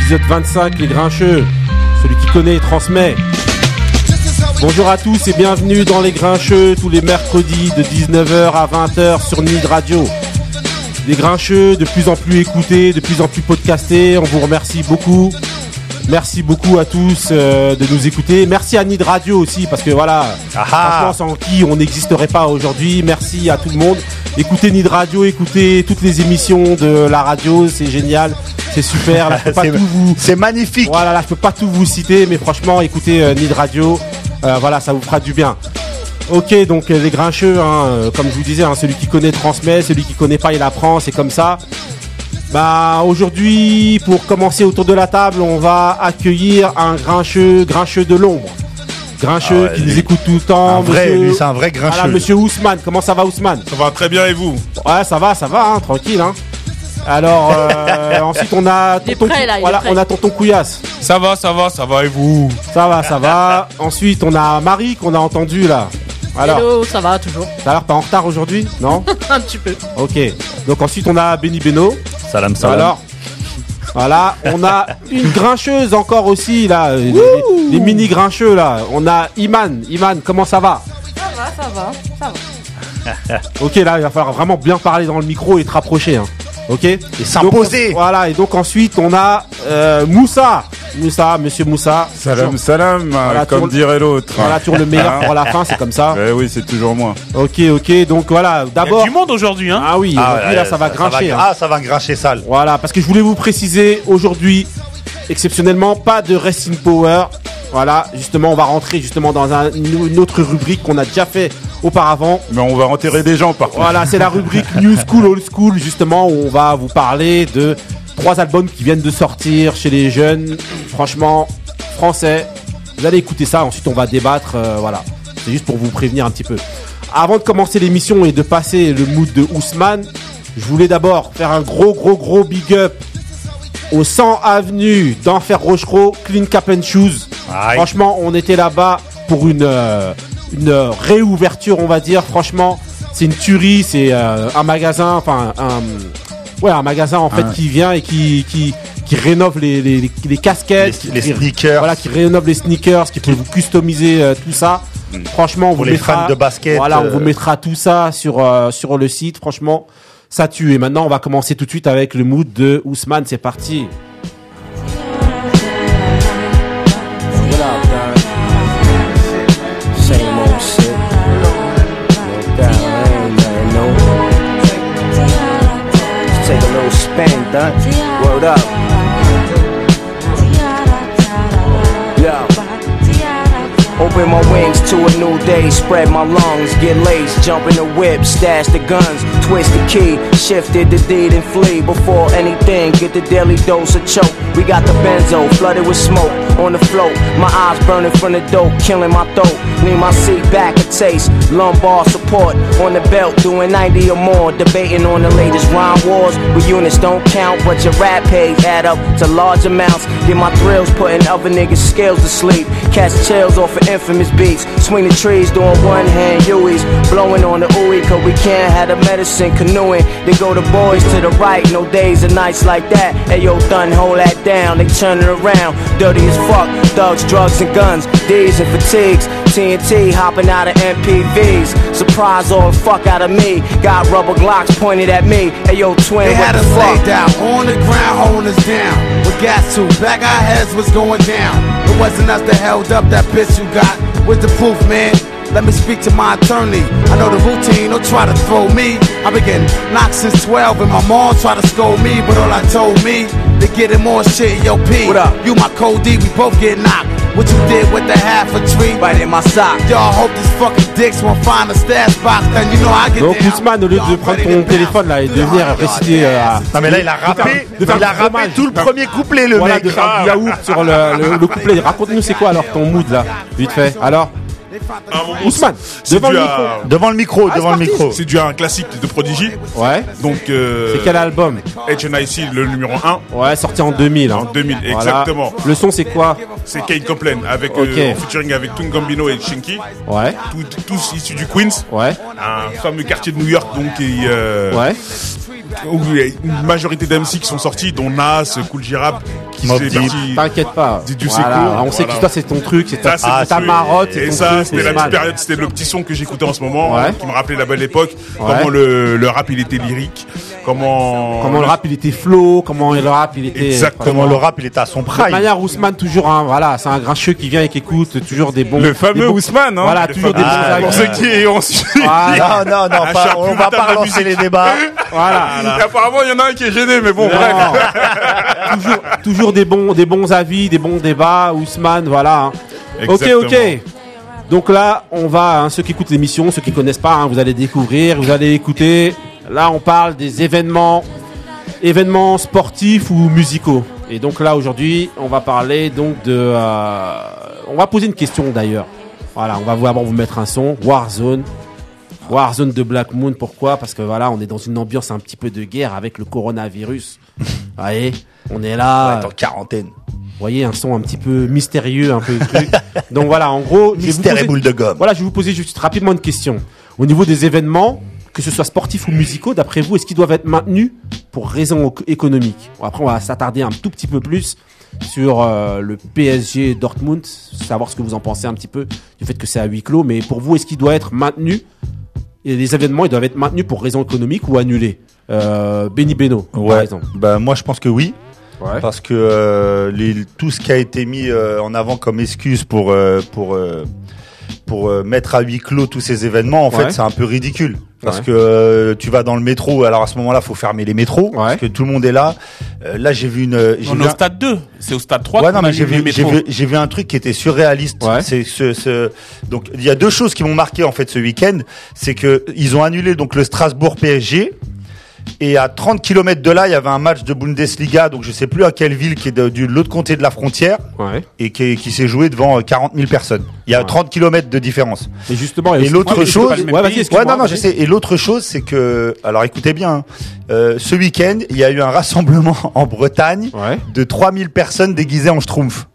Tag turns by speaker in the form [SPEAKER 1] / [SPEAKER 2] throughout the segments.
[SPEAKER 1] épisode 25, Les Grincheux. Celui qui connaît transmet. Bonjour à tous et bienvenue dans Les Grincheux tous les mercredis de 19h à 20h sur Nid Radio. Les Grincheux, de plus en plus écoutés, de plus en plus podcastés, on vous remercie beaucoup. Merci beaucoup à tous euh, de nous écouter. Merci à Nid Radio aussi parce que voilà,
[SPEAKER 2] Ah Aha.
[SPEAKER 1] franchement sans qui on n'existerait pas aujourd'hui. Merci à tout le monde. Écoutez Nid Radio, écoutez toutes les émissions de la radio, c'est génial, c'est super. Là, je peux pas
[SPEAKER 2] C'est-
[SPEAKER 1] tout vous-
[SPEAKER 2] C'est magnifique.
[SPEAKER 1] voilà, là, je peux pas tout vous citer, mais franchement, écoutez euh, Nid Radio, euh, voilà, ça vous fera du bien. Ok, donc euh, les grincheux, hein, euh, comme je vous disais, hein, celui qui connaît transmet, celui qui connaît pas, il apprend, c'est comme ça. Bah aujourd'hui, pour commencer autour de la table, on va accueillir un grincheux, grincheux de l'ombre. Grincheux
[SPEAKER 2] Ah ouais,
[SPEAKER 1] qui
[SPEAKER 2] lui.
[SPEAKER 1] nous écoute tout le temps.
[SPEAKER 2] Un vrai,
[SPEAKER 1] monsieur-
[SPEAKER 2] lui, c'est un vrai grincheux.
[SPEAKER 1] Voilà, monsieur Ousmane, comment ça va Ousmane
[SPEAKER 3] Ça va très bien et vous
[SPEAKER 1] Ouais, ça va, ça va, hein, tranquille. Hein. Alors, euh, ensuite on a
[SPEAKER 4] Il est
[SPEAKER 1] tonton,
[SPEAKER 4] prêt, là, il est
[SPEAKER 1] voilà,
[SPEAKER 4] prêt.
[SPEAKER 1] on a tonton Couillasse.
[SPEAKER 3] Ça va, ça va, ça va et vous
[SPEAKER 1] Ça va, ça va. Ensuite, on a Marie qu'on a entendu là. Alors,
[SPEAKER 4] Hello, ça va toujours
[SPEAKER 1] t'as l'air pas en retard aujourd'hui Non
[SPEAKER 4] Un petit peu.
[SPEAKER 1] Ok. Donc ensuite, on a Benny Beno.
[SPEAKER 2] Salam,
[SPEAKER 1] Alors, voilà, on a une grincheuse encore aussi là. euh, Les, les- les mini grincheux là. On a Iman. Iman, comment ça va
[SPEAKER 4] Ça va, ça va, ça va.
[SPEAKER 1] Ok, là, il va falloir vraiment bien parler dans le micro et te rapprocher. hein. Ok Et
[SPEAKER 2] s'imposer.
[SPEAKER 1] Voilà, et donc ensuite, on a euh, Moussa. Moussa, monsieur Moussa.
[SPEAKER 5] Salam, salam,
[SPEAKER 1] Voilà,
[SPEAKER 5] Bah, comme
[SPEAKER 1] tourne-
[SPEAKER 5] dirait l'autre.
[SPEAKER 1] Voilà, toujours le meilleur pour la fin, c'est comme ça.
[SPEAKER 5] Eh oui, c'est toujours moi.
[SPEAKER 1] Ok, ok, donc voilà,
[SPEAKER 6] Il y a
[SPEAKER 1] d'abord.
[SPEAKER 6] du monde aujourd'hui, hein
[SPEAKER 1] Ah oui,
[SPEAKER 2] Ah,
[SPEAKER 1] aujourd'hui,
[SPEAKER 2] ouais,
[SPEAKER 1] là, ça va grincher. hein.
[SPEAKER 2] Ah, ça va grincher sale.
[SPEAKER 1] Voilà, parce que je voulais vous préciser aujourd'hui, exceptionnellement, pas de Rest in Power. Voilà, justement, on va rentrer justement dans un- une autre rubrique qu'on a déjà fait auparavant.
[SPEAKER 5] Mais on va enterrer des gens par contre.
[SPEAKER 1] Voilà, c'est la rubrique New School, Old School, justement, où on va vous parler de trois albums qui viennent de sortir chez les jeunes, franchement, français. Vous allez écouter ça, ensuite on va débattre, euh, voilà. C'est juste pour vous prévenir un petit peu. Avant de commencer l'émission et de passer le mood de Ousmane, je voulais d'abord faire un gros, gros, gros big up au 100 Avenue d'Enfer Rochereau, Clean Cap and Shoes.
[SPEAKER 2] Aïe.
[SPEAKER 1] Franchement, on était là-bas pour une, euh, une euh, réouverture, on va dire. Franchement, c'est une tuerie, c'est euh, un magasin, enfin un, ouais, un magasin en fait qui vient et qui, qui, qui rénove les, les, les- les
[SPEAKER 2] Les,
[SPEAKER 1] casquettes,
[SPEAKER 2] les
[SPEAKER 1] qui-
[SPEAKER 2] sneakers.
[SPEAKER 1] voilà, qui rénove les sneakers, qui peut vous customiser euh, tout ça.
[SPEAKER 2] Mm.
[SPEAKER 1] Franchement, on
[SPEAKER 2] Pour
[SPEAKER 1] vous
[SPEAKER 2] les
[SPEAKER 1] mettra,
[SPEAKER 2] fans de basket,
[SPEAKER 1] Voilà, on
[SPEAKER 2] euh,
[SPEAKER 1] vous mettra tout ça sur euh, sur le site. Franchement, ça tue. Et maintenant, on va commencer tout de suite avec le mood de Ousmane. C'est parti.
[SPEAKER 7] What up, Don? Same old shit. No doubt, there ain't nothing new. Just take a little spin, Don. Word up. Yo. Open my wings to a new day, spread my lungs, get laced, jump in the whip, stash the guns, twist the key, shifted the deed and flee before anything, get the daily dose of choke. We got the benzo, flooded with smoke, on the float, my eyes burning from the dope, killing my throat, need my seat back a taste, lumbar support, on the belt, doing 90 or more, debating on the latest rhyme wars, where units don't count, but your rap pay add up to large amounts, get my thrills putting other niggas' scales to sleep, catch chills off of infamous beats, swing the trees, doing one hand Uis, blowing on the ooey, cause we can't have the medicine canoeing, they go the boys to the right, no days and nights like that, ayo done, hold that down, they turn it around, dirty as fuck, thugs, drugs and guns, D's and fatigues, TNT hopping out of MPVs, surprise all the fuck out of me, got rubber glocks pointed at me, ayo twin,
[SPEAKER 8] They
[SPEAKER 7] what
[SPEAKER 8] had
[SPEAKER 7] the
[SPEAKER 8] us
[SPEAKER 7] fuck?
[SPEAKER 8] laid down on the ground, holding us down. We got to back our heads was going down. It wasn't us that held up that bitch you got. With the proof, man? Let me speak to my attorney. I know the routine, don't try to throw me. I've been getting knocked since 12, and my mom tried to scold me, but all I told me to get him more shit, yo P.
[SPEAKER 7] What up?
[SPEAKER 8] You my cold D, we both get knocked. What you did with the half a tree?
[SPEAKER 7] Right in my sock.
[SPEAKER 8] Y'all hope these fucking dicks won't find a stash box, then you know I get
[SPEAKER 1] Donc
[SPEAKER 8] down.
[SPEAKER 1] Ousmane, au lieu de
[SPEAKER 8] Y'all
[SPEAKER 1] prendre
[SPEAKER 8] ready to
[SPEAKER 1] ton
[SPEAKER 8] bounce.
[SPEAKER 1] téléphone là et de venir réciter euh,
[SPEAKER 2] Non, Ah, mais là, il a rappé.
[SPEAKER 1] de faire
[SPEAKER 2] Il a
[SPEAKER 1] du
[SPEAKER 2] rappé
[SPEAKER 1] fromage.
[SPEAKER 2] tout le premier couplet, le
[SPEAKER 1] voilà,
[SPEAKER 2] mec.
[SPEAKER 1] de faire du yaourt sur le, le- le couplet. Raconte-nous c'est quoi alors ton mood là, vite fait. Alors Ousmane,
[SPEAKER 3] C'est
[SPEAKER 1] devant
[SPEAKER 3] dû,
[SPEAKER 1] le Ah,
[SPEAKER 3] à...
[SPEAKER 2] Devant le micro, devant le
[SPEAKER 1] c'est
[SPEAKER 2] micro.
[SPEAKER 3] c'est dû à un classique de Prodigy.
[SPEAKER 1] micro. Ouais.
[SPEAKER 3] Donc, euh,
[SPEAKER 1] C'est quel album
[SPEAKER 3] HNIC, le numéro 1,
[SPEAKER 1] Ouais, sorti en 2000. hein.
[SPEAKER 3] En 2000,
[SPEAKER 1] Voilà.
[SPEAKER 3] exactement.
[SPEAKER 1] Le son c'est quoi
[SPEAKER 3] c'est Kate Copeland, avec, euh,
[SPEAKER 1] Ok.
[SPEAKER 3] en featuring avec Toon Gambino et Shinky,
[SPEAKER 1] Ouais.
[SPEAKER 3] tous- tous issus du Queens,
[SPEAKER 1] Ouais.
[SPEAKER 3] un fameux quartier de New York donc, qui, euh,
[SPEAKER 1] Ouais.
[SPEAKER 3] où il y a une majorité d'MC qui sont sortis, dont Nas, Cool Girap, qui
[SPEAKER 2] Mobb
[SPEAKER 3] s'est
[SPEAKER 2] Deep.
[SPEAKER 3] parti.
[SPEAKER 1] T'inquiète pas.
[SPEAKER 3] Dis du
[SPEAKER 1] Voilà,
[SPEAKER 3] Seco,
[SPEAKER 1] on sait que
[SPEAKER 3] voilà.
[SPEAKER 1] toi c'est ton truc, c'est
[SPEAKER 3] Ça,
[SPEAKER 1] ta,
[SPEAKER 3] c'est
[SPEAKER 1] c'est
[SPEAKER 3] mon
[SPEAKER 1] ta
[SPEAKER 3] truc.
[SPEAKER 1] marotte. c'est
[SPEAKER 3] Et
[SPEAKER 1] ton
[SPEAKER 3] ça,
[SPEAKER 1] truc,
[SPEAKER 3] c'était la
[SPEAKER 1] c'est
[SPEAKER 3] petite
[SPEAKER 1] mal.
[SPEAKER 3] période, c'était le petit son que j'écoutais en ce moment,
[SPEAKER 1] Ouais.
[SPEAKER 3] hein, qui me rappelait la belle époque,
[SPEAKER 1] Ouais.
[SPEAKER 3] comment le, le rap il était lyrique, comment,
[SPEAKER 1] Comment le rap il était flow, comment le rap il était. euh,
[SPEAKER 2] Exactement, le rap, il était à son
[SPEAKER 1] De toute
[SPEAKER 2] prime.
[SPEAKER 1] manière, Ousmane, toujours, hein, voilà, c'est un grincheux qui vient et qui écoute, toujours des bons.
[SPEAKER 5] Le
[SPEAKER 1] des
[SPEAKER 5] fameux
[SPEAKER 1] bons-
[SPEAKER 5] Ousmane, hein.
[SPEAKER 1] Voilà, toujours des bons
[SPEAKER 2] fameux- Ah,
[SPEAKER 5] Pour
[SPEAKER 1] avis.
[SPEAKER 5] ceux qui ont suivi.
[SPEAKER 1] Voilà,
[SPEAKER 2] Non, Ah, non, non,
[SPEAKER 3] Un
[SPEAKER 2] pas-
[SPEAKER 3] chat
[SPEAKER 2] on
[SPEAKER 3] plus
[SPEAKER 2] va
[SPEAKER 3] tard
[SPEAKER 2] pas
[SPEAKER 3] de la
[SPEAKER 2] relancer les
[SPEAKER 3] musique.
[SPEAKER 2] débats.
[SPEAKER 1] voilà.
[SPEAKER 5] Et Apparemment, il y en a un qui est gêné, mais bon, bref.
[SPEAKER 1] Non. toujours, toujours des bons, des bons avis, des bons débats. Ousmane, voilà. hein.
[SPEAKER 3] Exactement.
[SPEAKER 1] Ok, ok. Donc là, on va, hein, ceux qui écoutent l'émission, ceux qui connaissent pas, hein, vous allez découvrir, vous allez écouter. Là, on parle des événements, événements sportifs ou musicaux. Et donc là, aujourd'hui, on va parler donc de, euh, on va poser une question d'ailleurs. Voilà, on va d'abord vous mettre un son, Warzone. Warzone de Black Moon, pourquoi Parce que voilà, on est dans une ambiance un petit peu de guerre avec le coronavirus. Vous voyez, on est là.
[SPEAKER 2] Attends, quarantaine.
[SPEAKER 1] Vous voyez un son un petit peu mystérieux, un peu truc. Donc voilà, en gros, je vais vous
[SPEAKER 2] Mystère
[SPEAKER 1] poser-
[SPEAKER 2] et boule de gomme.
[SPEAKER 1] Voilà, je vais vous poser juste rapidement une question. Au niveau des événements, que ce soit sportifs ou musicaux, d'après vous, est-ce qu'ils doivent être maintenus pour raisons éco- économiques Après, on va s'attarder un tout petit peu plus sur euh, le PSG Dortmund, savoir ce que vous en pensez un petit peu du fait que c'est à huis clos. Mais pour vous, est-ce qu'il doit être maintenu Et les événements, ils doivent être maintenus pour raisons économiques ou annulés euh, Benny Beno, par
[SPEAKER 2] Ouais.
[SPEAKER 1] exemple.
[SPEAKER 2] Bah, moi, je pense que oui.
[SPEAKER 1] Ouais.
[SPEAKER 2] Parce que euh, les- tout ce qui a été mis euh, en avant comme excuse pour, euh, pour, euh, pour euh, mettre à huis clos tous ces événements, en
[SPEAKER 1] Ouais.
[SPEAKER 2] fait, c'est un peu ridicule. Parce
[SPEAKER 1] Ouais.
[SPEAKER 2] que euh, tu vas dans le métro, alors à ce moment-là, faut fermer les métros, parce que tout le monde est là. Euh, là, j'ai vu une, j'ai
[SPEAKER 6] On
[SPEAKER 2] vu
[SPEAKER 6] est au
[SPEAKER 2] un-
[SPEAKER 6] stade 2, c'est au stade 3
[SPEAKER 2] Ouais,
[SPEAKER 6] qu'on
[SPEAKER 2] non, mais j'ai
[SPEAKER 6] allume le
[SPEAKER 2] vu, j'ai
[SPEAKER 6] métro.
[SPEAKER 2] vu, j'ai vu un truc qui était surréaliste.
[SPEAKER 1] Ouais.
[SPEAKER 2] C'est ce, ce- donc il y a deux choses qui m'ont marqué en fait ce week-end, c'est que ils ont annulé donc le Strasbourg PSG. Et à 30 km de là, il y avait un match de Bundesliga, donc je sais plus à quelle ville qui est de, du- de l'autre côté de la frontière
[SPEAKER 1] Ouais.
[SPEAKER 2] et qui, est- qui s'est joué devant euh, 40 000 personnes. Il y a 30 km de différence.
[SPEAKER 1] Et justement, il y a
[SPEAKER 2] Et
[SPEAKER 1] aussi-
[SPEAKER 2] l'autre chose,
[SPEAKER 1] Ouais, vas-y, excuse-moi,
[SPEAKER 2] ouais, non, non, je
[SPEAKER 1] vas-y.
[SPEAKER 2] sais. Et l'autre chose, c'est que, alors écoutez bien, hein. Euh, ce week-end, il y a eu un rassemblement en Bretagne
[SPEAKER 1] Ouais.
[SPEAKER 2] de 3000 personnes déguisées en schtroumpf.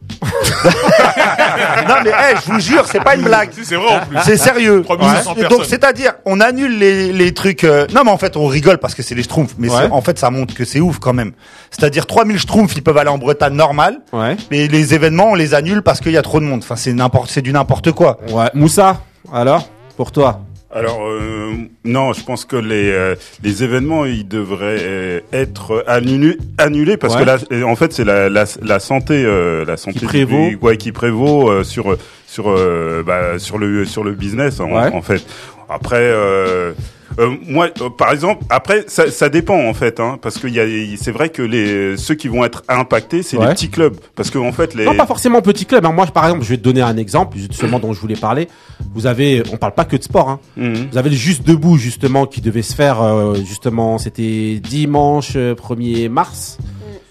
[SPEAKER 2] non mais hey, je vous jure, c'est pas une blague.
[SPEAKER 3] Si, c'est vrai en plus.
[SPEAKER 2] C'est sérieux.
[SPEAKER 3] 3500
[SPEAKER 2] Donc
[SPEAKER 3] personnes.
[SPEAKER 2] c'est-à-dire, on annule les, les trucs. euh, Non mais en fait, on rigole parce que c'est les schtroumpfs. Mais
[SPEAKER 1] Ouais.
[SPEAKER 2] c'est- en fait, ça montre que c'est ouf quand même. C'est-à-dire 3000 schtroumpfs, ils peuvent aller en Bretagne normale.
[SPEAKER 1] Ouais.
[SPEAKER 2] Mais les événements, on les annule parce qu'il y a trop de monde. Enfin, c'est n'importe, c'est du n'importe quoi.
[SPEAKER 1] Ouais, Moussa, alors pour toi
[SPEAKER 5] Alors euh, non, je pense que les euh, les événements ils devraient euh, être annulés, annulés parce
[SPEAKER 1] Ouais.
[SPEAKER 5] que là euh, en fait c'est la, la la santé euh, la santé du
[SPEAKER 1] prévaut.
[SPEAKER 5] public, ouais, qui prévaut euh, sur sur euh, bah, sur le sur le business en,
[SPEAKER 1] Ouais.
[SPEAKER 5] en fait. Après euh, euh, moi, euh, par exemple, après ça, ça dépend en fait, hein, parce que il y a- c'est vrai que les ceux qui vont être impactés, c'est
[SPEAKER 1] Ouais.
[SPEAKER 5] les petits clubs, parce que en fait les
[SPEAKER 1] Non, pas forcément petit club. hein. Moi, je- par exemple, je vais te donner un exemple justement dont je voulais parler. Vous avez, on parle pas que de sport. Hein.
[SPEAKER 5] Mhm.
[SPEAKER 1] Vous avez le Juste Debout justement qui devait se faire euh, justement. C'était dimanche euh, 1er mars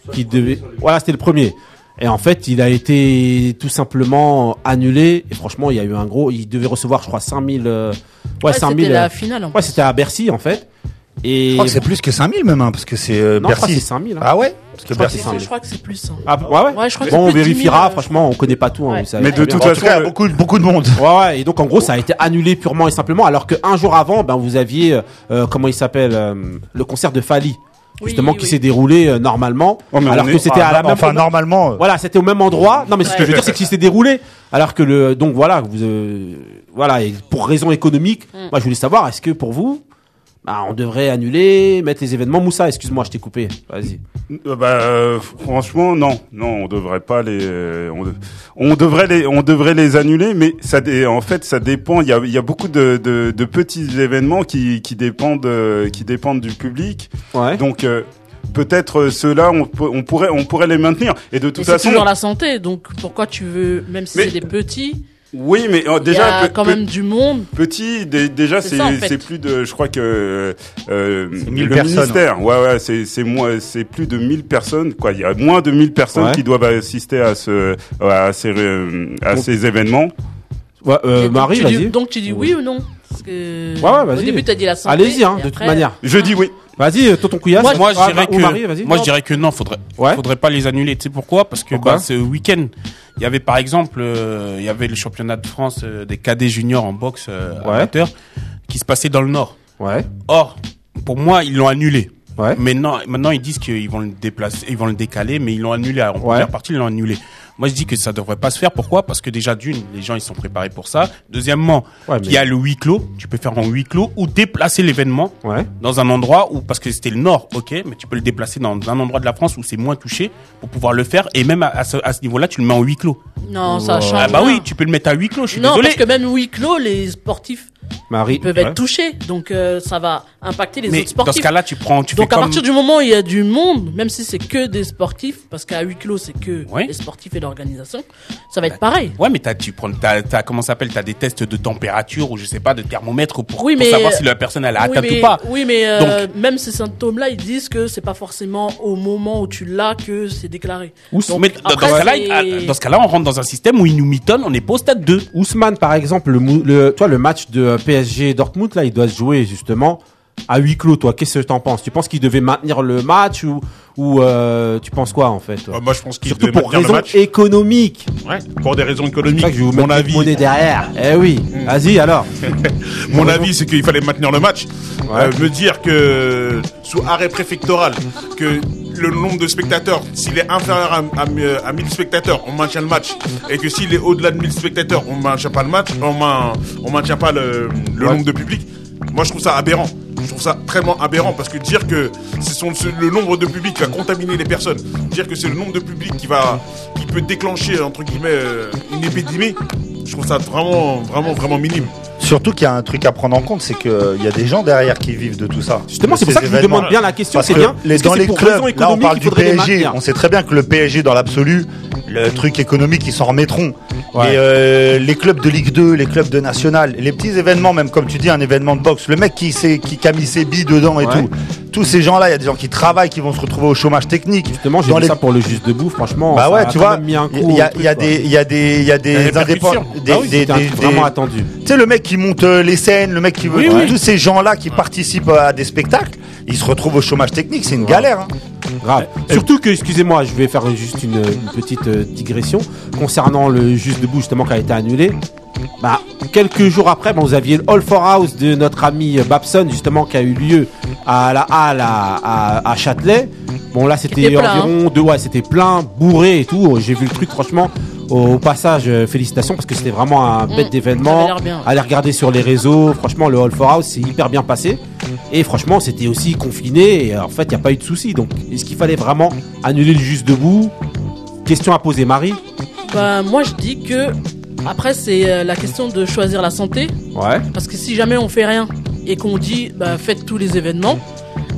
[SPEAKER 9] Mhm.
[SPEAKER 1] qui devait. Voilà, c'était le premier. Et en fait, il a été tout simplement annulé. Et franchement, il y a eu un gros. Il devait recevoir, je crois, 5000. euh, Ouais,
[SPEAKER 9] Ouais,
[SPEAKER 1] 5000.
[SPEAKER 9] C'était
[SPEAKER 1] euh,
[SPEAKER 9] la finale. en
[SPEAKER 1] Ouais,
[SPEAKER 9] plus.
[SPEAKER 1] c'était à Bercy en fait. Et
[SPEAKER 2] Je crois que c'est plus que 5000 même, hein, parce que c'est euh,
[SPEAKER 1] non, je crois que c'est
[SPEAKER 2] Bercy.
[SPEAKER 1] 5000. hein.
[SPEAKER 2] Ah ouais, parce que
[SPEAKER 1] crois
[SPEAKER 2] Bercy.
[SPEAKER 1] c'est
[SPEAKER 9] Ouais,
[SPEAKER 1] ça.
[SPEAKER 9] Je crois que c'est plus. hein.
[SPEAKER 1] Ah, ouais, ouais.
[SPEAKER 9] Ouais, je crois que c'est
[SPEAKER 1] bon, on
[SPEAKER 9] plus de 10 000,
[SPEAKER 1] vérifiera.
[SPEAKER 9] euh,
[SPEAKER 1] Franchement, on connaît pas tout. hein,
[SPEAKER 9] Ouais.
[SPEAKER 1] vous savez.
[SPEAKER 5] mais de
[SPEAKER 1] Bien.
[SPEAKER 5] toute
[SPEAKER 2] En tout
[SPEAKER 5] façon,
[SPEAKER 2] cas, il y a
[SPEAKER 5] le-
[SPEAKER 2] beaucoup, beaucoup de monde.
[SPEAKER 1] Ouais, ouais, et donc en gros, ça a été annulé purement et simplement, alors qu'un jour avant, ben, vous aviez, euh, euh, comment il s'appelle, euh, le concert de Fali,
[SPEAKER 9] Oui,
[SPEAKER 1] justement, qui
[SPEAKER 9] oui.
[SPEAKER 1] s'est déroulé euh, normalement,
[SPEAKER 5] Oh, mais
[SPEAKER 1] alors
[SPEAKER 5] on
[SPEAKER 1] que
[SPEAKER 5] est-
[SPEAKER 1] c'était
[SPEAKER 2] Ah,
[SPEAKER 1] à la même...
[SPEAKER 2] enfin, normalement. euh,
[SPEAKER 1] Voilà, c'était au même endroit. Non, mais ce que
[SPEAKER 9] Ouais.
[SPEAKER 1] je veux dire, c'est qu'il s'est déroulé, alors que le... Donc voilà, vous, euh, voilà et pour raison économique, moi je voulais savoir, est-ce que pour vous, bah, on devrait annuler, mettre les événements Moussa, excuse-moi, je t'ai coupé, vas-y.
[SPEAKER 5] Euh, Bah, euh, franchement, non, non, on devrait pas les, euh, on, de- on devrait les, on devrait les annuler, mais ça, dé- en fait, ça dépend. Il y a, il y a beaucoup de, de, de petits événements qui, qui dépendent, euh, qui dépendent du public.
[SPEAKER 1] Ouais.
[SPEAKER 5] Donc, euh, peut-être euh, ceux-là, on, peut- on pourrait, on pourrait les maintenir. Et de
[SPEAKER 9] Mais
[SPEAKER 5] toute
[SPEAKER 9] c'est
[SPEAKER 5] façon,
[SPEAKER 9] toujours la santé, donc pourquoi tu veux, même si
[SPEAKER 5] Mais-
[SPEAKER 9] c'est des petits,
[SPEAKER 5] oui, mais euh,
[SPEAKER 9] il y
[SPEAKER 5] déjà,
[SPEAKER 9] a
[SPEAKER 5] pe-
[SPEAKER 9] quand
[SPEAKER 5] pe-
[SPEAKER 9] même du monde.
[SPEAKER 5] petit, dé- déjà,
[SPEAKER 9] C'est
[SPEAKER 5] c'est,
[SPEAKER 9] ça, en fait.
[SPEAKER 5] c'est plus de, je crois que euh,
[SPEAKER 2] mille
[SPEAKER 5] le
[SPEAKER 2] personnes.
[SPEAKER 5] ministère, ouais, ouais, c'est, c'est moins, c'est plus de 1000 personnes, quoi. Il y a moins de 1000 personnes
[SPEAKER 1] Ouais.
[SPEAKER 5] qui doivent assister à ce, à ces, euh, à
[SPEAKER 1] Donc-
[SPEAKER 5] ces événements.
[SPEAKER 1] Ouais, euh,
[SPEAKER 9] Et donc
[SPEAKER 1] Marie,
[SPEAKER 9] tu dis-
[SPEAKER 1] vas-y.
[SPEAKER 9] Donc tu dis oui ou non Parce que
[SPEAKER 1] Ouais, ouais, vas-y.
[SPEAKER 9] Au début, tu as dit la santé.
[SPEAKER 1] Allez-y, hein,
[SPEAKER 9] et
[SPEAKER 1] de toute
[SPEAKER 9] après- euh,
[SPEAKER 1] manière.
[SPEAKER 5] Je dis oui.
[SPEAKER 1] Vas-y, euh, tonton Couillasse.
[SPEAKER 9] Moi,
[SPEAKER 6] Moi,
[SPEAKER 1] Ah,
[SPEAKER 6] je dirais
[SPEAKER 1] ou
[SPEAKER 6] que,
[SPEAKER 1] Marie, vas-y.
[SPEAKER 6] moi, je dirais que non, faudrait,
[SPEAKER 1] Ouais.
[SPEAKER 6] faudrait pas les annuler. Tu sais pourquoi? Parce que,
[SPEAKER 1] Pourquoi
[SPEAKER 6] bah, ce week-end, il y avait, par exemple, euh, il y avait le championnat de France euh, des cadets juniors en boxe euh,
[SPEAKER 1] Ouais.
[SPEAKER 6] amateur qui se passait dans le Nord.
[SPEAKER 1] Ouais.
[SPEAKER 6] Or, pour moi, ils l'ont annulé. Mais non, maintenant ils disent qu'ils vont le déplacer, ils vont le décaler, mais ils l'ont annulé. En première partie, ils l'ont annulé. Moi, je dis que ça devrait pas se faire. Pourquoi Parce que déjà, d'une, les gens ils sont préparés pour ça. Deuxièmement, il y a le huis clos. Tu peux faire en huis clos ou déplacer l'événement dans un endroit où, parce que c'était le Nord, ok, mais tu peux le déplacer dans un endroit de la France où c'est moins touché pour pouvoir le faire. Et même à, à ce, à ce niveau-là, tu le mets en huis clos.
[SPEAKER 9] Non, ça change.
[SPEAKER 6] Ah bah
[SPEAKER 9] rien.
[SPEAKER 6] oui, tu peux le mettre à huis clos. Je suis
[SPEAKER 9] Non,
[SPEAKER 6] désolé.
[SPEAKER 9] parce que même huis clos, les sportifs
[SPEAKER 1] Marie.
[SPEAKER 9] peuvent être touchés. Donc euh, ça va impacter les
[SPEAKER 6] mais
[SPEAKER 9] autres sportifs.
[SPEAKER 6] dans ce cas-là, tu prends, tu
[SPEAKER 9] Donc
[SPEAKER 6] fais
[SPEAKER 9] à
[SPEAKER 6] comme-
[SPEAKER 9] partir du moment où il y a du monde, même si c'est que des sportifs, parce qu'à huis clos c'est que
[SPEAKER 6] Ouais.
[SPEAKER 9] les sportifs et l'organisation, ça va être pareil.
[SPEAKER 6] Ouais, mais t'as, tu prends, t'as, t'as, comment ça s'appelle, t'as des tests de température ou je sais pas, de thermomètre pour,
[SPEAKER 9] Oui,
[SPEAKER 6] pour
[SPEAKER 9] mais-
[SPEAKER 6] savoir si la personne elle a
[SPEAKER 9] oui,
[SPEAKER 6] atteint
[SPEAKER 9] mais,
[SPEAKER 6] ou pas.
[SPEAKER 9] oui, mais euh, même ces symptômes-là, ils disent que c'est pas forcément au moment où tu l'as que c'est déclaré. Donc,
[SPEAKER 6] Mais dans,
[SPEAKER 9] après,
[SPEAKER 6] dans ce cas-là,
[SPEAKER 9] c'est-
[SPEAKER 6] il- dans ce cas-là, on rentre dans un système où ils nous mitonnent, on est pas au stade 2.
[SPEAKER 1] Ousmane, par exemple, le, mou- le- toi, le match de euh, PSG Dortmund, là, il doit se jouer justement à huis clos. Toi, qu'est-ce que t'en penses Tu penses qu'il devait maintenir le match ou, ou euh, tu penses quoi en fait toi
[SPEAKER 3] Euh, Moi, je pense qu'il
[SPEAKER 1] Surtout
[SPEAKER 3] devait
[SPEAKER 1] pour
[SPEAKER 3] maintenir le
[SPEAKER 1] raisons
[SPEAKER 3] match.
[SPEAKER 1] économiques.
[SPEAKER 3] Ouais, pour des raisons
[SPEAKER 1] C'est
[SPEAKER 3] économiques.
[SPEAKER 1] pour ça que je vais vous
[SPEAKER 3] mon
[SPEAKER 1] mettre une
[SPEAKER 3] avis, Mm.
[SPEAKER 1] monnaie derrière. Eh oui. Vas-y alors.
[SPEAKER 3] mon avis, c'est qu'il fallait maintenir le match. Euh, me dire que sous arrêt préfectoral, que le nombre de spectateurs, s'il est inférieur à, à, mi- à 1000 spectateurs, on maintient le match. Et que s'il est au-delà de 1000 spectateurs, on maintient pas le match, on, main- on maintient pas le, le nombre de public. Moi, je trouve ça aberrant. Je trouve ça vraiment aberrant parce que dire que c'est son- c'est le nombre de public qui va contaminer les personnes, dire que c'est le nombre de public qui va, qui peut déclencher entre guillemets euh, une épidémie, je trouve ça vraiment, vraiment, vraiment minime.
[SPEAKER 2] Surtout qu'il y a un truc à prendre en compte, c'est qu'il y a des gens derrière qui vivent de tout ça.
[SPEAKER 1] Justement,
[SPEAKER 2] De
[SPEAKER 1] c'est pour
[SPEAKER 2] ces
[SPEAKER 1] ça que je vous
[SPEAKER 2] événements.
[SPEAKER 1] demande bien la question,
[SPEAKER 2] Parce
[SPEAKER 1] c'est
[SPEAKER 2] que
[SPEAKER 1] bien,
[SPEAKER 2] les-
[SPEAKER 1] est-ce que
[SPEAKER 2] dans
[SPEAKER 1] c'est
[SPEAKER 2] les
[SPEAKER 1] pour
[SPEAKER 2] clubs,
[SPEAKER 1] raisons
[SPEAKER 2] là on
[SPEAKER 1] économiques
[SPEAKER 2] parle
[SPEAKER 1] qu'il
[SPEAKER 2] du
[SPEAKER 1] faudrait les
[SPEAKER 2] PSG.
[SPEAKER 1] maintenir
[SPEAKER 2] On sait très bien que le PSG, dans l'absolu, le truc économique, ils s'en remettront. Mais euh, les clubs de Ligue 2, les clubs de National, les petits événements, même comme tu dis, un événement de boxe, le mec qui, s'est- qui, qui a mis ses billes dedans et tout. Tous ces gens-là, il y a des gens qui travaillent, qui vont se retrouver au chômage technique.
[SPEAKER 1] Justement, j'ai
[SPEAKER 2] Dans
[SPEAKER 1] vu
[SPEAKER 2] les-
[SPEAKER 1] ça pour le juste debout. Franchement,
[SPEAKER 2] bah
[SPEAKER 1] ça
[SPEAKER 2] ouais,
[SPEAKER 1] a
[SPEAKER 2] tu
[SPEAKER 1] quand
[SPEAKER 2] vois,
[SPEAKER 1] même
[SPEAKER 2] il
[SPEAKER 1] mis
[SPEAKER 2] y
[SPEAKER 1] un
[SPEAKER 2] a,
[SPEAKER 1] coup.
[SPEAKER 2] il y a-
[SPEAKER 1] au
[SPEAKER 2] il y a
[SPEAKER 1] truc,
[SPEAKER 2] des, il y a des, il y a des indépendants, des,
[SPEAKER 1] quoi. Ah oui,
[SPEAKER 2] des-
[SPEAKER 1] c'était un
[SPEAKER 2] des-
[SPEAKER 1] truc vraiment
[SPEAKER 2] des-
[SPEAKER 1] attendu.
[SPEAKER 2] tu sais, le mec qui monte euh, les scènes, le mec qui veut.
[SPEAKER 6] Oui, oui.
[SPEAKER 2] Tous ces gens-là qui participent à des spectacles, ils se retrouvent au chômage technique, c'est une galère. hein.
[SPEAKER 1] Grave.
[SPEAKER 3] Eh,
[SPEAKER 1] Surtout que, excusez-moi, je vais faire juste une, une petite euh, digression concernant le Juste Debout, justement, qui a été annulé. Bah, quelques jours après, bon, vous aviez le All for House de notre ami euh, Babson, justement, qui a eu lieu à la Halle à, à- à Châtelet. Bon, là, c'était
[SPEAKER 9] était plein,
[SPEAKER 1] environ deux, ouais, c'était plein, bourré et tout. J'ai vu le truc, franchement. Au passage, euh, félicitations parce que c'était vraiment un bête
[SPEAKER 9] Mm, ça
[SPEAKER 1] d'événement.
[SPEAKER 9] avait l'air bien, ouais.
[SPEAKER 1] Allez regarder sur les réseaux. Franchement, le All for House s'est hyper bien passé. Et franchement, c'était aussi confiné. Et euh, en fait, il n'y a pas eu de souci. Donc, est-ce qu'il fallait vraiment annuler le juste debout Question à poser, Marie.
[SPEAKER 6] ah,
[SPEAKER 9] Bah, moi je dis que après c'est euh, la question de choisir la santé,
[SPEAKER 1] Ouais.
[SPEAKER 9] parce que si jamais on fait rien et qu'on dit bah, faites tous les événements,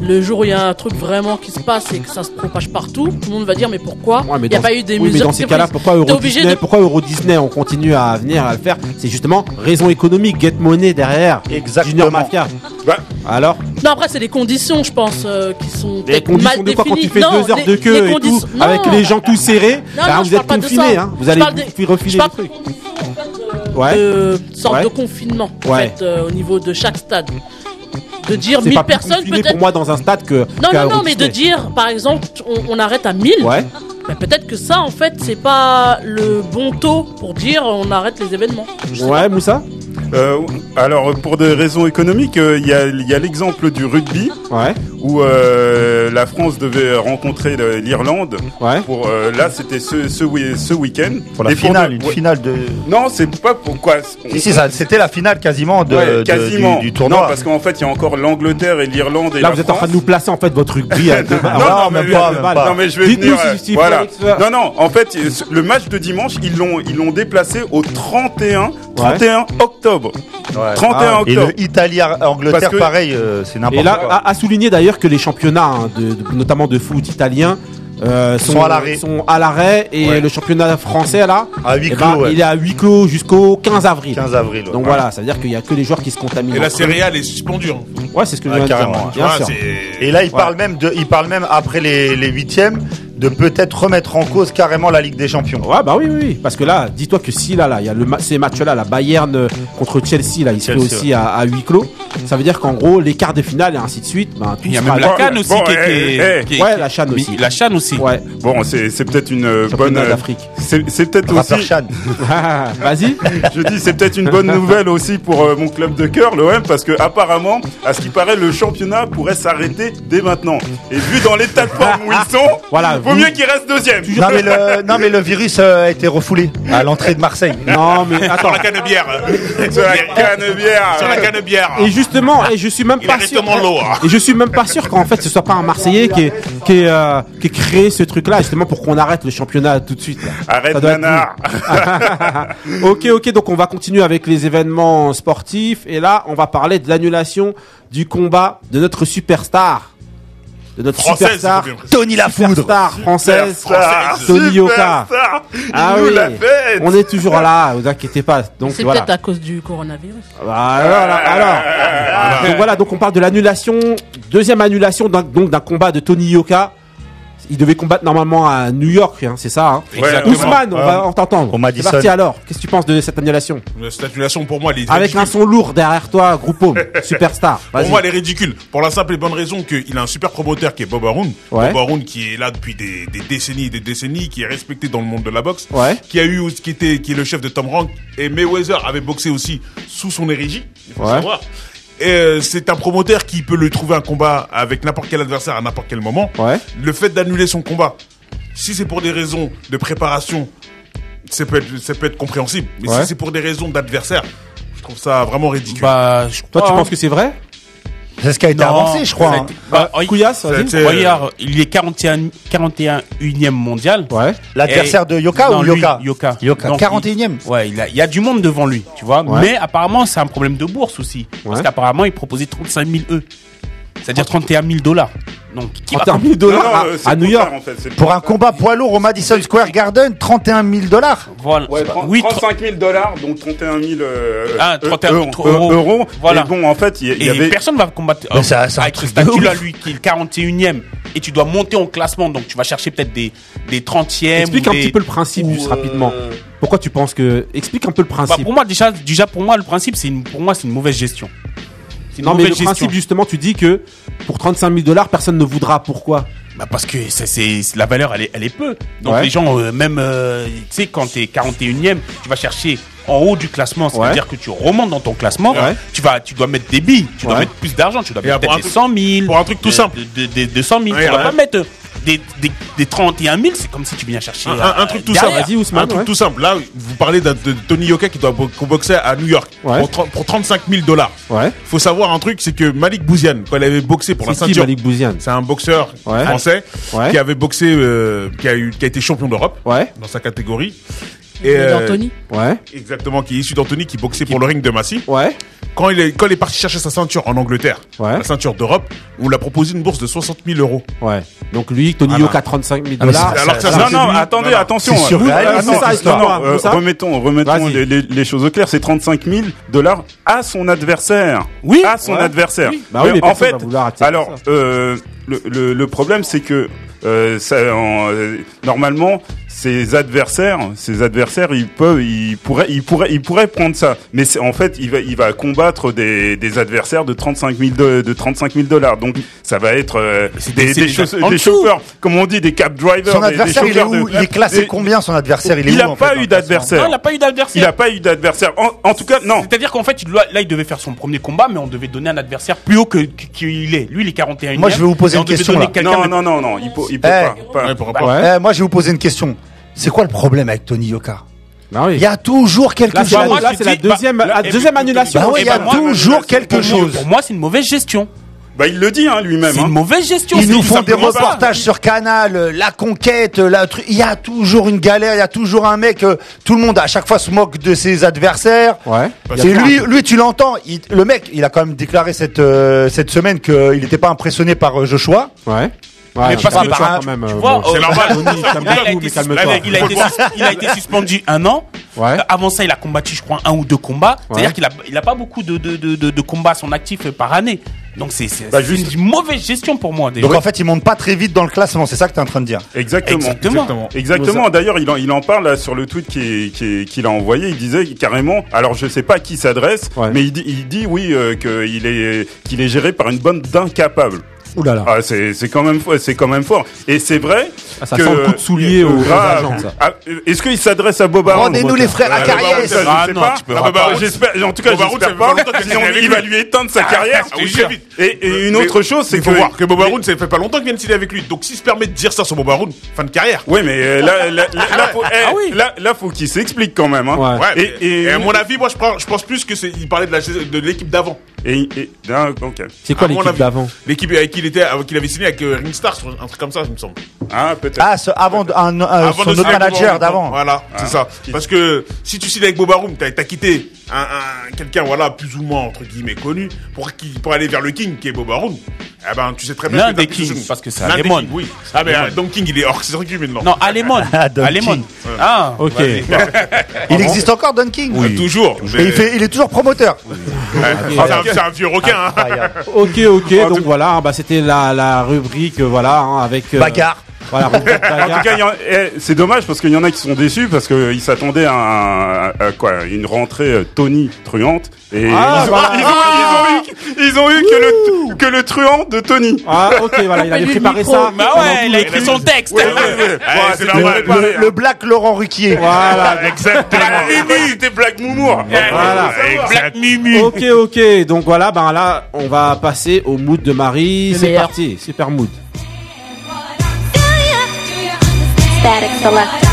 [SPEAKER 9] le jour où il y a un truc vraiment qui se passe et que ça se propage partout, tout le monde va dire mais pourquoi il n'y a
[SPEAKER 1] dans-
[SPEAKER 9] pas eu des
[SPEAKER 1] oui, mais
[SPEAKER 9] mesures
[SPEAKER 1] dans
[SPEAKER 9] qui
[SPEAKER 1] ces
[SPEAKER 9] étaient
[SPEAKER 1] cas-là,
[SPEAKER 9] prises
[SPEAKER 1] pourquoi
[SPEAKER 9] T'es
[SPEAKER 1] Euro
[SPEAKER 9] obligé
[SPEAKER 1] Disney
[SPEAKER 9] de-
[SPEAKER 1] Pourquoi Euro Disney On continue à venir à le faire. C'est justement raison économique, get money derrière.
[SPEAKER 2] Exactement.
[SPEAKER 1] Junior Mafia.
[SPEAKER 3] Bah.
[SPEAKER 1] Alors
[SPEAKER 9] Non, après, c'est les conditions, je pense, euh, qui sont
[SPEAKER 1] Les
[SPEAKER 9] peut-être
[SPEAKER 1] conditions
[SPEAKER 9] mal
[SPEAKER 1] de quoi quand tu
[SPEAKER 9] définies.
[SPEAKER 1] fais
[SPEAKER 9] Non,
[SPEAKER 1] deux heures
[SPEAKER 9] les-
[SPEAKER 1] de queue
[SPEAKER 9] les
[SPEAKER 1] et tout,
[SPEAKER 9] conditions-
[SPEAKER 1] avec
[SPEAKER 9] non.
[SPEAKER 1] les gens tous serrés,
[SPEAKER 9] Non, non, je
[SPEAKER 1] bah, vous
[SPEAKER 9] parle
[SPEAKER 1] êtes
[SPEAKER 9] pas de
[SPEAKER 1] confinés,
[SPEAKER 9] ça.
[SPEAKER 1] hein. vous
[SPEAKER 9] Je
[SPEAKER 1] allez
[SPEAKER 9] parle
[SPEAKER 1] vous
[SPEAKER 9] des-
[SPEAKER 1] refiler
[SPEAKER 9] je
[SPEAKER 1] le
[SPEAKER 9] parle
[SPEAKER 1] truc.
[SPEAKER 9] de
[SPEAKER 1] Ouais.
[SPEAKER 9] sorte
[SPEAKER 1] Ouais.
[SPEAKER 9] de confinement en
[SPEAKER 1] Ouais.
[SPEAKER 9] fait, euh, au niveau de chaque stade. De dire
[SPEAKER 1] C'est
[SPEAKER 9] 1000
[SPEAKER 1] pas plus
[SPEAKER 9] personnes,
[SPEAKER 1] confiné
[SPEAKER 9] peut-être.
[SPEAKER 1] pour moi dans un stade que.
[SPEAKER 9] Non,
[SPEAKER 1] qu'à
[SPEAKER 9] non, non,
[SPEAKER 1] Euro
[SPEAKER 9] mais de
[SPEAKER 1] Disney.
[SPEAKER 9] dire, par exemple, on, on arrête à 1000.
[SPEAKER 1] Ouais.
[SPEAKER 9] bah, peut-être que ça, en fait, c'est pas le bon taux pour dire on arrête les événements.
[SPEAKER 1] Ouais, Moussa
[SPEAKER 5] Euh, alors, pour des raisons économiques, euh, il y a, il y a l'exemple du rugby
[SPEAKER 1] Ouais.
[SPEAKER 5] où euh, la France devait rencontrer le- l'Irlande.
[SPEAKER 1] Ouais.
[SPEAKER 5] Pour euh, là, c'était ce ce, wi- ce week-end.
[SPEAKER 2] Pour la
[SPEAKER 5] Et
[SPEAKER 2] finale,
[SPEAKER 5] de-
[SPEAKER 2] une
[SPEAKER 5] ouais.
[SPEAKER 2] finale de.
[SPEAKER 5] Non, c'est pas pourquoi.
[SPEAKER 2] Si, si, ça, c'était la finale quasiment de,
[SPEAKER 5] Ouais,
[SPEAKER 2] de-
[SPEAKER 5] quasiment.
[SPEAKER 2] du, du tournoi.
[SPEAKER 5] Non, parce qu'en fait, il y a encore l'Angleterre et l'Irlande et
[SPEAKER 1] Là,
[SPEAKER 5] la
[SPEAKER 1] vous êtes en train
[SPEAKER 5] France.
[SPEAKER 1] de nous placer en fait votre rugby. avec deux balles.
[SPEAKER 2] non,
[SPEAKER 1] Ah,
[SPEAKER 2] même
[SPEAKER 1] mais-
[SPEAKER 2] pas,
[SPEAKER 1] deux
[SPEAKER 2] même
[SPEAKER 1] balles.
[SPEAKER 2] pas.
[SPEAKER 5] Non mais je vais
[SPEAKER 1] Dites-nous
[SPEAKER 5] venir.
[SPEAKER 1] si-
[SPEAKER 5] euh,
[SPEAKER 1] si vous
[SPEAKER 5] voilà.
[SPEAKER 1] voulez que ça-
[SPEAKER 5] Non non, en fait euh, le match de dimanche, ils l'ont ils l'ont déplacé au 31 31 octobre.
[SPEAKER 2] Ouais.
[SPEAKER 5] 31
[SPEAKER 2] Ah, Et
[SPEAKER 5] octobre.
[SPEAKER 2] le Italie-Angleterre,
[SPEAKER 5] Parce que-
[SPEAKER 2] pareil, euh, c'est
[SPEAKER 1] Et
[SPEAKER 2] n'importe
[SPEAKER 1] là,
[SPEAKER 2] quoi.
[SPEAKER 1] à, à souligner d'ailleurs que les championnats, hein, de- de- notamment de foot italien, euh,
[SPEAKER 2] Sont à l'arrêt.
[SPEAKER 1] sont à l'arrêt et le championnat français là,
[SPEAKER 2] À huis
[SPEAKER 1] eh ben,
[SPEAKER 2] clos, ouais.
[SPEAKER 1] il est à huis clos jusqu'au 15 avril.
[SPEAKER 2] 15 avril. ouais.
[SPEAKER 1] Donc voilà, ça veut dire qu'il y a que les joueurs qui se contaminent.
[SPEAKER 3] Et la
[SPEAKER 1] entre
[SPEAKER 3] série A, elle est suspendue. hein.
[SPEAKER 1] eux. ouais, c'est ce que
[SPEAKER 2] Ah,
[SPEAKER 1] je viens de
[SPEAKER 2] carrément,
[SPEAKER 1] dire.
[SPEAKER 2] ouais.
[SPEAKER 1] Bien
[SPEAKER 3] Voilà,
[SPEAKER 1] sûr.
[SPEAKER 3] c'est-
[SPEAKER 2] Et là, il parle même de, il parle même après les, les huitièmes de peut-être remettre en cause carrément la Ligue des Champions.
[SPEAKER 1] Ouais, bah oui, oui, oui. Parce que là, dis-toi que si là, là, il y a le ma- ces matchs-là, la Bayern euh, contre Chelsea, là, il se fait
[SPEAKER 2] Chelsea,
[SPEAKER 1] aussi à, à huis clos. Ça veut dire qu'en gros, les quarts de finale et ainsi de suite, ben, tout
[SPEAKER 5] Il y a
[SPEAKER 1] sera
[SPEAKER 5] même la
[SPEAKER 1] là.
[SPEAKER 5] CAN aussi Ah, Bon, qui eh, était- eh, qui-
[SPEAKER 1] Ouais,
[SPEAKER 5] qui-
[SPEAKER 1] la Chan
[SPEAKER 5] Mais
[SPEAKER 1] aussi.
[SPEAKER 5] la
[SPEAKER 6] Chan aussi.
[SPEAKER 1] Ouais.
[SPEAKER 5] Bon, c'est c'est peut-être une euh, bonne.
[SPEAKER 1] Championnat
[SPEAKER 5] euh,
[SPEAKER 1] d'Afrique.
[SPEAKER 5] C'est c'est peut-être
[SPEAKER 1] Rappeur
[SPEAKER 5] aussi.
[SPEAKER 1] Chan. Vas-y.
[SPEAKER 5] Je dis, c'est peut-être une bonne nouvelle aussi pour euh, mon club de cœur, l'OM, parce que apparemment, à ce qui paraît, le championnat pourrait s'arrêter dès maintenant. Et vu dans l'état de forme où ils sont,
[SPEAKER 2] Voilà,
[SPEAKER 5] vaut
[SPEAKER 2] vous-
[SPEAKER 5] mieux qu'ils restent deuxième.
[SPEAKER 2] Non mais, le, non mais le virus euh, a été refoulé à l'entrée de Marseille.
[SPEAKER 1] Non mais
[SPEAKER 3] Sur la cannebière. Sur la
[SPEAKER 5] cannebière.
[SPEAKER 3] Sur la cannebière.
[SPEAKER 1] Et justement, et je suis même
[SPEAKER 3] Il
[SPEAKER 1] pas
[SPEAKER 3] est
[SPEAKER 1] sûr.
[SPEAKER 3] restement lourd, hein.
[SPEAKER 1] Et je suis même pas sûr qu'en fait ce soit pas un Marseillais qui ait, qui ait, euh, qui ait créé ce truc-là justement pour qu'on arrête le championnat tout de suite. là.
[SPEAKER 5] Arrête,
[SPEAKER 1] Ça doit être
[SPEAKER 5] nanar.
[SPEAKER 1] lui. ok, ok. Donc on va continuer avec les événements sportifs et là on va parler de l'annulation du combat de notre superstar. De notre
[SPEAKER 3] Française,
[SPEAKER 1] superstar,
[SPEAKER 3] faut bien préciser.
[SPEAKER 2] Tony Lafoudre.
[SPEAKER 1] Superstar française,
[SPEAKER 5] Superstar,
[SPEAKER 1] Tony Yoka.
[SPEAKER 5] superstar. Il
[SPEAKER 1] Ah
[SPEAKER 5] nous
[SPEAKER 1] oui,
[SPEAKER 5] l'a fait.
[SPEAKER 1] on est toujours là, vous inquiétez pas. Donc
[SPEAKER 9] C'est
[SPEAKER 1] voilà.
[SPEAKER 9] peut-être à cause du coronavirus.
[SPEAKER 1] Ah, Alors, alors, alors. donc voilà, donc on parle de l'annulation, deuxième annulation d'un- donc d'un combat de Tony Yoka. Il devait combattre normalement à New York, hein, c'est ça. Hein.
[SPEAKER 5] Exactement.
[SPEAKER 1] Ousmane, on
[SPEAKER 6] Euh,
[SPEAKER 1] va en t'entendre.
[SPEAKER 2] Au
[SPEAKER 1] C'est
[SPEAKER 2] Madison.
[SPEAKER 1] parti alors. Qu'est-ce que tu penses de cette annulation
[SPEAKER 3] Cette annulation, pour moi, elle est
[SPEAKER 1] Avec un
[SPEAKER 3] ridicule.
[SPEAKER 1] son lourd derrière toi, Groupo, superstar.
[SPEAKER 3] Pour
[SPEAKER 1] Vas-y.
[SPEAKER 3] moi, elle est ridicule. Pour la simple et bonne raison qu'il a un super promoteur qui est Bob Aroun.
[SPEAKER 1] Ouais.
[SPEAKER 3] Bob Aroun qui est là depuis des, des décennies et des décennies, qui est respecté dans le monde de la boxe.
[SPEAKER 1] Ouais.
[SPEAKER 3] Qui a eu, aussi- qui était, qui est le chef de Tom Rank. Et Mayweather avait boxé aussi sous son érigie. Il faut
[SPEAKER 1] Ouais.
[SPEAKER 3] savoir. Et euh, c'est un promoteur qui peut le trouver un combat avec n'importe quel adversaire à n'importe quel moment.
[SPEAKER 1] Ouais.
[SPEAKER 3] Le fait d'annuler son combat, si c'est pour des raisons de préparation, ça peut être, ça peut être compréhensible. Mais
[SPEAKER 1] Ouais.
[SPEAKER 3] si c'est pour des raisons d'adversaire, je trouve ça vraiment ridicule.
[SPEAKER 6] Bah, je
[SPEAKER 1] Toi, tu
[SPEAKER 5] Oh.
[SPEAKER 6] crois,
[SPEAKER 1] penses que c'est vrai
[SPEAKER 2] C'est ce qui a été
[SPEAKER 6] Non,
[SPEAKER 2] avancé, je crois.
[SPEAKER 6] ça a
[SPEAKER 2] hein.
[SPEAKER 6] été- bah,
[SPEAKER 5] Ah,
[SPEAKER 6] oh,
[SPEAKER 1] Couillasse, vas-y.
[SPEAKER 5] euh,
[SPEAKER 3] c'est-
[SPEAKER 6] Regarde, il est 41, 41 e mondial.
[SPEAKER 1] Ouais.
[SPEAKER 2] L'adversaire de Yoka
[SPEAKER 6] Non,
[SPEAKER 2] ou
[SPEAKER 6] lui,
[SPEAKER 2] Yoka
[SPEAKER 6] Yoka.
[SPEAKER 2] Yoka.
[SPEAKER 6] Donc,
[SPEAKER 2] 41e.
[SPEAKER 6] il- Ouais, il, a- il y a du monde devant lui, tu vois.
[SPEAKER 1] Ouais.
[SPEAKER 6] Mais apparemment, c'est un problème de bourse aussi. Parce
[SPEAKER 1] Ouais.
[SPEAKER 6] qu'apparemment, il proposait 35 000 E. C'est-à-dire 31 000 dollars. Donc, qui
[SPEAKER 1] En
[SPEAKER 6] va
[SPEAKER 1] termes de
[SPEAKER 5] Non, non,
[SPEAKER 1] dollars
[SPEAKER 5] euh,
[SPEAKER 1] à,
[SPEAKER 5] c'est
[SPEAKER 1] à
[SPEAKER 5] le
[SPEAKER 1] New York.
[SPEAKER 5] contraire, en fait, c'est le
[SPEAKER 2] Pour un
[SPEAKER 5] contraire.
[SPEAKER 2] combat poids lourd au Madison Square Garden, 31 000 dollars.
[SPEAKER 6] Voilà.
[SPEAKER 5] Ouais, 30
[SPEAKER 6] Oui,
[SPEAKER 5] 35 000 dollars, donc 31 000 euh,
[SPEAKER 6] Ah,
[SPEAKER 5] euh,
[SPEAKER 6] 31
[SPEAKER 5] euros.
[SPEAKER 6] euros.
[SPEAKER 5] euh, euros.
[SPEAKER 6] Voilà.
[SPEAKER 5] Et bon, en fait, il y, il
[SPEAKER 6] Et
[SPEAKER 5] y avait.
[SPEAKER 6] personne va combattre euh,
[SPEAKER 2] Mais ça- c'est un
[SPEAKER 6] avec ce
[SPEAKER 2] truc de
[SPEAKER 6] statut-là,
[SPEAKER 2] ouf.
[SPEAKER 6] lui, qui est le 41e. Et tu dois monter en classement, donc tu vas chercher peut-être des, des 30e.
[SPEAKER 1] Explique
[SPEAKER 6] ou
[SPEAKER 1] un
[SPEAKER 6] des-
[SPEAKER 1] petit peu le principe
[SPEAKER 6] ou,
[SPEAKER 1] juste rapidement.
[SPEAKER 6] euh,
[SPEAKER 1] Pourquoi tu penses que Explique un peu le
[SPEAKER 6] bah,
[SPEAKER 1] principe.
[SPEAKER 6] pour moi, déjà, déjà, pour moi, le principe, c'est une, pour moi, c'est une mauvaise gestion. C'est une
[SPEAKER 1] non mais le
[SPEAKER 6] mauvaise gestion.
[SPEAKER 1] principe justement, tu dis que pour 35 000 dollars, personne ne voudra. Pourquoi
[SPEAKER 6] Bah parce que ça, c'est c'est- la valeur, elle est, elle est peu. Donc
[SPEAKER 1] Ouais.
[SPEAKER 6] les gens, euh, même, euh, tu sais, quand t'es 41e, tu vas chercher en haut du classement, c'est-à-dire que tu remontes dans ton classement,
[SPEAKER 1] Ouais.
[SPEAKER 6] tu vas, tu dois mettre des billes, tu dois
[SPEAKER 1] Ouais.
[SPEAKER 6] mettre plus d'argent, tu dois
[SPEAKER 3] Et
[SPEAKER 6] mettre
[SPEAKER 3] pour
[SPEAKER 6] peut-être
[SPEAKER 3] un
[SPEAKER 6] des
[SPEAKER 3] truc-
[SPEAKER 6] 100 000.
[SPEAKER 3] pour un truc tout
[SPEAKER 6] de-
[SPEAKER 3] simple.
[SPEAKER 6] de- de- de- de 100 000,
[SPEAKER 3] Ouais,
[SPEAKER 6] tu vas
[SPEAKER 3] ouais.
[SPEAKER 6] pas mettre euh, des, des, des 31 000, c'est comme si tu viens chercher...
[SPEAKER 3] Un,
[SPEAKER 6] euh,
[SPEAKER 3] un- un truc tout
[SPEAKER 6] derrière.
[SPEAKER 3] simple.
[SPEAKER 1] Vas-y, Ousmane,
[SPEAKER 3] un truc
[SPEAKER 1] ouais.
[SPEAKER 3] tout simple. Là, vous parlez d'un- de, Tony Yoka qui doit bo- boxer à New York
[SPEAKER 1] Ouais.
[SPEAKER 3] pour, 30 pour 35 000 dollars.
[SPEAKER 1] Ouais.
[SPEAKER 3] Faut savoir un truc, c'est que Malik Bouziane, quand il avait boxé pour la
[SPEAKER 1] C'est qui
[SPEAKER 3] ceinture,
[SPEAKER 1] Malik Bouziane
[SPEAKER 3] c'est un boxeur
[SPEAKER 1] Ouais.
[SPEAKER 3] français
[SPEAKER 1] Ouais.
[SPEAKER 3] qui avait boxé, euh, qui a eu, qui a été champion d'Europe
[SPEAKER 1] Ouais.
[SPEAKER 3] dans sa catégorie.
[SPEAKER 9] Et
[SPEAKER 3] euh,
[SPEAKER 9] d'Anthony.
[SPEAKER 1] Ouais.
[SPEAKER 3] Exactement, qui est issu d'Anthony, qui boxait pour le ring de Massy.
[SPEAKER 1] Ouais.
[SPEAKER 3] Quand il est, quand il est parti chercher sa ceinture en Angleterre,
[SPEAKER 1] Ouais.
[SPEAKER 3] la ceinture d'Europe, on lui a proposé une bourse de 60 000 euros.
[SPEAKER 1] Ouais. Donc lui, Tony
[SPEAKER 3] Ah,
[SPEAKER 1] Yoka, 35 000
[SPEAKER 2] Ah, mais c'est-
[SPEAKER 1] dollars.
[SPEAKER 3] alors que ça,
[SPEAKER 5] Non,
[SPEAKER 3] c'est
[SPEAKER 5] non,
[SPEAKER 3] lui.
[SPEAKER 5] attendez,
[SPEAKER 3] Voilà.
[SPEAKER 5] attention.
[SPEAKER 2] C'est
[SPEAKER 3] Ah,
[SPEAKER 2] surréel.
[SPEAKER 5] Euh,
[SPEAKER 1] C'est
[SPEAKER 5] non,
[SPEAKER 1] ça,
[SPEAKER 5] non,
[SPEAKER 1] histoire,
[SPEAKER 5] non,
[SPEAKER 1] hein,
[SPEAKER 5] euh,
[SPEAKER 1] c'est ça
[SPEAKER 5] remettons, remettons
[SPEAKER 1] Vas-y.
[SPEAKER 5] les, les- les choses au clair. C'est 35 000 dollars à son adversaire.
[SPEAKER 1] Oui.
[SPEAKER 5] À son
[SPEAKER 1] Ouais.
[SPEAKER 5] adversaire.
[SPEAKER 1] Oui. Bah oui, mais
[SPEAKER 5] en
[SPEAKER 1] personne
[SPEAKER 5] fait,
[SPEAKER 1] va vouloir accepter
[SPEAKER 5] alors, euh, le, le- le problème, c'est que euh, ça, en, euh, normalement, ses adversaires, ses adversaires, ils peuvent, ils pourraient, ils pourraient, ils pourraient prendre ça. Mais c'est- en fait, il va, il va combattre des, des adversaires de 35 000 de, de 35 000 dollars. Donc, ça va être euh,
[SPEAKER 6] C'est
[SPEAKER 5] des,
[SPEAKER 6] des- c'est
[SPEAKER 5] des
[SPEAKER 6] des-
[SPEAKER 5] chausse-
[SPEAKER 6] en
[SPEAKER 5] des
[SPEAKER 6] dessous.
[SPEAKER 5] chauffeurs, comme on dit, des cab drivers.
[SPEAKER 2] Son
[SPEAKER 5] des- des
[SPEAKER 2] adversaire, il est
[SPEAKER 5] chauffeurs de-
[SPEAKER 2] où Il est classé
[SPEAKER 5] des-
[SPEAKER 2] combien son adversaire Il est
[SPEAKER 5] il
[SPEAKER 2] où,
[SPEAKER 5] n'a
[SPEAKER 2] en
[SPEAKER 5] pas
[SPEAKER 2] fait,
[SPEAKER 5] eu
[SPEAKER 2] dans le classement
[SPEAKER 5] d'adversaire.
[SPEAKER 6] Non, il n'a pas eu
[SPEAKER 5] Il
[SPEAKER 6] d'adversaire.
[SPEAKER 5] n'a pas eu d'adversaire. En, en tout cas, non.
[SPEAKER 6] C'est-à-dire qu'en fait, il doit- là, il devait faire son premier combat, mais on devait donner un adversaire plus haut que que- qu'il est. Lui, il est 41
[SPEAKER 2] Moi, je vais vous poser une question, là.
[SPEAKER 5] Non, non, non, non. Il peut, il peut pas. pas.
[SPEAKER 3] Ouais, pour rapport-
[SPEAKER 1] Ouais.
[SPEAKER 2] Eh, moi, je vais vous poser une question. C'est quoi le problème avec Tony Yoka
[SPEAKER 1] Bah oui.
[SPEAKER 2] Il y a toujours quelque
[SPEAKER 1] Là, c'est la,
[SPEAKER 2] chose.
[SPEAKER 6] moi,
[SPEAKER 1] là,
[SPEAKER 6] je
[SPEAKER 1] c'est
[SPEAKER 6] dis-
[SPEAKER 1] la deuxième,
[SPEAKER 6] bah,
[SPEAKER 1] la
[SPEAKER 6] là,
[SPEAKER 1] deuxième
[SPEAKER 6] et-
[SPEAKER 1] annulation.
[SPEAKER 2] Bah oui,
[SPEAKER 1] Et
[SPEAKER 2] il y a
[SPEAKER 1] bah, moi,
[SPEAKER 2] toujours quelque
[SPEAKER 6] Pour moi,
[SPEAKER 2] chose.
[SPEAKER 6] pour moi, c'est une mauvaise gestion.
[SPEAKER 5] Bah, il le dit hein, lui-même.
[SPEAKER 6] C'est
[SPEAKER 5] hein.
[SPEAKER 6] une mauvaise gestion.
[SPEAKER 2] Ils
[SPEAKER 6] c'est
[SPEAKER 2] nous
[SPEAKER 6] tout
[SPEAKER 2] font des
[SPEAKER 6] simplement ça.
[SPEAKER 2] reportages sur Canal, euh, la conquête, euh, la tru- Il y a toujours une galère, il y a toujours un mec. euh, tout le monde à chaque fois se moque de ses adversaires.
[SPEAKER 1] Ouais.
[SPEAKER 2] Et lui, lui, tu l'entends. il- Le mec, il a quand même déclaré cette euh, cette semaine qu'il n'était pas impressionné par euh, Joshua.
[SPEAKER 1] Ouais.
[SPEAKER 6] Mais
[SPEAKER 1] Ouais,
[SPEAKER 6] parce
[SPEAKER 1] calme-toi
[SPEAKER 6] que tu-
[SPEAKER 1] quand même.
[SPEAKER 6] tu
[SPEAKER 1] euh,
[SPEAKER 6] vois,
[SPEAKER 1] bon.
[SPEAKER 6] euh,
[SPEAKER 3] C'est normal.
[SPEAKER 1] Tony,
[SPEAKER 6] Là, il a
[SPEAKER 1] calme-toi,
[SPEAKER 6] été
[SPEAKER 1] mais
[SPEAKER 6] sus-
[SPEAKER 1] calme-toi.
[SPEAKER 6] il a été sus- il a été suspendu un an.
[SPEAKER 1] Ouais.
[SPEAKER 6] Euh, Avant ça, il a combattu, je crois, un ou deux combats.
[SPEAKER 1] Ouais.
[SPEAKER 6] C'est-à-dire qu'il a, il a pas beaucoup de, de, de, de- de combats à son actif euh, par année. Donc c'est c'est-
[SPEAKER 2] Bah,
[SPEAKER 6] c'est
[SPEAKER 2] juste-
[SPEAKER 6] une mauvaise gestion pour moi. déjà.
[SPEAKER 2] Donc en fait, ils montent pas très vite dans le classement, c'est ça que tu es en train de dire.
[SPEAKER 5] Exactement.
[SPEAKER 6] Exactement.
[SPEAKER 5] Exactement. D'ailleurs, il en, il en parle là, sur le tweet qui est- qui est- qu'il a envoyé. Il disait carrément. Alors, je sais pas à qui s'adresse, mais il dit, il dit oui euh, que il est qu'il est géré par une bande d'incapables.
[SPEAKER 1] Ouh là là.
[SPEAKER 5] Ah, c'est c'est quand même fo- c'est quand même fort. Et c'est vrai.
[SPEAKER 1] Ah, ça
[SPEAKER 5] que,
[SPEAKER 1] sent le coup de soulier
[SPEAKER 5] euh,
[SPEAKER 1] aux- aux
[SPEAKER 5] grave.
[SPEAKER 1] agents, ça.
[SPEAKER 5] Ah, euh, Est-ce qu'il s'adresse à Bob Arum
[SPEAKER 2] Rendez-nous
[SPEAKER 5] Bob
[SPEAKER 2] les frères
[SPEAKER 5] Arum.
[SPEAKER 2] à Carrière.
[SPEAKER 5] Ah, Bob Arum, ça, je
[SPEAKER 6] Ah,
[SPEAKER 5] sais
[SPEAKER 6] non,
[SPEAKER 5] pas.
[SPEAKER 6] tu peux
[SPEAKER 5] Ah, Bob
[SPEAKER 6] pas.
[SPEAKER 5] Arum, j'espère. En tout cas,
[SPEAKER 3] Bob Arum,
[SPEAKER 5] j'espère
[SPEAKER 3] ça fait
[SPEAKER 5] pas.
[SPEAKER 3] longtemps qu'il est
[SPEAKER 5] Sinon,
[SPEAKER 3] avec
[SPEAKER 5] il va
[SPEAKER 3] lui.
[SPEAKER 5] lui éteindre sa carrière.
[SPEAKER 3] ah,
[SPEAKER 5] je te
[SPEAKER 3] oui,
[SPEAKER 5] jure.
[SPEAKER 3] vite.
[SPEAKER 5] Et et une
[SPEAKER 3] Mais
[SPEAKER 5] autre chose, c'est
[SPEAKER 3] il faut
[SPEAKER 5] que
[SPEAKER 3] voir que Bobaroun, ça fait pas longtemps qu'il vient de signer avec lui. Donc s'il se permet de dire ça sur Bobaroun, fin de carrière. Ah,
[SPEAKER 5] Oui, mais euh, là, là, là, là, faut, eh,
[SPEAKER 6] oui.
[SPEAKER 5] là, là, faut qu'il s'explique quand même. Hein.
[SPEAKER 1] Ouais.
[SPEAKER 3] Ouais,
[SPEAKER 5] Et-
[SPEAKER 3] et,
[SPEAKER 5] et-
[SPEAKER 3] à
[SPEAKER 6] euh,
[SPEAKER 3] mon avis, moi je, prends- je pense plus que c'est il parlait de la de l'équipe d'avant.
[SPEAKER 5] Et, et, ah, ok.
[SPEAKER 1] C'est quoi
[SPEAKER 3] À mon
[SPEAKER 1] l'équipe
[SPEAKER 3] avis.
[SPEAKER 1] d'avant
[SPEAKER 3] L'équipe avec qui il était avec qui il avait signé avec euh, Ringstar sur un truc comme ça, il me semble.
[SPEAKER 5] Ah, peut-être.
[SPEAKER 2] Ah, ce- avant de- un, euh, son
[SPEAKER 3] de
[SPEAKER 2] autre
[SPEAKER 3] signer avec
[SPEAKER 2] manager
[SPEAKER 3] Bobaroun.
[SPEAKER 2] d'avant.
[SPEAKER 3] Voilà,
[SPEAKER 6] Ah,
[SPEAKER 3] c'est ça. Parce que si tu signes avec Bobaroun, t'as t'as quitté un, un- quelqu'un voilà plus ou moins entre guillemets connu pour qui pour aller vers le King qui est Bobaroun. Eh ben tu sais très bien
[SPEAKER 6] L'un
[SPEAKER 3] que t'as
[SPEAKER 6] des
[SPEAKER 3] plus de
[SPEAKER 6] Kings,
[SPEAKER 3] chance.
[SPEAKER 6] parce que c'est
[SPEAKER 3] L'un des
[SPEAKER 6] Alemon.
[SPEAKER 3] Kings, Oui. Ah mais euh, donc King il est hors circuit maintenant.
[SPEAKER 6] Non, Alemon.
[SPEAKER 2] Don
[SPEAKER 6] Alemon.
[SPEAKER 2] King.
[SPEAKER 6] Ah,
[SPEAKER 1] Ok.
[SPEAKER 6] vas-y. Ah,
[SPEAKER 2] Il existe encore Don King
[SPEAKER 3] Euh, toujours.
[SPEAKER 2] Et
[SPEAKER 3] mais-
[SPEAKER 2] il, fait, il est toujours promoteur.
[SPEAKER 3] Ouais, Euh, c'est un- c'est un vieux requin. hein.
[SPEAKER 2] Incroyable.
[SPEAKER 1] Ok, ok, donc voilà, hein, bah, c'était la, la rubrique, euh, voilà, hein, avec. euh,
[SPEAKER 2] Bagarre.
[SPEAKER 1] Voilà, rubrique
[SPEAKER 5] En tout
[SPEAKER 1] bagarre.
[SPEAKER 5] cas, il y en- eh, c'est dommage parce qu'il y en a qui sont déçus parce qu'ils s'attendaient à, un- à quoi une rentrée euh, Tony truante et
[SPEAKER 1] Ah,
[SPEAKER 5] ils, ont,
[SPEAKER 1] voilà.
[SPEAKER 5] ils, ont, ils ont eu, ils ont eu que le que le truand de Tony.
[SPEAKER 1] Ah, ok, voilà, il avait
[SPEAKER 9] Coupez-lui le
[SPEAKER 1] préparé
[SPEAKER 9] micro.
[SPEAKER 5] Ah
[SPEAKER 1] ça.
[SPEAKER 6] Bah ouais, il a écrit son texte.
[SPEAKER 3] Ouais, c'est normal.
[SPEAKER 2] Le, le- le Black Laurent Ruquier.
[SPEAKER 1] Voilà,
[SPEAKER 3] Exactement.
[SPEAKER 5] Mimi, c'était Black Moumour.
[SPEAKER 1] voilà.
[SPEAKER 6] Black Mimu.
[SPEAKER 1] Ok, ok, donc voilà, ben là, on va passer au mood de Marie.
[SPEAKER 9] Le
[SPEAKER 1] C'est
[SPEAKER 9] meilleur.
[SPEAKER 1] parti, super mood.
[SPEAKER 10] Static selector.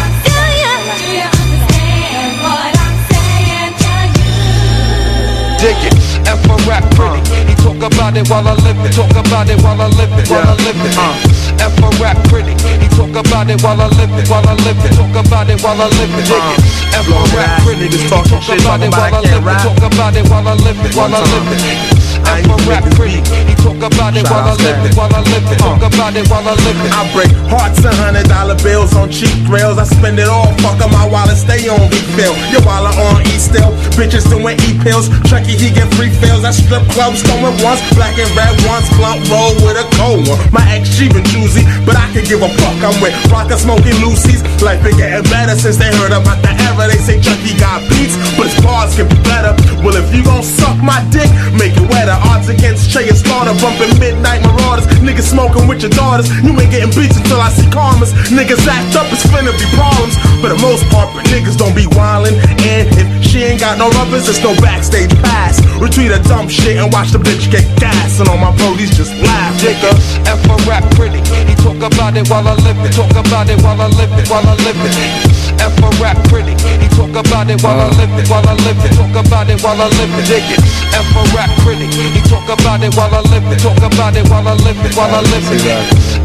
[SPEAKER 10] Dig it. F a rap pretty. He talk about it while I live it. Talk about it while I live it. While I live it. F a rap pretty. He talk about it while I live it. While I live it. Talk about it while I live it. Dig it. F a Uh. rap pretty. He talk about it while I live it. Talk about it while I live it. While I live it. F a rap pretty. He talk about it while I live it. While I live it. Talk about it while I live it.
[SPEAKER 11] Uh. I break hearts and hundred dollar bills on cheap thrills. I spend it all, fuck up my wallet, stay on refill. Your wallet on E still, bitches doing E pills. Chucky, he get free fills. I strip clubs, throwing once, black and red once, blunt roll with a cold one. My ex, she been choosy, but I could give a fuck. I'm with Rocker Smoking Lucy's. Life been getting better since they heard about the era. They say Chucky got beats, but his bars get better. Well, if you gon' suck my dick, make it wetter. Odds against Che and Slaughter, bumping Midnight Marauders. Niggas smoking with your daughters. You ain't getting beats until I see karmas. Niggas act up, it's finna be problems. For the most part, but niggas don't be wildin'. And if she ain't got no rubbers, it's no backstage pass. Retreat a dumb shit and watch the bitch get gas. And all my police just laugh, nigga.
[SPEAKER 10] F a rap pretty. He talk about it while I live it. Talk about it while I live it. While I live it. F a rap pretty. He talk about it while I live it. While I live it. Talk about it while I live it. Dig it. F a rap pretty. He talk about it while I live it. Talk about it while I live it. While I live it.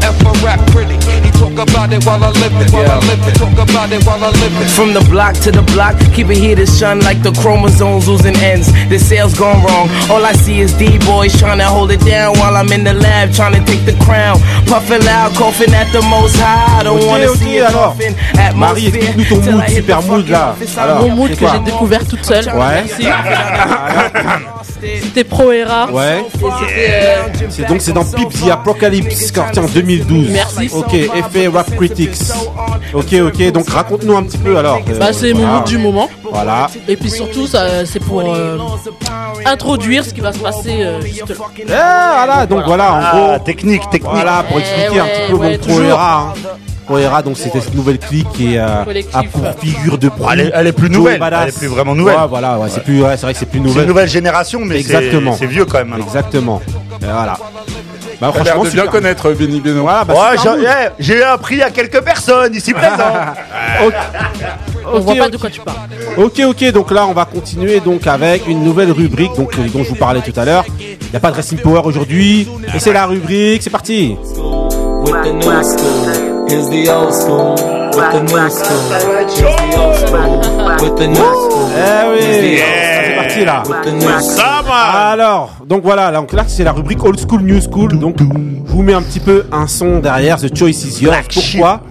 [SPEAKER 10] F a rap pretty. He talk about it while I live it. While I live it. Talk about it while I live it.
[SPEAKER 7] From the block to the block, keep it here to shun like the chromosomes losing ends. The sales gone wrong. All I see is D-boys trying to hold it down while I'm in the lab trying to take the crown. Puffing loud, coughing at the most high. I don't
[SPEAKER 1] Ok,
[SPEAKER 7] wanna
[SPEAKER 1] ok,
[SPEAKER 7] see it
[SPEAKER 1] alors.
[SPEAKER 7] puffing at
[SPEAKER 1] Marie,
[SPEAKER 7] most
[SPEAKER 1] explique-nous ton
[SPEAKER 7] till
[SPEAKER 1] mood,
[SPEAKER 7] I hit
[SPEAKER 1] super
[SPEAKER 7] the
[SPEAKER 1] mood,
[SPEAKER 7] fucking
[SPEAKER 1] là.
[SPEAKER 7] office.
[SPEAKER 1] Alors,
[SPEAKER 7] I'm
[SPEAKER 1] Mon
[SPEAKER 9] mood
[SPEAKER 7] trying
[SPEAKER 1] c'est
[SPEAKER 9] que
[SPEAKER 1] quoi
[SPEAKER 9] j'ai découvert toute seule.
[SPEAKER 1] Ouais.
[SPEAKER 7] to see.
[SPEAKER 9] C'était Pro Era. euh,
[SPEAKER 1] Ouais. C'est donc c'est dans Pips the Apocalypse sorti en 2012.
[SPEAKER 9] Merci.
[SPEAKER 1] Ok, effet Rap Critics. Ok, ok, donc raconte-nous un petit peu alors. euh,
[SPEAKER 9] Bah, c'est mon
[SPEAKER 1] voilà.
[SPEAKER 9] mood du moment.
[SPEAKER 1] Voilà.
[SPEAKER 9] Et puis surtout, ça, c'est pour euh, introduire ce qui va se passer euh, juste là.
[SPEAKER 1] Eh, voilà, donc voilà, en gros.
[SPEAKER 2] Ah, technique, technique.
[SPEAKER 1] Voilà, pour
[SPEAKER 9] Eh
[SPEAKER 1] expliquer un
[SPEAKER 9] ouais,
[SPEAKER 1] petit peu mon
[SPEAKER 9] ouais, toujours.
[SPEAKER 1] Proera. hein. Proera, donc c'était cette nouvelle clique qui est euh,
[SPEAKER 9] Collectif.
[SPEAKER 1] à pour figure de proue.
[SPEAKER 2] Elle est- elle est plus
[SPEAKER 1] Joe
[SPEAKER 2] nouvelle,
[SPEAKER 1] Badass.
[SPEAKER 2] elle est plus vraiment nouvelle.
[SPEAKER 1] Ouais, voilà, ouais, c'est plus, ouais, c'est vrai que c'est plus
[SPEAKER 2] C'est
[SPEAKER 1] nouvelle.
[SPEAKER 2] une nouvelle génération, mais c'est
[SPEAKER 1] Exactement.
[SPEAKER 2] c'est vieux quand même. maintenant.
[SPEAKER 1] Exactement. Et voilà. Bah,
[SPEAKER 5] T'as l'air de bien
[SPEAKER 1] super.
[SPEAKER 5] connaître Benny Beno.
[SPEAKER 1] Voilà, bah,
[SPEAKER 2] Ouais,
[SPEAKER 1] super
[SPEAKER 2] j'ai-
[SPEAKER 1] mood.
[SPEAKER 2] eh, j'ai appris à quelques personnes ici présentes.
[SPEAKER 1] Ok,
[SPEAKER 9] On voit
[SPEAKER 1] ok,
[SPEAKER 9] pas de quoi tu parles.
[SPEAKER 1] Ok, ok, donc là on va continuer donc avec une nouvelle rubrique donc, euh, dont je vous parlais tout à l'heure. Il n'y a pas de Racing Power aujourd'hui, et c'est la rubrique, c'est parti
[SPEAKER 11] with the new school. Here's the old school with the new school. Here's the old school with the new school.
[SPEAKER 1] Eh oui C'est parti là
[SPEAKER 11] With the new school.
[SPEAKER 3] Ça va.
[SPEAKER 1] Alors, donc voilà, donc là c'est la rubrique Old School, New School, donc je vous mets un petit peu un son derrière, The Choice is Yours, pourquoi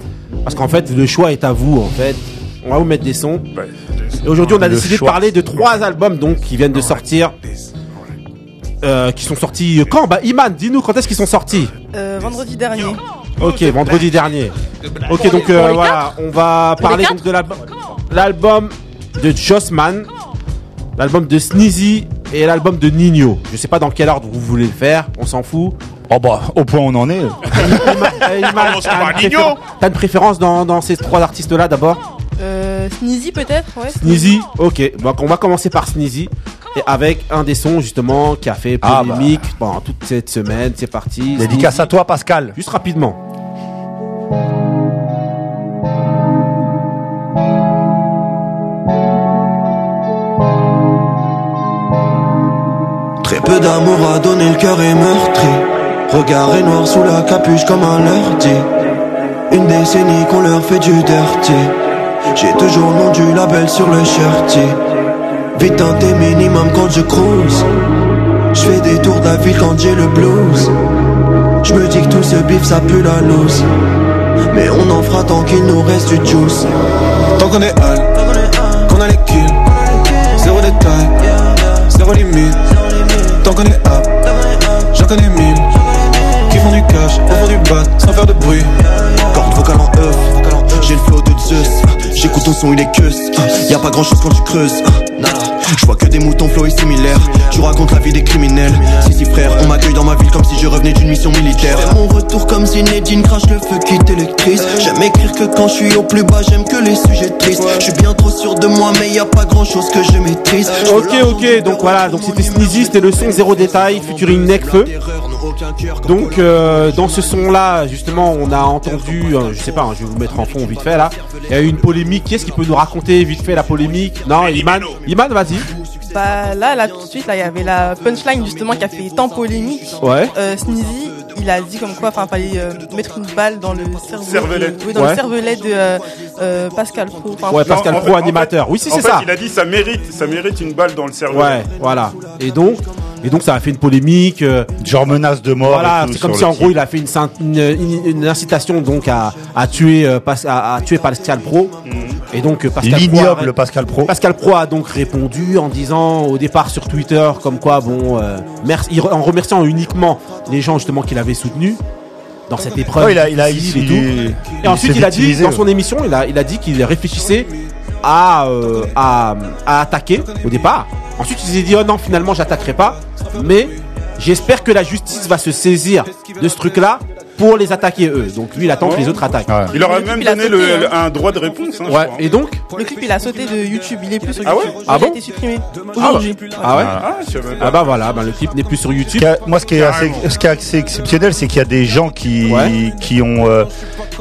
[SPEAKER 1] Parce qu'en fait le choix est à vous en fait, on va vous mettre des sons. Et aujourd'hui on a décidé de parler de trois albums donc qui viennent de sortir. euh, qui sont sortis quand Bah Iman, dis-nous quand est-ce qu'ils sont sortis
[SPEAKER 4] Euh, vendredi dernier.
[SPEAKER 1] Ok, vendredi dernier. Ok, donc euh,
[SPEAKER 4] Pour les
[SPEAKER 1] voilà, on va
[SPEAKER 4] Pour les
[SPEAKER 1] parler
[SPEAKER 4] quatre
[SPEAKER 1] donc de l'album, l'album de Jossman, l'album de Sneezy et l'album de Nino. Je sais pas dans quel ordre vous voulez le faire, on s'en fout.
[SPEAKER 2] Oh bah, au point où on en est.
[SPEAKER 12] Euh,
[SPEAKER 1] Iman,
[SPEAKER 4] Commençons par
[SPEAKER 1] t'as une
[SPEAKER 4] Nino.
[SPEAKER 1] préfé- t'as une préférence dans, dans ces trois artistes-là d'abord
[SPEAKER 4] Euh, Sneezy peut-être ouais.
[SPEAKER 1] Sneezy, ok. Donc on va commencer par Sneezy et avec un des sons justement qui a fait
[SPEAKER 2] Ah, bah.
[SPEAKER 1] polémique pendant toute cette semaine. C'est parti.
[SPEAKER 2] Dédicace
[SPEAKER 1] Sneezy.
[SPEAKER 2] à toi, Pascal.
[SPEAKER 1] Juste rapidement.
[SPEAKER 13] Très peu d'amour à donner, le cœur est meurtri. Regard est noir sous la capuche comme un lundi. Une décennie qu'on leur fait du dirty. J'ai toujours le nom du label sur le shirty. Vite un thé minimum quand je cruise. Je fais des tours d'avis quand j'ai le blues. Je me dis que tout ce bif ça pue la loose. Mais on en fera tant qu'il nous reste du juice.
[SPEAKER 14] Tant qu'on est hal, qu'on a les kills, zéro détail, zéro limite. Tant qu'on est up, j'en connais mille qui font du cash au fond du bat sans faire de bruit.
[SPEAKER 13] Corde vocale en œuf, j'ai le flow de Zeus. J'écoute ton son, il est queuse. Y a pas grand chose quand tu creuses. Nada. Je vois que des moutons flow et similaires. Tu racontes la vie des criminels. Si, si, frère, on m'accueille dans ma ville comme si je revenais d'une mission militaire. J'fais mon retour comme Zinedine, crache le feu qui t'électrise. J'aime écrire que quand je suis au plus bas, j'aime que les sujets tristes. Je suis bien trop sûr de moi, mais y a pas grand chose que je maîtrise.
[SPEAKER 1] Ok, ok, donc voilà, donc c'était Sneezy, c'était le son Zéro Détail, featuring Necfeu. Donc euh, dans ce son-là, justement, on a entendu, euh, je sais pas, hein, je vais vous mettre en fond vite fait là. Il y a eu une polémique. Qui est-ce qui peut nous raconter vite fait la polémique Non, Iman, Iman, vas-y.
[SPEAKER 4] Bah là, là tout de suite, là il y avait la punchline justement qui a fait tant polémique.
[SPEAKER 1] Ouais.
[SPEAKER 4] Euh, Sneezy, il a dit comme quoi, enfin fallait euh, mettre une balle dans le cerveau.
[SPEAKER 5] Cervelet.
[SPEAKER 4] Oui, dans
[SPEAKER 1] Ouais.
[SPEAKER 4] le cervelet de euh, euh, Pascal Pro. Enfin,
[SPEAKER 1] Ouais,
[SPEAKER 4] c'est-
[SPEAKER 1] Pascal
[SPEAKER 5] Non, en
[SPEAKER 1] Pro,
[SPEAKER 5] fait-
[SPEAKER 1] animateur. Oui, si,
[SPEAKER 5] en
[SPEAKER 1] c'est
[SPEAKER 5] fait,
[SPEAKER 1] ça.
[SPEAKER 5] Il a dit ça mérite, ça mérite une balle dans le cerveau.
[SPEAKER 1] Ouais, voilà. Et donc, et donc ça a fait une polémique.
[SPEAKER 2] Euh, Genre menace de mort.
[SPEAKER 1] Voilà,
[SPEAKER 2] et tout
[SPEAKER 1] c'est comme
[SPEAKER 2] sur
[SPEAKER 1] si
[SPEAKER 2] le
[SPEAKER 1] en
[SPEAKER 2] titre.
[SPEAKER 1] gros il a fait une, syn- une- une- une incitation donc à, à tuer euh, Pas- à, à tuer Pascal Pro. Et donc euh, Pascal
[SPEAKER 2] L'ignoble
[SPEAKER 1] Pro a-
[SPEAKER 2] Mhm. Pascal Pro.
[SPEAKER 1] Pascal Pro a donc répondu en disant au départ sur Twitter comme quoi bon euh, merci- il re- en remerciant uniquement les gens justement qu'il avait soutenus dans cette épreuve.
[SPEAKER 2] Ouais, il a- il a-
[SPEAKER 1] difficile
[SPEAKER 2] il-
[SPEAKER 1] et, tout.
[SPEAKER 2] il-
[SPEAKER 1] et ensuite
[SPEAKER 2] s'est
[SPEAKER 1] il a dit
[SPEAKER 2] victimisé,
[SPEAKER 1] dans son émission il a, il a dit qu'il réfléchissait à, euh, à à attaquer au départ. Ensuite il s'est dit oh non finalement j'attaquerai pas mais j'espère que la justice va se saisir de ce truc là pour les attaquer eux. Donc lui il attend que les autres attaquent.
[SPEAKER 5] Il leur a même donné
[SPEAKER 1] hein.
[SPEAKER 5] le- le- un droit de réponse. hein, je
[SPEAKER 1] Ouais,
[SPEAKER 5] crois.
[SPEAKER 1] et donc
[SPEAKER 9] Ah
[SPEAKER 4] Le clip il a sauté de YouTube, il est plus sur
[SPEAKER 5] Ah ouais
[SPEAKER 4] YouTube.
[SPEAKER 1] Ah
[SPEAKER 4] il
[SPEAKER 1] bon
[SPEAKER 4] a été supprimé
[SPEAKER 1] Ah bah,
[SPEAKER 4] aujourd'hui.
[SPEAKER 1] ah ouais
[SPEAKER 5] Ah, je savais pas.
[SPEAKER 1] Ah bah voilà, bah le clip n'est plus sur YouTube.
[SPEAKER 2] Ce qui a- moi, ce qui est assez, ce qui est assez exceptionnel, c'est qu'il y a des gens qui, qui ont euh,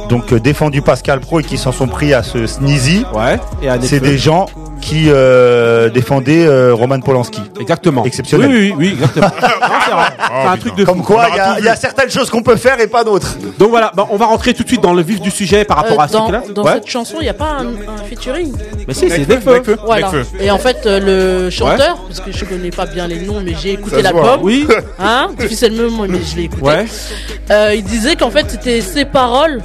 [SPEAKER 2] donc euh, défendu Pascal Pro et qui s'en sont pris à ce Sneezy.
[SPEAKER 1] Ouais. Et à
[SPEAKER 2] c'est
[SPEAKER 1] Nekfeu.
[SPEAKER 2] des gens qui euh, défendaient euh, Roman Polanski.
[SPEAKER 1] Exactement.
[SPEAKER 2] Exceptionnel.
[SPEAKER 1] Oui, oui, oui, exactement.
[SPEAKER 5] Ah, bah,
[SPEAKER 1] C'est un truc de
[SPEAKER 2] Comme
[SPEAKER 1] fou.
[SPEAKER 2] quoi,
[SPEAKER 1] On
[SPEAKER 2] il y,
[SPEAKER 1] aura
[SPEAKER 2] a-
[SPEAKER 1] tout
[SPEAKER 2] il y a
[SPEAKER 1] vu.
[SPEAKER 2] certaines choses qu'on peut faire et pas d'autres.
[SPEAKER 1] Donc voilà, bah, on va rentrer tout de suite dans le vif du sujet par rapport
[SPEAKER 9] Euh,
[SPEAKER 1] à ce
[SPEAKER 9] dans
[SPEAKER 1] là
[SPEAKER 9] dans cette chanson, il n'y a pas un, un featuring
[SPEAKER 1] Mais si, c'est Nekfeu. Nekfeu.
[SPEAKER 9] Voilà.
[SPEAKER 1] Nekfeu.
[SPEAKER 9] Et en fait, euh, le chanteur, parce que je connais pas bien les noms, mais j'ai écouté
[SPEAKER 1] se voit,
[SPEAKER 9] l'album.
[SPEAKER 1] hein. Oui.
[SPEAKER 9] Hein Difficilement, mais je l'ai écouté.
[SPEAKER 1] Ouais.
[SPEAKER 9] Euh, il disait qu'en fait, c'était ses paroles.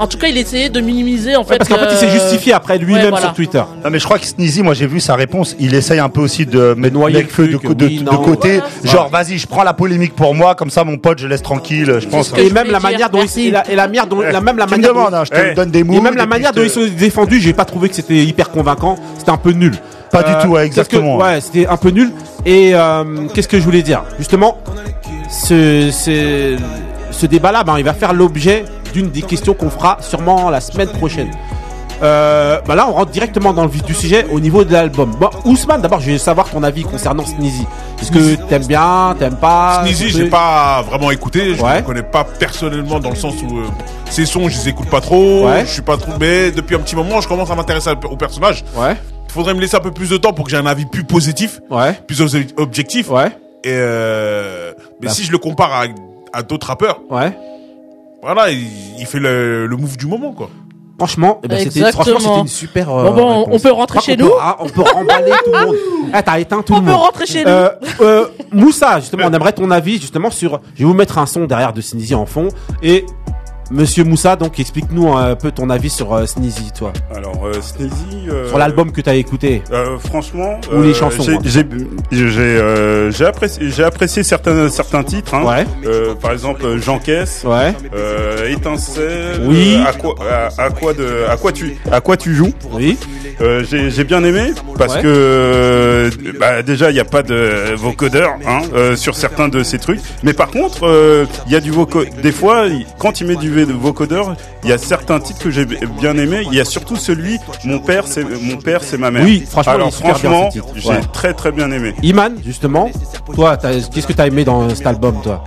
[SPEAKER 9] En tout cas, il essayait de minimiser en fait. euh,
[SPEAKER 1] parce qu'en fait, il s'est justifié après lui-même
[SPEAKER 9] ouais, voilà.
[SPEAKER 1] sur Twitter.
[SPEAKER 2] Non mais je crois que Sneezy, moi j'ai vu sa réponse, il essaye un peu aussi de mettre
[SPEAKER 1] Noyer
[SPEAKER 2] Nekfeu
[SPEAKER 1] le
[SPEAKER 2] de,
[SPEAKER 1] truc,
[SPEAKER 2] de-
[SPEAKER 1] oui,
[SPEAKER 2] de
[SPEAKER 1] non.
[SPEAKER 2] côté, genre vas-y je prends la polémique pour moi, comme ça mon pote je laisse tranquille, je pense.
[SPEAKER 1] Et même la manière dont il et la, et la manière dont
[SPEAKER 2] Eh,
[SPEAKER 1] la même la
[SPEAKER 2] tu me
[SPEAKER 1] manière
[SPEAKER 2] demandes,
[SPEAKER 1] dont-
[SPEAKER 2] hein, je te
[SPEAKER 1] Eh.
[SPEAKER 2] donne des mots,
[SPEAKER 1] et même
[SPEAKER 2] des
[SPEAKER 1] la manière dont ils
[SPEAKER 2] pistes.
[SPEAKER 1] se sont défendus j'ai pas trouvé que c'était hyper convaincant c'était un peu nul
[SPEAKER 2] Pas du tout, ouais,
[SPEAKER 1] qu'est-ce que-
[SPEAKER 2] exactement.
[SPEAKER 1] ouais c'était un peu nul et euh, qu'est-ce que je voulais dire justement ce ce, débat là il va faire l'objet d'une des questions qu'on fera sûrement la semaine prochaine Euh, bah là on rentre directement dans le vif du sujet au niveau de l'album. Bon, Ousmane d'abord je vais savoir ton avis concernant Sneezy. Est-ce que t'aimes bien, t'aimes pas
[SPEAKER 3] Sneezy, j'ai pas ah, vraiment écouté. Je ne connais pas personnellement dans le sens où euh, ses sons, je les écoute pas trop.
[SPEAKER 1] Ouais.
[SPEAKER 3] Je suis pas trop. Mais depuis un petit moment, je commence à m'intéresser au au personnage.
[SPEAKER 1] Ouais.
[SPEAKER 3] Faudrait me laisser un peu plus de temps pour que j'ai un avis plus positif, plus obs- objectif. Et euh, mais
[SPEAKER 1] Bah.
[SPEAKER 3] si je le compare à, à d'autres rappeurs, Voilà, il, il fait le, le move du moment, quoi.
[SPEAKER 1] Franchement, eh ben, c'était
[SPEAKER 3] Exactement.
[SPEAKER 1] franchement, c'était une super. euh,
[SPEAKER 3] Bon, bon, on-
[SPEAKER 1] réponse.
[SPEAKER 3] on peut rentrer
[SPEAKER 1] Je crois
[SPEAKER 3] chez
[SPEAKER 1] qu'on
[SPEAKER 3] nous
[SPEAKER 1] peut- ah, On peut remballer tout le monde. Ah, t'as éteint tout le monde.
[SPEAKER 3] peut rentrer chez nous.
[SPEAKER 1] Euh, euh, Moussa, justement, on aimerait ton avis justement sur. Je vais vous mettre un son derrière de Sinizi en fond et Monsieur Moussa, donc explique-nous un peu ton avis sur euh, Sneezy, toi.
[SPEAKER 5] Alors, euh, Sneezy. euh,
[SPEAKER 1] Sur l'album que t'as écouté.
[SPEAKER 5] euh, franchement,
[SPEAKER 1] Ou les
[SPEAKER 5] euh,
[SPEAKER 1] chansons,
[SPEAKER 5] j'ai-
[SPEAKER 1] hein.
[SPEAKER 5] J'ai j'ai, euh, j'ai apprécié, j'ai apprécié certains certains titres. hein. Euh, par exemple, euh, j'encaisse.
[SPEAKER 1] Ouais.
[SPEAKER 5] Euh, Étincelle.
[SPEAKER 1] Oui.
[SPEAKER 5] euh, à quoi à, à quoi de à quoi tu à quoi tu joues.
[SPEAKER 1] Oui.
[SPEAKER 5] Euh, j'ai j'ai bien aimé parce
[SPEAKER 1] Ouais.
[SPEAKER 5] que euh, bah, déjà il n'y a pas de vocodeur hein, euh, sur certains de ces trucs mais par contre euh, il y a du voco des fois il- quand il met du v- vocodeur il y a certains titres que j'ai b- bien aimé il y a surtout celui mon père c'est mon père c'est ma mère
[SPEAKER 1] Oui, franchement, il
[SPEAKER 5] alors
[SPEAKER 1] est super bien,
[SPEAKER 5] franchement
[SPEAKER 1] ce titre.
[SPEAKER 5] j'ai
[SPEAKER 1] Ouais.
[SPEAKER 5] très très bien aimé
[SPEAKER 1] Iman, justement, toi, t'as- qu'est-ce que t'as aimé dans cet album, toi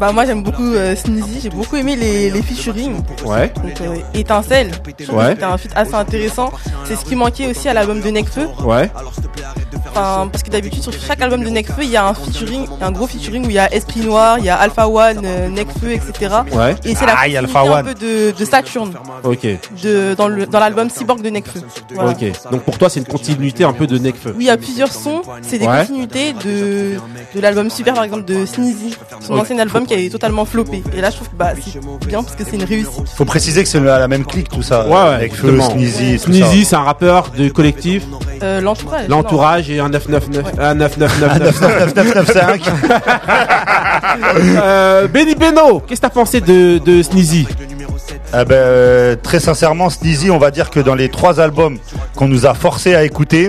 [SPEAKER 4] Bah moi j'aime beaucoup euh, Sneezy, j'ai beaucoup aimé les, les featuring.
[SPEAKER 1] Ouais.
[SPEAKER 4] Donc euh, Étincelle, je trouve
[SPEAKER 1] Ouais.
[SPEAKER 4] que c'était un feat assez intéressant. C'est ce qui manquait aussi à l'album de Necfeu.
[SPEAKER 1] Ouais.
[SPEAKER 4] Enfin, parce que d'habitude sur chaque album de Necfeu il y a un featuring, un gros featuring où il y a Esprit Noir, il y a Alpha One, euh, Necfeu, etc.
[SPEAKER 1] Ouais.
[SPEAKER 4] Et c'est la
[SPEAKER 1] Aïe,
[SPEAKER 4] continuité
[SPEAKER 1] Alpha
[SPEAKER 4] un
[SPEAKER 1] One.
[SPEAKER 4] peu de, de Saturne
[SPEAKER 1] Ok.
[SPEAKER 4] de, dans le- dans l'album Cyborg de Necfeu. Voilà.
[SPEAKER 1] Ok. Donc pour toi, c'est une continuité un peu de Necfeu.
[SPEAKER 4] Oui, il y a plusieurs sons, c'est des
[SPEAKER 1] Ouais.
[SPEAKER 4] continuités de, de l'album Super, par exemple, de Sneezy, son
[SPEAKER 1] Ouais.
[SPEAKER 4] ancien album qui avait totalement floppé. Et là, je trouve que bah, c'est bien parce que c'est une réussite.
[SPEAKER 2] Faut préciser que c'est la même clique tout ça.
[SPEAKER 1] Ouais, ouais,
[SPEAKER 2] avec Feu,
[SPEAKER 1] exactement.
[SPEAKER 2] Sneezy, tout
[SPEAKER 1] Sneezy, c'est un rappeur de collectif.
[SPEAKER 4] Euh, L'entourage.
[SPEAKER 1] L'entourage et un 999 un
[SPEAKER 2] 99995.
[SPEAKER 1] Euh, Benny Beno, qu'est-ce que t'as pensé de, de Sneezy
[SPEAKER 2] Ah ben, euh, très sincèrement, Sneezy, on va dire que dans les trois albums qu'on nous a forcé à écouter,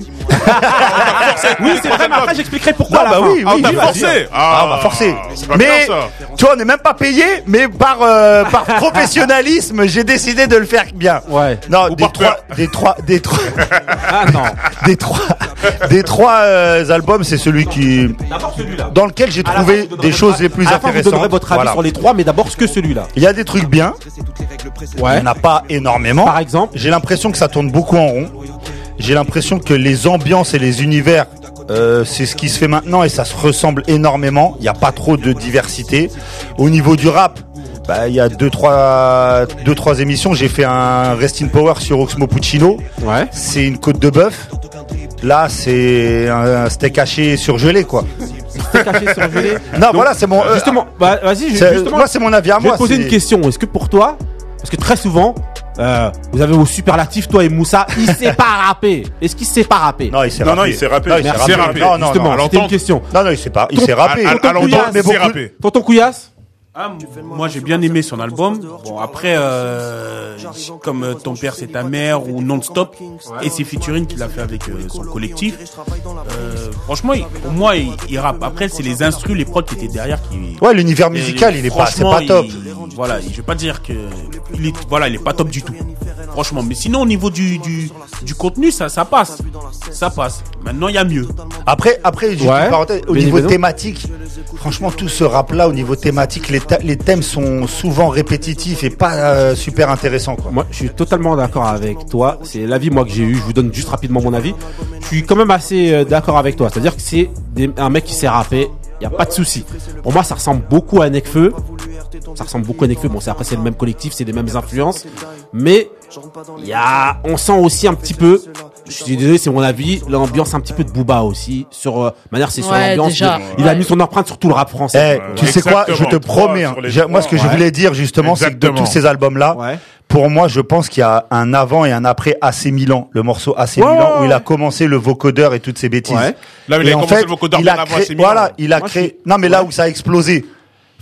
[SPEAKER 1] Oui, c'est vrai, mais après j'expliquerai pourquoi.
[SPEAKER 2] Ah
[SPEAKER 1] à la
[SPEAKER 2] bah
[SPEAKER 1] fin.
[SPEAKER 2] oui, oui, oui, vas-y.
[SPEAKER 1] hein.
[SPEAKER 2] Ah, on m'a forcé.
[SPEAKER 1] bah, pas
[SPEAKER 2] Mais
[SPEAKER 1] bien, ça.
[SPEAKER 2] tu vois, on n'est même pas payé, mais par euh, par professionnalisme, j'ai décidé de le faire bien.
[SPEAKER 1] Ouais. Ah,
[SPEAKER 2] Non, des trois, des trois, des trois, des trois, des trois euh, albums, c'est celui qui dans lequel j'ai trouvé des choses les plus
[SPEAKER 1] à la fin, vous
[SPEAKER 2] intéressantes.
[SPEAKER 1] donnerez votre avis
[SPEAKER 2] Voilà.
[SPEAKER 1] sur les trois, mais d'abord ce que celui-là.
[SPEAKER 2] Il y a des trucs bien.
[SPEAKER 1] Ouais.
[SPEAKER 2] Il n'y en a pas énormément. Par
[SPEAKER 1] exemple,
[SPEAKER 2] j'ai l'impression que ça tourne beaucoup en rond. J'ai l'impression que les ambiances et les univers, euh, c'est ce qui se fait maintenant et ça se ressemble énormément. Il n'y a pas trop de diversité. Au niveau du rap, bah, il y a deux trois, deux, trois émissions. J'ai fait un Rest in Power sur Oxmo Puccino. C'est une côte de bœuf. Là, c'est un steak haché surgelé, quoi. Non, voilà, c'est mon. euh,
[SPEAKER 1] justement, bah, vas-y, ju-
[SPEAKER 2] c'est-
[SPEAKER 1] justement.
[SPEAKER 2] moi, c'est mon avis à
[SPEAKER 1] Je vais
[SPEAKER 2] moi,
[SPEAKER 1] te poser
[SPEAKER 2] c'est-
[SPEAKER 1] une question. Est-ce que pour toi, parce que très souvent, euh, vous avez au superlatif, toi et Moussa, il s'est pas rappé. Est-ce qu'il s'est pas rappé
[SPEAKER 2] Non, il s'est
[SPEAKER 1] Non,
[SPEAKER 2] rappé.
[SPEAKER 1] non, il s'est rappé.
[SPEAKER 2] Non,
[SPEAKER 1] Il s'est rappé.
[SPEAKER 2] Non, non,
[SPEAKER 1] Justement,
[SPEAKER 2] non, à
[SPEAKER 1] c'était
[SPEAKER 2] l'entente.
[SPEAKER 1] une question.
[SPEAKER 2] Non, non, il s'est pas. Il s'est rappé. Mais beaucoup-
[SPEAKER 1] Tonton Couillasse
[SPEAKER 6] Ah, Moi j'ai bien aimé son album. Bon après, euh, comme euh, Ton père c'est ta mère ou Non Stop et ses featuring qu'il a fait avec euh, son collectif. euh, franchement, il- pour moi il, il rappe. Après c'est les instrus, les prods qui étaient derrière qui.
[SPEAKER 2] Ouais, l'univers musical, il est pas- c'est
[SPEAKER 6] franchement,
[SPEAKER 2] pas top.
[SPEAKER 6] il- voilà, je vais pas dire que il est, voilà, il est pas top du tout. Franchement, mais sinon au niveau du du, du contenu ça ça passe, ça passe. Maintenant il y a mieux.
[SPEAKER 2] Après après juste une parenthèse, au niveau thématique, franchement, tout ce rap-là, au niveau thématique, les, thè- les thèmes sont souvent répétitifs et pas euh, super intéressants. Quoi.
[SPEAKER 1] Moi, je suis totalement d'accord avec toi. C'est l'avis moi que j'ai eu. Je vous donne juste rapidement mon avis. Je suis quand même assez euh, d'accord avec toi. C'est-à-dire que c'est des- un mec qui s'est rappé. Il y a pas de souci. Pour moi, ça ressemble beaucoup à Necfeu. Ça ressemble beaucoup à Necfeu. Bon, c'est après c'est le même collectif, c'est les mêmes influences, mais il y a, on sent aussi un petit peu. Je suis désolé, c'est mon avis. L'ambiance un petit peu de Booba aussi. Sur euh, manière, c'est sur
[SPEAKER 9] Ouais,
[SPEAKER 1] l'ambiance.
[SPEAKER 9] déjà.
[SPEAKER 1] mais Il a mis son empreinte sur tout le rap
[SPEAKER 2] Eh,
[SPEAKER 1] français.
[SPEAKER 3] Euh,
[SPEAKER 2] tu sais quoi, je te promets, hein, j'ai- moi ce que je voulais dire justement, c'est que de tous ces albums-là, pour moi je pense qu'il y a un avant et un après AC Milan, le morceau AC
[SPEAKER 1] Ouais,
[SPEAKER 2] Milan,
[SPEAKER 1] ouais,
[SPEAKER 2] où il a commencé le vocodeur et toutes ces bêtises.
[SPEAKER 1] Ouais.
[SPEAKER 3] Là, il
[SPEAKER 2] Et
[SPEAKER 3] a
[SPEAKER 2] en
[SPEAKER 3] commencé
[SPEAKER 2] fait,
[SPEAKER 3] le vocodeur
[SPEAKER 2] il a
[SPEAKER 3] bien avant
[SPEAKER 2] créé-
[SPEAKER 3] AC Milan.
[SPEAKER 2] Voilà, il a créé, non mais là où ça a explosé.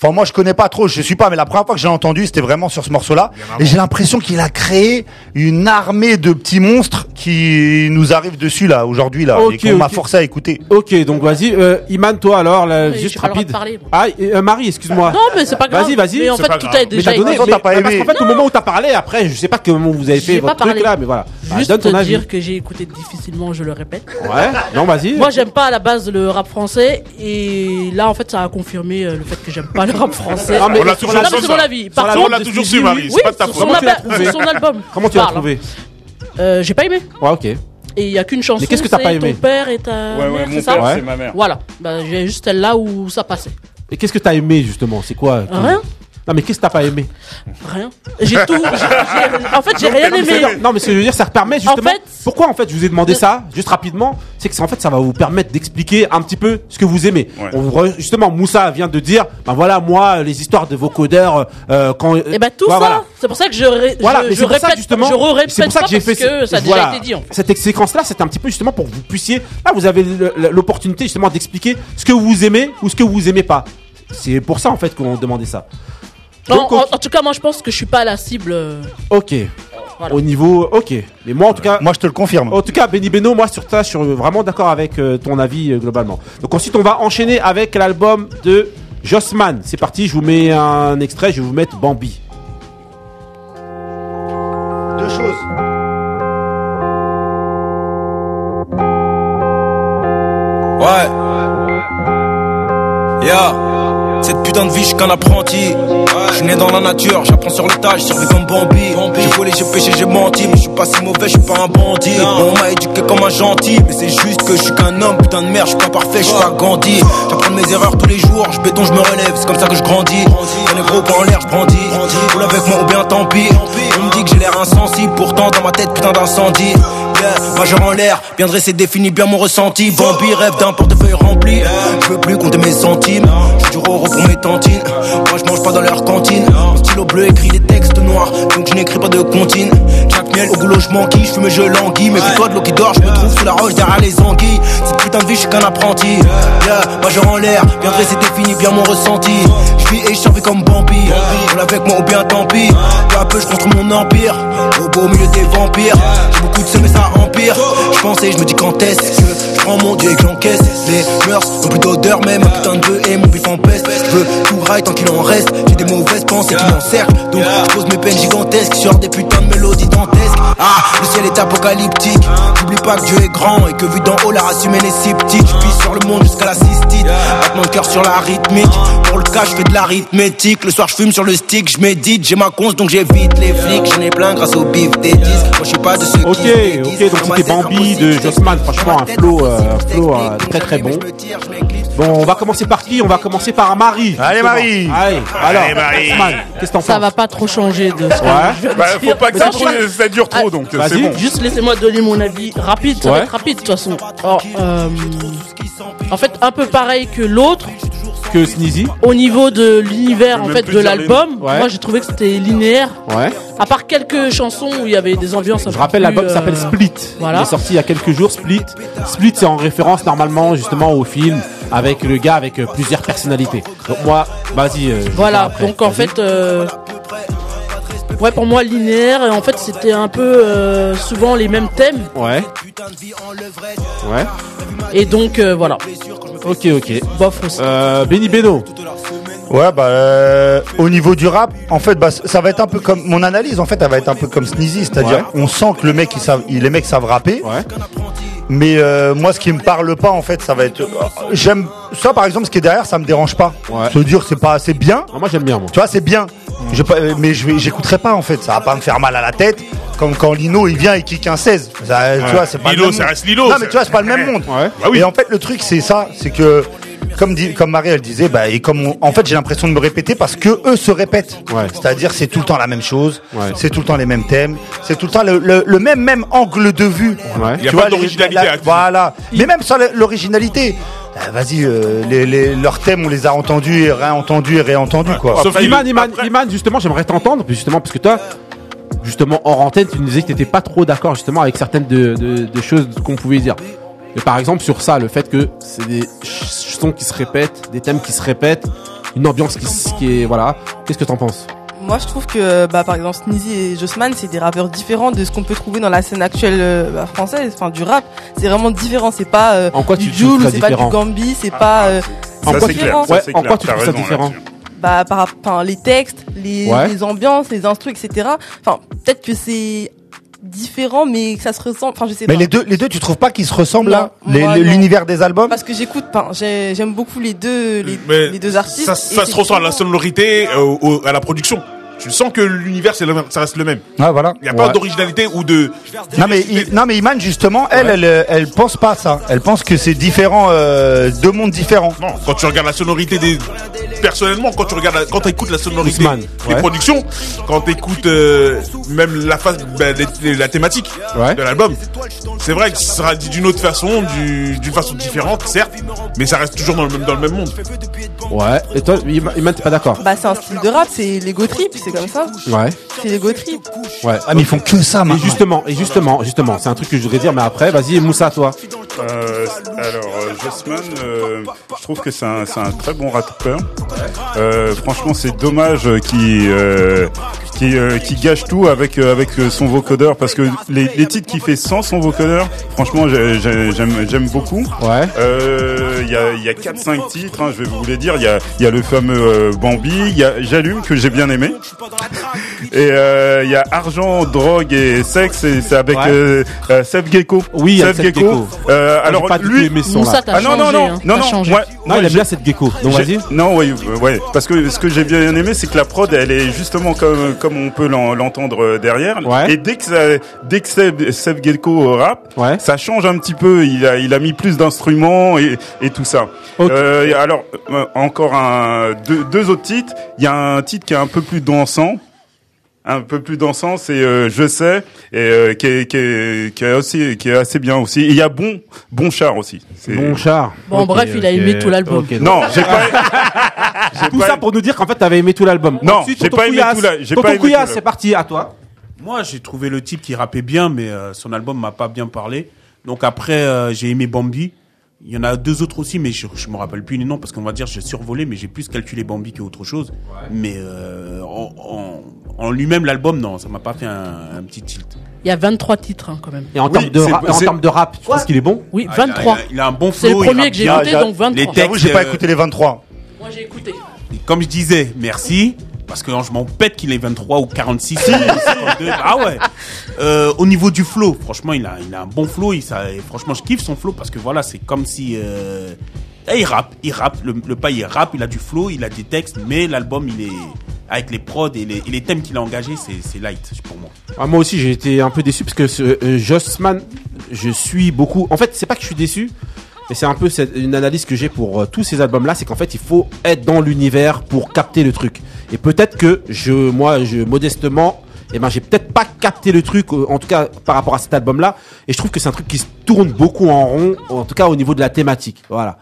[SPEAKER 2] Enfin, moi, je connais pas trop, je suis pas, mais la première fois que j'ai entendu, c'était vraiment sur ce morceau-là. Et j'ai l'impression qu'il a créé une armée de petits monstres qui nous arrivent dessus, là, aujourd'hui, là,
[SPEAKER 1] Ok,
[SPEAKER 2] et qu'on m'a
[SPEAKER 1] ok.
[SPEAKER 2] forcé à écouter.
[SPEAKER 1] Ok, donc vas-y, euh, Iman, toi alors, là,
[SPEAKER 9] Oui,
[SPEAKER 1] juste
[SPEAKER 9] j'ai pas le droit
[SPEAKER 1] rapide.
[SPEAKER 9] de parler, moi.
[SPEAKER 1] ah, et, euh, Marie, excuse-moi.
[SPEAKER 9] Non, mais c'est pas grave.
[SPEAKER 1] Vas-y, vas-y.
[SPEAKER 9] Mais en C'est fait, pas tout grave. a
[SPEAKER 1] Mais
[SPEAKER 9] déjà
[SPEAKER 1] t'as donné.
[SPEAKER 9] été-
[SPEAKER 1] mais-
[SPEAKER 9] T'as pas
[SPEAKER 1] parce
[SPEAKER 9] aimé.
[SPEAKER 1] qu'en fait, au moment où t'as parlé, après, je sais pas comment vous avez fait
[SPEAKER 9] J'ai
[SPEAKER 1] votre
[SPEAKER 9] pas parlé.
[SPEAKER 1] truc là, mais voilà. Bah,
[SPEAKER 9] Juste
[SPEAKER 1] donne ton
[SPEAKER 9] te
[SPEAKER 1] avis.
[SPEAKER 9] dire que j'ai écouté difficilement, je le répète.
[SPEAKER 1] Ouais. Non, vas-y.
[SPEAKER 9] Moi, j'aime pas à la base le rap français et là, en fait, ça a confirmé euh, le fait que j'aime pas le rap français.
[SPEAKER 1] Ah, mais
[SPEAKER 9] Non,
[SPEAKER 1] on l'a toujours
[SPEAKER 9] mais
[SPEAKER 1] su,
[SPEAKER 9] c'est
[SPEAKER 1] ça.
[SPEAKER 9] mon avis.
[SPEAKER 1] Sur
[SPEAKER 9] Par
[SPEAKER 1] l'album
[SPEAKER 9] contre,
[SPEAKER 1] de
[SPEAKER 9] de
[SPEAKER 1] Sneezy,
[SPEAKER 9] Suzy,
[SPEAKER 1] Marie, c'est
[SPEAKER 9] oui,
[SPEAKER 1] pas de ta
[SPEAKER 9] sur
[SPEAKER 1] faute.
[SPEAKER 9] son
[SPEAKER 1] Comment tu
[SPEAKER 9] album-
[SPEAKER 1] l'as trouvé
[SPEAKER 9] sur son album.
[SPEAKER 1] Comment tu l'as
[SPEAKER 9] Parle.
[SPEAKER 1] trouvé
[SPEAKER 9] Euh, J'ai pas aimé.
[SPEAKER 1] Ouais, ok.
[SPEAKER 9] Et il y a qu'une chanson.
[SPEAKER 1] Mais qu'est-ce que t'as
[SPEAKER 9] c'est
[SPEAKER 1] pas aimé
[SPEAKER 9] Ton père et ta
[SPEAKER 1] Ouais, ouais,
[SPEAKER 9] mère,
[SPEAKER 1] mon
[SPEAKER 9] c'est ça
[SPEAKER 1] père, c'est Ouais. ma mère.
[SPEAKER 9] Voilà. Bah, j'ai juste elle là où ça passait.
[SPEAKER 1] Et qu'est-ce que t'as aimé justement C'est quoi qui-
[SPEAKER 9] Rien.
[SPEAKER 1] Non, mais qu'est-ce que t'as pas aimé
[SPEAKER 9] Rien. J'ai tout. j'ai- j'ai- en fait, j'ai rien
[SPEAKER 1] Ah Non, mais
[SPEAKER 9] aimé.
[SPEAKER 1] c'est-à-dire- Non, mais ce que je veux dire, ça permet justement. Pourquoi en fait, je vous ai demandé ça, juste rapidement c'est que ça- en fait ça va vous permettre d'expliquer un petit peu ce que vous aimez. On vous re- justement Moussa vient de dire ben voilà moi les histoires de vos codeurs euh, quand
[SPEAKER 9] Et bah tout
[SPEAKER 1] Ouais,
[SPEAKER 9] ça,
[SPEAKER 1] voilà.
[SPEAKER 9] c'est pour ça que je, ré-
[SPEAKER 1] Voilà,
[SPEAKER 9] je-
[SPEAKER 1] mais
[SPEAKER 9] je
[SPEAKER 1] c'est pour
[SPEAKER 9] répète,
[SPEAKER 1] ça justement.
[SPEAKER 9] je re-répète
[SPEAKER 1] c'est pour ça
[SPEAKER 9] pas
[SPEAKER 1] que j'ai fait
[SPEAKER 9] parce que
[SPEAKER 1] ce-
[SPEAKER 9] ça a déjà
[SPEAKER 1] voilà.
[SPEAKER 9] été dit en fait.
[SPEAKER 1] Cette séquence-là, c'est un petit peu justement pour que vous puissiez. Là, vous avez le- le- l'opportunité justement d'expliquer ce que vous aimez ou ce que vous aimez pas. C'est pour ça en fait qu'on demandait ça.
[SPEAKER 9] Non,
[SPEAKER 1] Donc,
[SPEAKER 9] en, en tout cas, moi je pense que je suis pas la cible. euh,
[SPEAKER 1] Ok.
[SPEAKER 9] Voilà.
[SPEAKER 1] Au niveau, ok. Mais moi, en tout cas, moi, je te le confirme. En tout cas, Benny Beno, moi sur ça, je suis vraiment d'accord avec euh, ton avis euh, globalement. Donc ensuite, on va enchaîner avec l'album de Jossman. C'est parti. Je vous mets un extrait. Je vais vous mettre Bambi.
[SPEAKER 2] Deux choses.
[SPEAKER 15] Ouais. Yeah. Cette putain de vie, je suis qu'un apprenti. Je suis né dans la nature, j'apprends sur le tas, je survis comme Bambi. J'ai volé, j'ai péché, j'ai menti, mais je suis pas si mauvais, je suis pas un bandit. On m'a éduqué comme un gentil, mais c'est juste que je suis qu'un homme, putain de merde, je suis pas parfait, je suis pas Gandhi. J'apprends de mes erreurs tous les jours, je béton, je me relève, c'est comme ça que je grandis. Y'en les gros pas en l'air, je brandis. Roule avec moi ou bien tant pis. On me dit que j'ai l'air insensible, pourtant dans ma tête, putain d'incendie. Yeah. Majeur en l'air, bien dressé, définit bien mon ressenti. Bambi rêve d'un portefeuille rempli. Je veux plus compter mes centimes. J'ai du roro pour mes tantines. Moi je mange pas dans leur cantine. Mon stylo bleu écrit des textes noirs, donc je n'écris pas de comptine. Chaque miel au boulot je m'enquille, je fume et je languis. Mais toi de l'eau qui dort, je me trouve sous la roche derrière les anguilles. Cette putain de vie, je suis qu'un apprenti. Yeah. Majeur en l'air, bien dressé, définit bien mon ressenti. Je vis et je survis comme Bambi. Roule avec moi ou bien tant pis. Peu à peu, je construis mon empire. Au beau milieu des vampires. J'ai beaucoup de seum mais ça empire. Je pensais, je me dis quand est-ce que je prends mon dieu et que j'encaisse. Les mœurs n'ont plus d'odeur, même un putain de bœuf et mon bif en peste. Je veux tout rail tant qu'il en reste. J'ai des mauvaises pensées qui m'encerclent. Donc, je pose mes peines gigantesques sur des putains de mélodies dantesques. Ah, le ciel est apocalyptique. N'oublie pas que Dieu est grand et que vu d'en haut, la race humaine est si petite. Je pisse sur le monde jusqu'à la cystite. Battement de cœur sur la rythmique. Pour le cas, je fais de l'arithmétique. Le soir, je fume sur le stick, je médite. J'ai ma conce donc j'évite les flics. J'en ai plein grâce au bif des disques. Moi, je suis pas de ceux
[SPEAKER 1] Ok,
[SPEAKER 15] qui se
[SPEAKER 1] ok, donc c'était Bambi de Jossman, franchement un flow, euh, un flow, euh, très très bon. Bon, on va commencer par qui On va commencer par Marie. Allez
[SPEAKER 2] Marie.
[SPEAKER 1] Allez, alors
[SPEAKER 2] Allez, Marie.
[SPEAKER 1] Jossman, qu'est-ce que t'en
[SPEAKER 9] Ça
[SPEAKER 1] penses
[SPEAKER 9] va pas trop changer de ce que
[SPEAKER 1] Ouais.
[SPEAKER 9] je viens de
[SPEAKER 1] Bah, faut
[SPEAKER 9] dire.
[SPEAKER 1] pas que ça
[SPEAKER 9] Mais
[SPEAKER 1] dure-
[SPEAKER 9] franchement-
[SPEAKER 1] ça dure trop, donc,
[SPEAKER 9] Ah,
[SPEAKER 1] c'est bon.
[SPEAKER 9] Juste laissez-moi donner mon avis rapide, ça
[SPEAKER 1] Ouais.
[SPEAKER 9] va être rapide de toute façon. Alors, euh, en fait, un peu pareil que l'autre,
[SPEAKER 1] Que Sneezy
[SPEAKER 9] au niveau de l'univers
[SPEAKER 1] Je
[SPEAKER 9] en
[SPEAKER 1] peux
[SPEAKER 9] fait
[SPEAKER 1] même plus
[SPEAKER 9] de
[SPEAKER 1] dire
[SPEAKER 9] l'album,
[SPEAKER 1] les- Ouais.
[SPEAKER 9] moi j'ai trouvé que c'était linéaire.
[SPEAKER 1] Ouais.
[SPEAKER 9] À part quelques chansons où il y avait des ambiances.
[SPEAKER 1] Je rappelle, l'album s'appelle Split. Il
[SPEAKER 9] euh, Voilà.
[SPEAKER 1] est sorti il y a quelques jours, Split. Split, c'est en référence normalement justement au film avec le gars avec euh, plusieurs personnalités. Donc moi, vas-y. euh, je vais
[SPEAKER 9] Voilà,
[SPEAKER 1] après.
[SPEAKER 9] donc en
[SPEAKER 1] Vas-y.
[SPEAKER 9] fait, euh, ouais, pour moi linéaire, et en fait c'était un peu euh, souvent les mêmes thèmes,
[SPEAKER 1] Ouais. Ouais.
[SPEAKER 9] et donc euh, voilà.
[SPEAKER 1] Ok, ok.
[SPEAKER 9] Bof
[SPEAKER 1] Euh, Benny Beno.
[SPEAKER 2] Ouais, bah, euh, au niveau du rap, en fait, bah, ça va être un peu comme. Mon analyse, en fait, elle va être un peu comme Sneezy, c'est-à-dire,
[SPEAKER 1] Ouais.
[SPEAKER 2] on sent que le mec, il savent, les mecs savent rapper. Mais euh, moi, ce qui me parle pas, en fait, ça va être. J'aime. Ça, par exemple, ce qui est derrière, ça me dérange pas. Se dire, c'est pas assez bien.
[SPEAKER 1] moi, j'aime bien, moi.
[SPEAKER 2] Tu vois, c'est bien. Je, pas- euh, mais je vais- j'écouterai pas, en fait. Ça va pas me faire mal à la tête. Comme quand Lino, il vient et kick un 16. Ça, Tu
[SPEAKER 3] Ouais.
[SPEAKER 2] vois, c'est pas
[SPEAKER 3] Lilo,
[SPEAKER 2] le même
[SPEAKER 3] ça
[SPEAKER 2] monde.
[SPEAKER 3] reste Lilo,
[SPEAKER 2] Non,
[SPEAKER 3] ça-
[SPEAKER 2] mais tu vois, c'est pas le même monde.
[SPEAKER 3] Ouais. Bah oui.
[SPEAKER 2] Et en fait, le truc, c'est ça, c'est que, comme, dit, comme Marie, elle disait, bah, et comme on- en fait, j'ai l'impression de me répéter parce que eux se répètent. C'est-à-dire, c'est tout le temps la même chose, c'est tout le temps les mêmes thèmes, c'est tout le temps le, le- le même, même angle de vue.
[SPEAKER 3] Il y a
[SPEAKER 2] Tu
[SPEAKER 3] pas
[SPEAKER 2] vois, les-
[SPEAKER 3] d'originalité
[SPEAKER 2] la-
[SPEAKER 3] active.
[SPEAKER 2] Voilà. Mais même sans la- l'originalité. ah, Vas-y, euh, les- les- leurs thèmes, on les a entendus et réentendus et réentendus, quoi.
[SPEAKER 1] Sauf Iman, Iman, Iman, justement, j'aimerais t'entendre, justement, parce que toi, justement, hors antenne, tu nous disais que t'étais pas trop d'accord, justement, avec certaines de, de- de choses qu'on pouvait dire. Mais par exemple, sur ça, le fait que c'est des ch- sons qui se répètent, des thèmes qui se répètent, une ambiance qui, s- qui est, voilà. Qu'est-ce que t'en penses?
[SPEAKER 4] Moi, je trouve que, bah, par exemple, Sneezy et Jossman, c'est des rappeurs différents de ce qu'on peut trouver dans la scène actuelle euh, bah, française, enfin du rap. C'est vraiment différent. C'est pas euh,
[SPEAKER 1] En quoi tu
[SPEAKER 4] du
[SPEAKER 1] trouves
[SPEAKER 4] Jul,
[SPEAKER 1] ça
[SPEAKER 4] c'est pas du
[SPEAKER 1] différent
[SPEAKER 4] Gambi, c'est pas. euh,
[SPEAKER 1] En
[SPEAKER 4] c'est
[SPEAKER 1] quoi, tu,
[SPEAKER 4] différent.
[SPEAKER 1] ouais, en quoi tu trouves ça différent?
[SPEAKER 4] bah, par, rapp- enfin, les textes, les,
[SPEAKER 1] Ouais.
[SPEAKER 4] les ambiances, les instrus, etc. Enfin, peut-être que c'est différent, mais que ça se ressemble. Enfin, je sais
[SPEAKER 2] Mais
[SPEAKER 4] pas.
[SPEAKER 2] les deux, les deux, tu trouves pas qu'ils se ressemblent là
[SPEAKER 4] Non,
[SPEAKER 2] Les-
[SPEAKER 4] moi,
[SPEAKER 2] les-
[SPEAKER 4] non.
[SPEAKER 2] L'univers des albums
[SPEAKER 4] Parce que j'écoute, enfin, j'ai- j'aime beaucoup les deux, les,
[SPEAKER 3] Mais
[SPEAKER 4] les deux artistes.
[SPEAKER 3] Ça,
[SPEAKER 4] et
[SPEAKER 3] ça se ressent à la sonorité, euh, au- à la production. tu sens que l'univers, c'est le même- ça reste le même.
[SPEAKER 2] Ah, voilà.
[SPEAKER 3] Il n'y a pas
[SPEAKER 2] Ouais.
[SPEAKER 3] d'originalité ou de.
[SPEAKER 2] Non mais, I- non mais Iman justement, elle, elle, euh, elle pense pas à ça. Elle pense que c'est différent, euh, deux mondes différents.
[SPEAKER 3] Non, quand tu regardes la sonorité des. Personnellement, quand tu regardes, la- quand écoutes la sonorité des
[SPEAKER 2] ouais.
[SPEAKER 3] productions, quand t'écoutes euh, même la face, bah, les- la thématique de l'album, c'est vrai que ce sera dit d'une autre façon, du- d'une façon différente, certes, mais ça reste toujours dans le même, dans le même monde.
[SPEAKER 1] Ouais. Et toi, Ima- Iman, t'es pas ah, d'accord
[SPEAKER 4] Bah c'est un style de rap, c'est l'ego trip, c'est comme ça.
[SPEAKER 1] Ouais.
[SPEAKER 4] C'est l'ego trip.
[SPEAKER 1] Ouais.
[SPEAKER 2] Ah, mais ils font que ça,
[SPEAKER 1] Et justement, et justement, justement, c'est un truc que je voudrais dire, mais après, vas-y, Moussa, toi.
[SPEAKER 5] Euh, alors, euh, Jossman, euh, je trouve que c'est un, c'est un très bon rappeur. Euh, franchement, c'est dommage euh, qu'il euh, qu'il, euh, qu'il gâche tout avec, euh, avec euh, son vocodeur parce que les, les titres qu'il fait sans son vocodeur, franchement, j'ai- j'ai- j'aime j'aime beaucoup.
[SPEAKER 1] Ouais.
[SPEAKER 5] Euh, Il y a, il y a 4-5 titres, hein, je vais vous les dire. Il y a, il y a le fameux euh, Bambi, il y a J'allume que j'ai bien aimé. Et euh, il y a argent, drogue et sexe, et c'est avec
[SPEAKER 1] Ouais.
[SPEAKER 5] euh, euh, Seb Gecko.
[SPEAKER 1] Oui,
[SPEAKER 5] Seb
[SPEAKER 1] avec Seb Gecko.
[SPEAKER 5] Euh,
[SPEAKER 1] J'ai
[SPEAKER 5] alors
[SPEAKER 1] pas du tout
[SPEAKER 5] lui,
[SPEAKER 1] aimé ce son-là. Moussa, t'as
[SPEAKER 5] ah non non
[SPEAKER 1] changé,
[SPEAKER 5] non
[SPEAKER 1] hein.
[SPEAKER 5] non
[SPEAKER 1] T'as
[SPEAKER 5] non.
[SPEAKER 1] changé.
[SPEAKER 5] moi-
[SPEAKER 1] Non,
[SPEAKER 5] moi,
[SPEAKER 1] il aime
[SPEAKER 5] j'ai-
[SPEAKER 1] bien cette Gecko. Donc,
[SPEAKER 5] j'ai-
[SPEAKER 1] vas-y.
[SPEAKER 5] Non ouais, euh, ouais parce que ce que j'ai bien aimé c'est que la prod elle est justement comme comme on peut l'en- l'entendre euh, derrière. Et dès que ça- dès que Seb, Seb Gecko rappe, ça change un petit peu. Il a il a mis plus d'instruments et et tout ça. Euh, et alors euh, encore un deux, deux autres titres. Il y a un titre qui est un peu plus dansant un peu plus dansant, c'est euh, je sais et euh, qui, est, qui, est, qui est aussi qui est assez bien aussi. Et Il y a bon bon char aussi. C'est-
[SPEAKER 1] Bon char.
[SPEAKER 9] Bon, bref, il a aimé tout l'album.
[SPEAKER 1] Ok, donc-
[SPEAKER 5] Non, j'ai pas.
[SPEAKER 1] Tout ça pour nous dire qu'en fait, t'avais aimé tout l'album.
[SPEAKER 5] Non,
[SPEAKER 1] Ensuite,
[SPEAKER 5] j'ai
[SPEAKER 1] tonton
[SPEAKER 5] pas aimé
[SPEAKER 1] Couillasse.
[SPEAKER 5] tout la- j'ai
[SPEAKER 1] Tonton
[SPEAKER 5] pas aimé tout
[SPEAKER 1] Couillasse,
[SPEAKER 5] l'album.
[SPEAKER 1] c'est parti, à toi.
[SPEAKER 6] Moi, j'ai trouvé le type qui rappait bien, mais euh, son album m'a pas bien parlé. Donc après, euh, j'ai aimé Bambi. Il y en a deux autres aussi, mais je, je me rappelle plus les noms parce qu'on va dire j'ai survolé, mais j'ai plus calculé Bambi qu'autre chose. Mais euh, en, en- en lui-même l'album, non, ça m'a pas fait un, un petit tilt.
[SPEAKER 9] Il y a 23 titres hein, quand même.
[SPEAKER 1] Et en termes de rap, en termes de rap, tu penses qu'il est bon
[SPEAKER 9] Oui,
[SPEAKER 6] Ah, il a-
[SPEAKER 9] 23.
[SPEAKER 6] il a- il a un bon
[SPEAKER 9] C'est le
[SPEAKER 6] flow, il
[SPEAKER 9] premier
[SPEAKER 6] rappe
[SPEAKER 9] que j'ai
[SPEAKER 6] bien.
[SPEAKER 9] écouté, donc 23.
[SPEAKER 6] Les
[SPEAKER 2] J'avoue,
[SPEAKER 6] textes,
[SPEAKER 2] j'ai pas
[SPEAKER 6] euh,
[SPEAKER 2] écouté les 23.
[SPEAKER 9] Moi j'ai écouté.
[SPEAKER 6] Comme je disais, merci. Parce que non, je m'en pète qu'il est 23 ou 46. ou 52. ah ouais. Euh, au niveau du flow, franchement, il a, il a un bon flow. Il, ça, et franchement, je kiffe son flow parce que voilà, c'est comme si. euh, eh, il rappe, il rappe. Le, le pas, il rappe, il a du flow, il a des textes, mais l'album, il est. Avec les prods et les, et les thèmes qu'il a engagés, c'est c'est light pour moi.
[SPEAKER 1] Ah, moi aussi, j'ai été un peu déçu parce que ce, euh, Jossman, je suis beaucoup. En fait, c'est pas que je suis déçu, mais c'est un peu cette- une analyse que j'ai pour euh, tous ces albums-là, c'est qu'en fait, il faut être dans l'univers pour capter le truc. Et peut-être que je, moi, je modestement. eh ben, j'ai peut-être pas capté le truc, euh, en tout cas par rapport à cet album-là. Et je trouve que c'est un truc qui se tourne beaucoup en rond, en tout cas au niveau de la thématique. Voilà.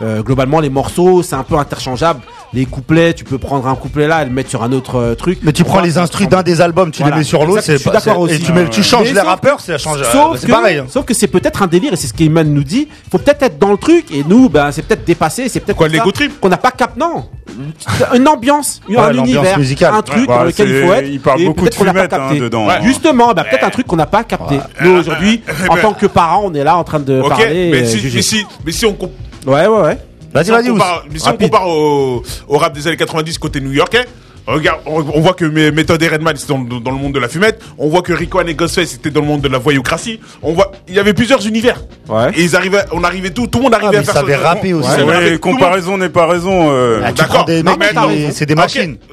[SPEAKER 1] Euh, globalement, les morceaux, c'est un peu interchangeable. Les couplets, tu peux prendre un couplet là et le mettre sur un autre euh, truc.
[SPEAKER 2] Mais tu prends les instruits d'un des albums, tu
[SPEAKER 1] Voilà.
[SPEAKER 2] les mets sur l'autre,
[SPEAKER 1] Exact,
[SPEAKER 2] c'est
[SPEAKER 1] je suis
[SPEAKER 2] pas-
[SPEAKER 1] d'accord
[SPEAKER 2] c'est-
[SPEAKER 1] aussi.
[SPEAKER 2] Et tu, mets- tu changes
[SPEAKER 1] Mais
[SPEAKER 2] les
[SPEAKER 1] sauf-
[SPEAKER 2] rappeurs, c'est change.
[SPEAKER 1] sauf
[SPEAKER 2] C'est
[SPEAKER 1] que-
[SPEAKER 2] pareil. hein.
[SPEAKER 1] Sauf que c'est peut-être un délire et c'est ce qu'Iman nous dit. Faut peut-être être dans le truc et nous, ben, c'est peut-être dépassé, c'est peut-être quoi
[SPEAKER 3] l'ego trip
[SPEAKER 1] qu'on n'a pas cap. Non, une ambiance,
[SPEAKER 2] Ouais,
[SPEAKER 1] un
[SPEAKER 2] l'ambiance
[SPEAKER 1] univers,
[SPEAKER 2] musicale.
[SPEAKER 1] un truc
[SPEAKER 2] Ouais,
[SPEAKER 1] dans
[SPEAKER 2] bah,
[SPEAKER 1] lequel il
[SPEAKER 2] c'est-
[SPEAKER 1] faut être.
[SPEAKER 2] il parle
[SPEAKER 1] et
[SPEAKER 2] beaucoup
[SPEAKER 1] peut-être
[SPEAKER 2] de
[SPEAKER 1] qu'on n'a pas
[SPEAKER 2] fumette, hein,
[SPEAKER 1] capté.
[SPEAKER 2] dedans, hein.
[SPEAKER 1] Justement, ben, peut-être un truc qu'on n'a pas capté. Nous aujourd'hui, en tant que parents, on est là en train de
[SPEAKER 3] Ok,
[SPEAKER 1] parler.
[SPEAKER 3] mais,
[SPEAKER 1] euh,
[SPEAKER 3] si,
[SPEAKER 1] juger.
[SPEAKER 3] mais, si, mais si on comp-
[SPEAKER 1] Ouais, ouais, ouais.
[SPEAKER 3] si on compare, mais si on compare au, au rap des années 90 côté new-yorkais, regarde, on, on voit que mes- Method et Redman c'était dans, dans- dans le monde de la fumette, on voit que Rico et Ghostface c'était dans le monde de la voyoucratie, on voit, il y avait plusieurs univers. Et ils arrivaient, on arrivait tout, tout le monde arrivait à faire son- Ah, Ils
[SPEAKER 5] Ouais,
[SPEAKER 3] savaient rapper, Ah, tout le monde.
[SPEAKER 5] comparaison n'est pas raison. euh.
[SPEAKER 2] Ah,
[SPEAKER 3] D'accord,
[SPEAKER 5] Non,
[SPEAKER 3] mais
[SPEAKER 5] mais
[SPEAKER 3] attends.
[SPEAKER 5] attends.
[SPEAKER 3] Ok,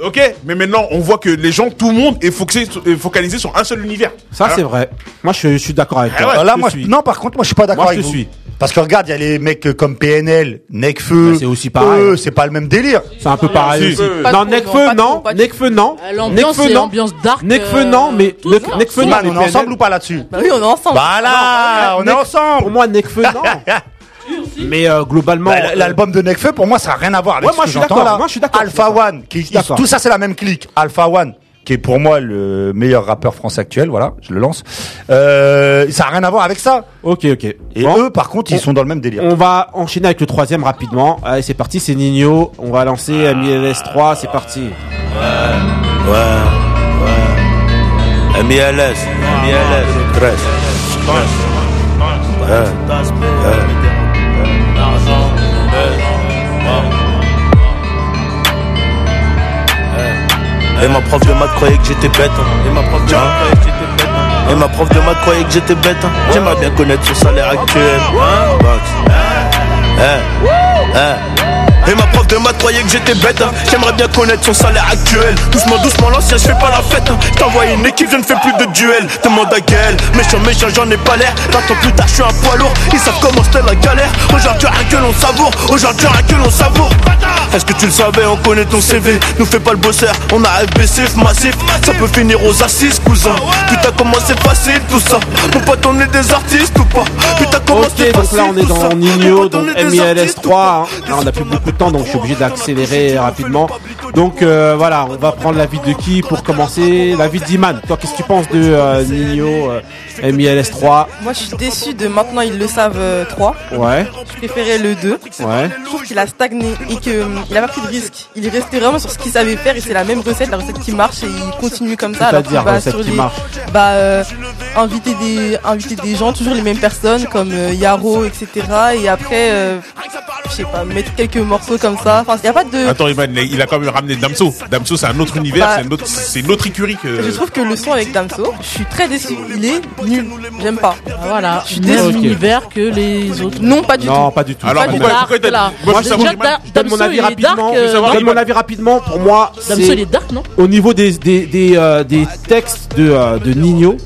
[SPEAKER 3] Ok, mais maintenant on voit que les gens, tout le monde est focalisé, sur- est focalisé sur un seul univers.
[SPEAKER 1] Ça,
[SPEAKER 3] Alors-
[SPEAKER 1] c'est vrai. Moi, je, je suis d'accord avec toi.
[SPEAKER 2] Alors là, moi, Ah. Eh je- non, par contre, moi, je suis pas d'accord
[SPEAKER 1] Moi, je
[SPEAKER 2] avec
[SPEAKER 1] te
[SPEAKER 2] vous.
[SPEAKER 1] suis.
[SPEAKER 2] Parce que regarde, il y a les mecs euh, comme PNL, Necfeu.
[SPEAKER 1] Mais c'est aussi pareil.
[SPEAKER 2] Eux, c'est pas le même délire.
[SPEAKER 1] C'est un peu pareil aussi. Non, Nekfeu, non. Nekfeu, non.
[SPEAKER 2] Euh,
[SPEAKER 9] l'ambiance,
[SPEAKER 1] Nekfeu,
[SPEAKER 9] c'est
[SPEAKER 1] non.
[SPEAKER 9] ambiance dark,
[SPEAKER 1] Nekfeu,
[SPEAKER 9] euh,
[SPEAKER 1] non, mais
[SPEAKER 9] tout ça.
[SPEAKER 1] Nekfeu, non.
[SPEAKER 9] Man,
[SPEAKER 1] mais
[SPEAKER 9] on est
[SPEAKER 1] PNL.
[SPEAKER 2] ensemble ou pas là-dessus
[SPEAKER 4] Bah oui, on est ensemble.
[SPEAKER 2] Voilà,
[SPEAKER 1] Non,
[SPEAKER 2] on est
[SPEAKER 1] Nekfeu-
[SPEAKER 2] ensemble.
[SPEAKER 1] Pour moi, Nekfeu, non. Mais euh, globalement.
[SPEAKER 2] Bah, L'album de Nekfeu, pour moi, ça n'a rien à voir avec
[SPEAKER 1] Ouais,
[SPEAKER 2] ce
[SPEAKER 1] moi,
[SPEAKER 2] que
[SPEAKER 1] je suis
[SPEAKER 2] j'entends
[SPEAKER 1] d'accord,
[SPEAKER 2] là.
[SPEAKER 1] moi, je suis d'accord,
[SPEAKER 2] Alpha One, qui-
[SPEAKER 1] suis d'accord.
[SPEAKER 2] tout ça, c'est la même clique. Alpha One, qui est pour moi le meilleur rappeur français actuel, voilà, je le lance. Euh, ça n'a rien à voir avec ça.
[SPEAKER 1] Ok, ok.
[SPEAKER 2] Et eux, par contre, ils sont dans le même délire.
[SPEAKER 1] On va enchaîner avec le troisième rapidement. Allez, c'est parti, c'est Nino. On va lancer euh, MLS3, c'est parti.
[SPEAKER 12] Euh, Ouais, ouais. MLS, MLS, stress. stress. Ouais, ouais. L'argent, ouais. Et ma prof de maths croyait que j'étais bête. hein. Et ma prof de maths croyait que j'étais bête. hein. Et ma prof de maths croyait que j'étais bête. hein. J'aimerais bien connaître son salaire actuel. Box. Eh, eh. Et ma prof de maths croyait que j'étais bête hein. J'aimerais bien connaître son salaire actuel Doucement doucement l'ancien je fais pas la fête hein. Je t'envoie une équipe je ne fais plus de duel Demande à Gaël Méchant méchant j'en ai pas l'air 20 ans plus tard je suis un poids lourd Ils savent comment c'était la galère Aujourd'hui rien que l'on savoure Aujourd'hui rien que l'on savoure Est-ce que tu le savais on connaît ton CV Nous fais pas le bosseur On a FBCF massif Ça peut finir aux assises cousin Putain comment c'est facile tout ça Mon pote on est des artistes ou pas Putain comment c'est
[SPEAKER 1] Ok, donc
[SPEAKER 12] facile
[SPEAKER 1] là on est
[SPEAKER 12] tout ça
[SPEAKER 1] dans Nino, donc
[SPEAKER 12] on est des
[SPEAKER 1] MILS 3. hein. Là, on a plus beaucoup de temps, donc je suis obligé d'accélérer rapidement. Donc euh, voilà, on va prendre la vie de qui pour commencer La vie d'Iman. Toi, qu'est-ce que tu penses de euh, Nino, euh, MILS 3
[SPEAKER 4] Moi, je suis déçu de maintenant, ils le savent 3.
[SPEAKER 1] Ouais,
[SPEAKER 4] Je préférais le 2.
[SPEAKER 1] ouais.
[SPEAKER 4] Je trouve qu'il a stagné et qu'il n'a pas pris de risque. Il est resté vraiment sur ce qu'il savait faire et c'est la même recette, la recette qui marche et il continue comme ça. alors qu'il
[SPEAKER 1] C'est-à-dire,
[SPEAKER 4] va
[SPEAKER 1] recette
[SPEAKER 4] sur
[SPEAKER 1] qui
[SPEAKER 4] les-
[SPEAKER 1] marche
[SPEAKER 4] Bah, euh, inviter, des, inviter des gens, toujours les mêmes personnes comme euh, Yaro, etc. Et après, euh, je sais pas, mettre quelques morceaux comme ça. Enfin, il n'y a pas
[SPEAKER 1] Ah,
[SPEAKER 4] de.
[SPEAKER 3] Attends, Iman, il a- il a quand même ramené Damso. Damso, c'est un autre univers,
[SPEAKER 4] Bah,
[SPEAKER 3] c'est une autre, c'est une autre écurie que.
[SPEAKER 4] Je trouve que le son avec Damso, je suis très déçu. Il est nul. J'aime pas.
[SPEAKER 9] Voilà,
[SPEAKER 4] Je suis
[SPEAKER 9] même
[SPEAKER 4] déçue.
[SPEAKER 9] univers que les autres.
[SPEAKER 4] Non, pas du
[SPEAKER 1] Non, pas du tout.
[SPEAKER 9] Alors, Pas du pourquoi- tout. pourquoi t'as- Dark, moi, là. je veux savoir,
[SPEAKER 1] je
[SPEAKER 9] Dark-
[SPEAKER 1] donne mon
[SPEAKER 9] Damso,
[SPEAKER 1] avis
[SPEAKER 9] il est
[SPEAKER 1] rapidement.
[SPEAKER 9] dark, euh,
[SPEAKER 1] Je donne
[SPEAKER 9] Dark.
[SPEAKER 1] mon avis rapidement. Pour moi,
[SPEAKER 9] Damso,
[SPEAKER 1] c'est-
[SPEAKER 9] il est dark, non
[SPEAKER 1] Au niveau des, des, des, euh, des textes de, euh, de Nino,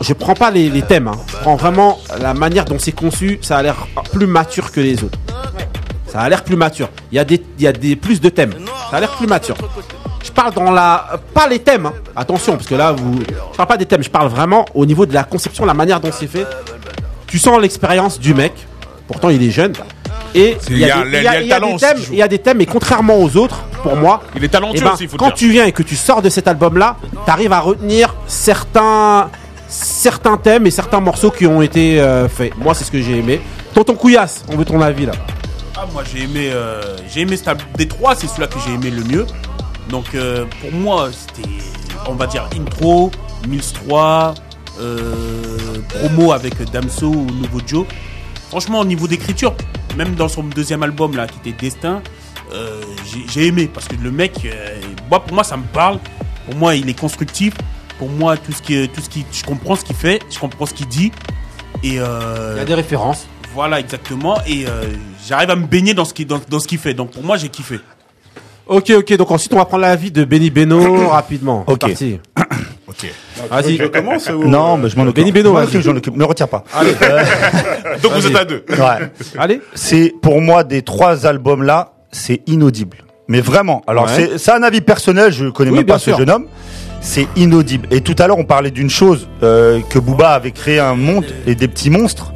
[SPEAKER 1] je prends pas les, les thèmes. hein. Je prends vraiment la manière dont c'est conçu. Ça a l'air plus mature que les autres. Ça a l'air plus mature. Il y a, des, il y a des, plus de thèmes. Ça a l'air plus mature. Je parle dans la. euh, Pas les thèmes, hein. attention, parce que là, vous. Je parle pas des thèmes, je parle vraiment au niveau de la conception, la manière dont c'est fait. Tu sens l'expérience du mec, pourtant il est jeune. Et
[SPEAKER 3] C'est-
[SPEAKER 1] il
[SPEAKER 3] il
[SPEAKER 1] y
[SPEAKER 3] y a
[SPEAKER 1] a des-
[SPEAKER 3] le-
[SPEAKER 1] il y
[SPEAKER 3] il y a
[SPEAKER 1] a-
[SPEAKER 3] le
[SPEAKER 1] il y a
[SPEAKER 3] talent
[SPEAKER 1] des
[SPEAKER 3] aussi
[SPEAKER 1] thèmes, il y a des thèmes, et contrairement aux autres, pour moi.
[SPEAKER 3] Il est talentueux
[SPEAKER 1] eh ben,
[SPEAKER 3] aussi, faut le
[SPEAKER 1] Quand
[SPEAKER 3] dire.
[SPEAKER 1] tu viens et que tu sors de cet album-là, t'arrives à retenir certains. Certains thèmes et certains morceaux qui ont été euh, faits. Moi, c'est ce que j'ai aimé. Tonton Couillasse, on veut ton avis là.
[SPEAKER 6] Ah, moi j'ai aimé, euh, j'ai aimé cet album. Des trois, c'est celui-là que j'ai aimé le mieux. Donc euh, pour moi, c'était, on va dire, intro, Mills 3, euh, promo avec Damso ou Nouveau Joe. Franchement, au niveau d'écriture, même dans son deuxième album là, qui était Destin, euh, j'ai- j'ai aimé parce que le mec, euh, moi, pour moi, ça me parle. Pour moi, il est constructif. Pour moi, tout ce qui, tout ce qui, je comprends ce qu'il fait, je comprends ce qu'il dit. Et euh,
[SPEAKER 1] Il y a des références.
[SPEAKER 6] Voilà, exactement. Et euh, j'arrive à me baigner dans ce qu'il dans, dans ce qu'il fait. Donc pour moi, j'ai kiffé.
[SPEAKER 1] Ok, ok, donc ensuite on va prendre l'avis de Benny Beno rapidement. Ok. Parti.
[SPEAKER 3] Ok.
[SPEAKER 1] Vas-y.
[SPEAKER 5] Je commence ou-
[SPEAKER 2] Ah, Non, mais je m'en occupe.
[SPEAKER 1] Benny Beno,
[SPEAKER 2] Moi,
[SPEAKER 1] vas-y.
[SPEAKER 2] je m'en occupe. Me retire pas.
[SPEAKER 3] Donc vous êtes à deux.
[SPEAKER 2] Ouais.
[SPEAKER 1] Allez.
[SPEAKER 2] C'est pour moi des trois albums là, c'est inaudible. Mais vraiment. Alors
[SPEAKER 1] Ouais.
[SPEAKER 2] c'est c'est un avis personnel. Je connais
[SPEAKER 1] Oui,
[SPEAKER 2] même pas
[SPEAKER 1] bien sûr.
[SPEAKER 2] ce jeune homme. C'est inaudible. Et tout à l'heure, on parlait d'une chose euh, que Booba avait créé un monde et des petits monstres.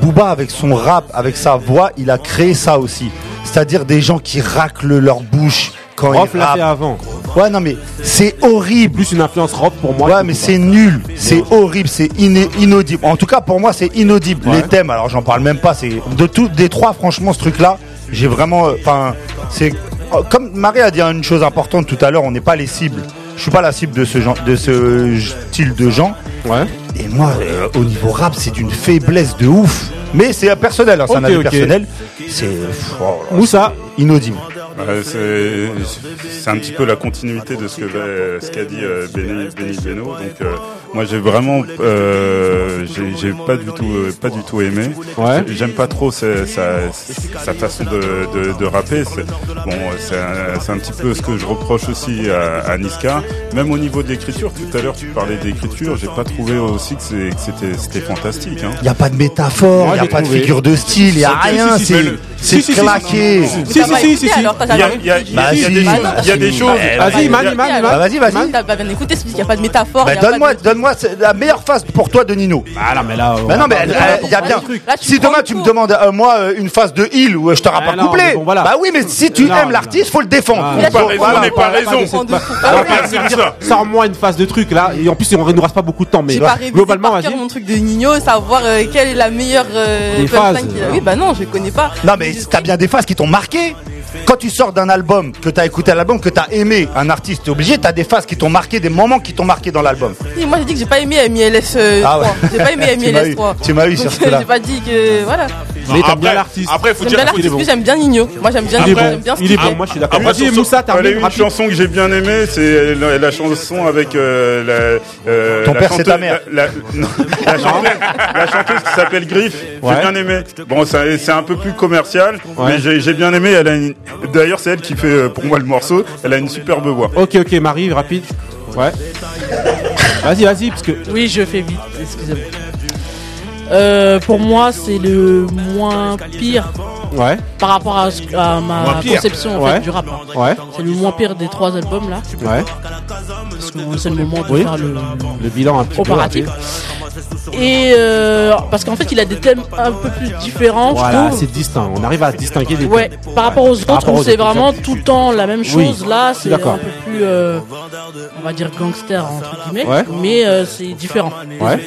[SPEAKER 2] Booba avec son rap, avec sa voix, il a créé ça aussi. C'est-à-dire des gens qui raclent leur bouche quand
[SPEAKER 1] Rof
[SPEAKER 2] ils
[SPEAKER 1] l'a
[SPEAKER 2] rappent.
[SPEAKER 1] fait avant.
[SPEAKER 2] Ouais, non, mais c'est horrible.
[SPEAKER 1] Plus une influence rock pour moi.
[SPEAKER 2] Ouais, mais c'est nul. C'est horrible. C'est iné- inaudible. En tout cas, pour moi, c'est inaudible. Les thèmes, alors j'en parle même pas. C'est de tous des trois, franchement, ce truc-là, j'ai vraiment. euh, Enfin, c'est oh, comme Marie a dit une chose importante tout à l'heure. On n'est pas les cibles. Je suis pas la cible de ce genre, de ce style de gens.
[SPEAKER 1] Ouais.
[SPEAKER 2] Et moi, euh, au niveau rap, c'est d'une faiblesse de ouf. Mais c'est personnel. hein, c'est un
[SPEAKER 1] Ok,
[SPEAKER 2] avis
[SPEAKER 1] ok.
[SPEAKER 2] personnel. C'est pff, oh là là,
[SPEAKER 1] Moussa.
[SPEAKER 2] c'est inaudible.
[SPEAKER 5] Euh, c'est c'est un petit peu la continuité de ce que va- ce qu'a dit euh, Benny Benny Beno. Donc euh, moi j'ai vraiment euh, j'ai j'ai pas du tout euh, pas du tout aimé.
[SPEAKER 1] Ouais.
[SPEAKER 5] J'ai- J'aime pas trop sa, sa- sa façon de, de, de rapper. C'est- Bon euh, c'est un, c'est un petit peu ce que je reproche aussi à, à Niska. Même au niveau de l'écriture. Tout à l'heure tu parlais d'écriture. J'ai pas trouvé aussi que c'est- que c'était c'était fantastique. hein.
[SPEAKER 2] Il n'y a pas de métaphore,
[SPEAKER 5] Moi,
[SPEAKER 2] il n'y a
[SPEAKER 5] j'ai
[SPEAKER 2] pas de
[SPEAKER 5] trouvé.
[SPEAKER 2] figure de style, il n'y a
[SPEAKER 5] Si, si,
[SPEAKER 2] rien,
[SPEAKER 5] si,
[SPEAKER 2] c'est
[SPEAKER 5] mais le-
[SPEAKER 2] c'est
[SPEAKER 5] Si, si, si,
[SPEAKER 2] claqué.
[SPEAKER 5] si, si, si, si, si, si, si.
[SPEAKER 4] alors, t'as
[SPEAKER 5] Il y a-
[SPEAKER 4] jamais
[SPEAKER 5] il y a-
[SPEAKER 4] dit.
[SPEAKER 5] il y a des choses- il y a des choses.
[SPEAKER 2] Vas-y,
[SPEAKER 4] Iman, Iman,
[SPEAKER 2] Iman, Iman.
[SPEAKER 4] Iman.
[SPEAKER 2] Bah, vas-y, vas-y.
[SPEAKER 4] Iman, T'as pas bien écouté, c'est parce qu'il n'y a pas de métaphore.
[SPEAKER 2] Bah,
[SPEAKER 4] il y a pas
[SPEAKER 2] donne-moi, donne-moi c'est la meilleure phase pour toi de Nino.
[SPEAKER 1] Ah non, mais là.
[SPEAKER 2] Bah non, mais
[SPEAKER 1] on
[SPEAKER 2] elle-
[SPEAKER 1] va
[SPEAKER 2] elle- il y a
[SPEAKER 1] pas
[SPEAKER 2] bien.
[SPEAKER 1] le truc.
[SPEAKER 4] Là, tu
[SPEAKER 2] Si
[SPEAKER 4] prends
[SPEAKER 2] demain
[SPEAKER 4] le
[SPEAKER 2] tu
[SPEAKER 4] coup.
[SPEAKER 2] me demandes, euh, moi, euh, une phase de heal où euh, je t'aurai
[SPEAKER 1] Ah
[SPEAKER 2] pas
[SPEAKER 1] non, mais
[SPEAKER 2] couplé.
[SPEAKER 1] bon, voilà.
[SPEAKER 2] Bah oui, mais si tu
[SPEAKER 1] Non,
[SPEAKER 2] aimes
[SPEAKER 1] non.
[SPEAKER 2] l'artiste, faut le défendre.
[SPEAKER 1] Ah,
[SPEAKER 2] Faut-
[SPEAKER 1] on n'est pas
[SPEAKER 2] voilà.
[SPEAKER 1] raison, on n'est
[SPEAKER 3] pas raison.
[SPEAKER 1] On
[SPEAKER 4] de
[SPEAKER 1] va pas se dire, Sors-moi une phase de truc là. Et en plus, on ne reste pas beaucoup de temps, mais
[SPEAKER 4] J'ai pas révisé
[SPEAKER 1] globalement,
[SPEAKER 4] par
[SPEAKER 1] vas-y.
[SPEAKER 4] cœur mon truc de Nino, savoir euh, quelle est la meilleure euh,
[SPEAKER 1] Des
[SPEAKER 4] punchline
[SPEAKER 1] phases,
[SPEAKER 4] qu'il a.
[SPEAKER 1] hein.
[SPEAKER 4] Oui, bah non, je connais pas.
[SPEAKER 2] Non, mais t'as bien des phases qui t'ont marqué. Quand tu sors d'un album, que t'as écouté l'album, que t'as aimé un artiste, t'es obligé, t'as des phases qui t'ont marqué, des moments qui t'ont marqué dans l'album.
[SPEAKER 4] Si, moi j'ai dit que j'ai pas aimé MILS euh,
[SPEAKER 2] Ah
[SPEAKER 4] 3.
[SPEAKER 2] ouais.
[SPEAKER 4] J'ai pas aimé
[SPEAKER 2] Tu m'as
[SPEAKER 4] MILS
[SPEAKER 2] eu.
[SPEAKER 4] 3.
[SPEAKER 2] Tu m'as eu
[SPEAKER 4] Donc,
[SPEAKER 2] sur ce coup-là.
[SPEAKER 4] J'ai pas dit que. Voilà.
[SPEAKER 1] Mais t'aimes
[SPEAKER 3] après-
[SPEAKER 1] bien l'artiste.
[SPEAKER 3] Après, faut
[SPEAKER 4] J'aime
[SPEAKER 3] dire
[SPEAKER 4] bien
[SPEAKER 3] qu'il est
[SPEAKER 4] l'artiste,
[SPEAKER 3] bon.
[SPEAKER 4] mais j'aime bien Nino. Moi, j'aime bien
[SPEAKER 5] Il est
[SPEAKER 4] Nino,
[SPEAKER 5] bon.
[SPEAKER 4] j'aime bien ce
[SPEAKER 5] Il est
[SPEAKER 4] qu'il
[SPEAKER 5] bon.
[SPEAKER 4] fait.
[SPEAKER 5] Moi, je suis d'accord.
[SPEAKER 1] Après, Vas-y, chanson- Moussa, termine
[SPEAKER 5] Elle est une
[SPEAKER 1] rapide.
[SPEAKER 5] chanson que j'ai bien aimée, c'est la, la chanson avec euh, la. euh,
[SPEAKER 2] Ton
[SPEAKER 5] la
[SPEAKER 2] père, c'est ta
[SPEAKER 5] chanteuse-
[SPEAKER 2] mère.
[SPEAKER 5] La, la- non, la chanteuse, la chanteuse qui s'appelle Griff.
[SPEAKER 2] Ouais.
[SPEAKER 5] J'ai bien aimé. Bon, ça- c'est un peu plus commercial, mais j'ai j'ai bien aimé. Elle a une- D'ailleurs, c'est elle qui fait euh, pour moi le morceau. Elle a une superbe voix.
[SPEAKER 1] Ok, ok, Marie, rapide. Ouais. Vas-y, vas-y, parce que.
[SPEAKER 9] Oui, je fais vite, excusez-moi. Euh, pour moi, c'est le moins pire
[SPEAKER 1] Ouais.
[SPEAKER 9] par rapport à, ce- à ma
[SPEAKER 1] Moins pire.
[SPEAKER 9] conception en fait,
[SPEAKER 1] Ouais.
[SPEAKER 9] du rap.
[SPEAKER 1] Ouais.
[SPEAKER 9] C'est le moins pire des trois albums là.
[SPEAKER 1] Ouais.
[SPEAKER 9] Parce que c'est le moment de
[SPEAKER 1] Oui.
[SPEAKER 9] faire le
[SPEAKER 1] Le bilan un petit peu
[SPEAKER 9] comparatif.
[SPEAKER 1] rapide.
[SPEAKER 9] Et euh, parce qu'en fait, il a des thèmes un peu plus différents,
[SPEAKER 1] Voilà,
[SPEAKER 9] je trouve.
[SPEAKER 1] c'est distinct. On arrive à distinguer les
[SPEAKER 9] Ouais, par rapport aux
[SPEAKER 1] Par
[SPEAKER 9] autres,
[SPEAKER 1] rapport
[SPEAKER 9] où
[SPEAKER 1] aux
[SPEAKER 9] c'est
[SPEAKER 1] autres,
[SPEAKER 9] vraiment tout le temps la même chose.
[SPEAKER 1] Oui,
[SPEAKER 9] Là,
[SPEAKER 1] je suis
[SPEAKER 9] c'est un
[SPEAKER 1] d'accord.
[SPEAKER 9] peu plus, euh, on va dire gangster entre guillemets,
[SPEAKER 1] Ouais.
[SPEAKER 9] mais euh, c'est différent.
[SPEAKER 1] Ouais.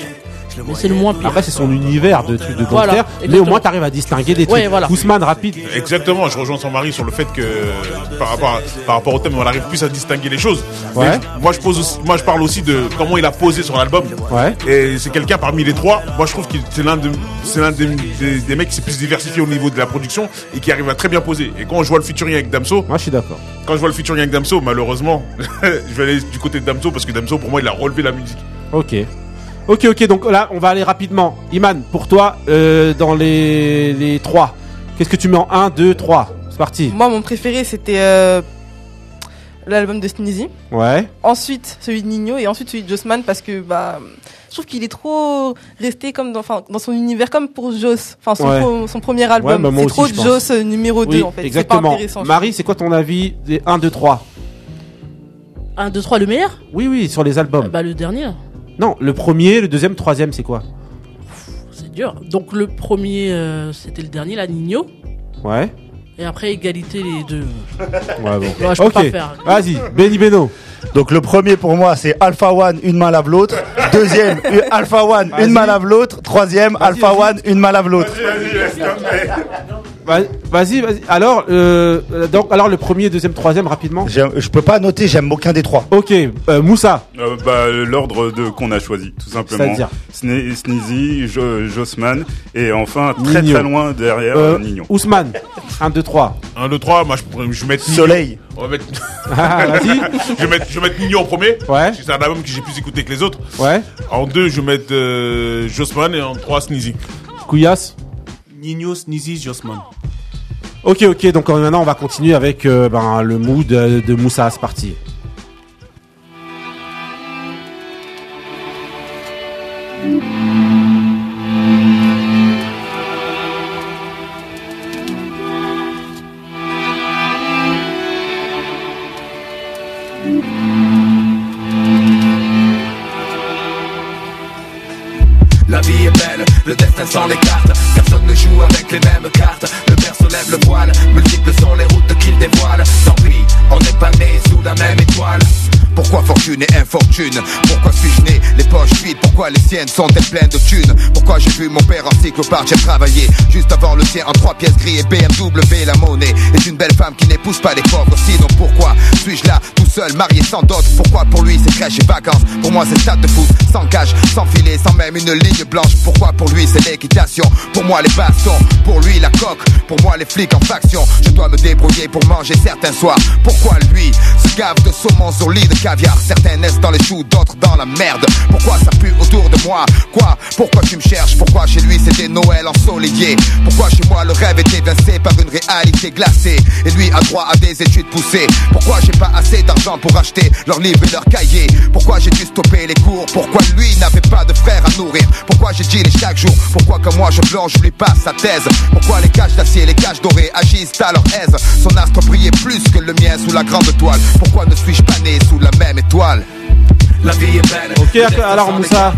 [SPEAKER 9] Mais c'est le moins pire.
[SPEAKER 1] Après, c'est son univers de trucs de gangster.
[SPEAKER 9] Voilà,
[SPEAKER 1] mais au
[SPEAKER 9] exactement.
[SPEAKER 1] moins, t'arrives à distinguer des trucs.
[SPEAKER 9] Ouais, voilà.
[SPEAKER 1] Ousmane, rapide.
[SPEAKER 3] Exactement, je rejoins son mari sur le fait que euh, par rapport, à- par rapport au thème, on arrive plus à distinguer les choses.
[SPEAKER 1] Ouais.
[SPEAKER 3] Mais Moi je, pose aussi- moi, je parle aussi de comment il a posé sur l'album.
[SPEAKER 1] Ouais.
[SPEAKER 3] Et c'est quelqu'un parmi les trois. Moi, je trouve que c'est l'un de, c'est l'un des, des- des mecs qui s'est plus diversifié au niveau de la production et qui arrive à très bien poser. Et quand je vois le featuring avec Damso,
[SPEAKER 1] Moi, je suis d'accord.
[SPEAKER 3] quand je vois le featuring avec Damso, malheureusement, je vais aller du côté de Damso parce que Damso, pour moi, il a relevé la musique.
[SPEAKER 1] Ok. Ok, ok, donc là, on va aller rapidement. Iman, pour toi, euh, dans les, les trois, qu'est-ce que tu mets en 1, 2, 3 C'est parti.
[SPEAKER 4] Moi, mon préféré, c'était euh, l'album de Sneezy.
[SPEAKER 1] Ouais.
[SPEAKER 4] Ensuite, celui de Nino et ensuite celui de Jossman parce que bah je trouve qu'il est trop resté comme dans, enfin, dans son univers comme pour Joss. Enfin son,
[SPEAKER 1] Ouais.
[SPEAKER 4] pro- son premier
[SPEAKER 1] Ouais,
[SPEAKER 4] album,
[SPEAKER 1] bah, moi
[SPEAKER 4] c'est
[SPEAKER 1] aussi,
[SPEAKER 4] trop
[SPEAKER 1] je pense.
[SPEAKER 4] Joss euh, numéro 2
[SPEAKER 1] Oui,
[SPEAKER 4] en fait, c'est pas
[SPEAKER 1] Exactement.
[SPEAKER 4] intéressant. je
[SPEAKER 1] Marie, c'est quoi ton avis des 1, 2, 3
[SPEAKER 9] 1, 2, 3, le meilleur
[SPEAKER 1] Oui, oui, sur les albums.
[SPEAKER 9] Bah, le dernier,
[SPEAKER 1] Non, le premier, le deuxième, troisième, c'est quoi
[SPEAKER 9] c'est dur. Donc, le premier, euh, c'était le dernier, la Nino.
[SPEAKER 1] Ouais.
[SPEAKER 9] Et après, égalité, les deux.
[SPEAKER 1] Ouais, bon.
[SPEAKER 9] Ouais, je peux pas faire.
[SPEAKER 1] Vas-y, Benny Beno.
[SPEAKER 2] Donc le premier pour moi c'est Alpha One, une main lave l'autre. Deuxième, une- Alpha One, une main lave l'autre. Troisième, Alpha One, une main lave l'autre.
[SPEAKER 1] Va- Vas-y, vas-y. Alors, euh, euh, donc, alors le premier, deuxième, troisième, rapidement.
[SPEAKER 2] J'aime- Je peux pas noter, j'aime aucun des trois.
[SPEAKER 1] Ok, euh, Moussa.
[SPEAKER 5] Euh, bah, l'ordre de qu'on a choisi, tout simplement.
[SPEAKER 1] C'est-à-dire
[SPEAKER 5] Sne- Sneezy, Jo- Jossman, et enfin très
[SPEAKER 1] Nino.
[SPEAKER 5] très loin derrière
[SPEAKER 1] Euh,
[SPEAKER 5] Nino.
[SPEAKER 1] Ousmane. 1, 2, 3.
[SPEAKER 3] 1, 2, 3, moi je, pourrais- je vais mettre.
[SPEAKER 2] Soleil.
[SPEAKER 3] Nino. On va mettre.
[SPEAKER 1] Ah, vas-y.
[SPEAKER 3] je vais mettre, je vais mettre Nino en premier.
[SPEAKER 1] Ouais.
[SPEAKER 3] C'est un album que j'ai plus écouté que les autres.
[SPEAKER 1] Ouais.
[SPEAKER 3] En 2, je vais mettre euh, Jossman et en 3, Sneezy.
[SPEAKER 1] Couillasse.
[SPEAKER 6] Nino, Sneezy, Jossman.
[SPEAKER 1] Ok, ok, donc euh, maintenant on va continuer avec euh, ben, le mood euh, de Moussa, c'est parti.
[SPEAKER 16] La vie est belle, le destin sans les cartes Personne ne joue avec les mêmes cartes Le père se lève le voile Multiples sont les routes qu'il dévoile Tant pis, on n'est pas né sous la même étoile
[SPEAKER 17] Pourquoi fortune et infortune Pourquoi suis-je né les poches vides Pourquoi les siennes sont-elles pleines de thunes Pourquoi j'ai vu mon père en cycloparte J'ai travaillé juste avant le tien en trois pièces gris et BMW la monnaie est une belle femme qui n'épouse pas les pauvres Sinon pourquoi suis-je là tout seul marié sans dot Pourquoi pour lui c'est crèche et vacances Pour moi c'est stade de foot sans cage, sans filet, sans même une ligne blanche Pourquoi pour lui c'est l'équitation Pour moi les bastons, pour lui la coque Pour moi les flics en faction Je dois me débrouiller pour manger certains soirs Pourquoi lui se gave de saumon sur lit de caviar Certains naissent dans les choux, d'autres dans la merde Pourquoi ça pue autour de moi Quoi Pourquoi tu me cherches Pourquoi chez lui c'était Noël en solidier Pourquoi chez moi le rêve est évincé par une réalité glacée Et lui a droit à des études poussées Pourquoi j'ai pas assez d'argent pour acheter leurs livres et leurs cahiers Pourquoi j'ai dû stopper les cours Pourquoi lui n'avait pas de frère à nourrir Pourquoi j'ai dealé chaque jour Pourquoi quand moi je blanche, je lui passe sa thèse Pourquoi les cages d'acier, les cages dorées agissent à leur aise Son astre brillait plus que le mien sous la grande toile Pourquoi ne suis-je pas né sous la même étoile
[SPEAKER 16] La vie est belle
[SPEAKER 1] Ok, alors Moussa,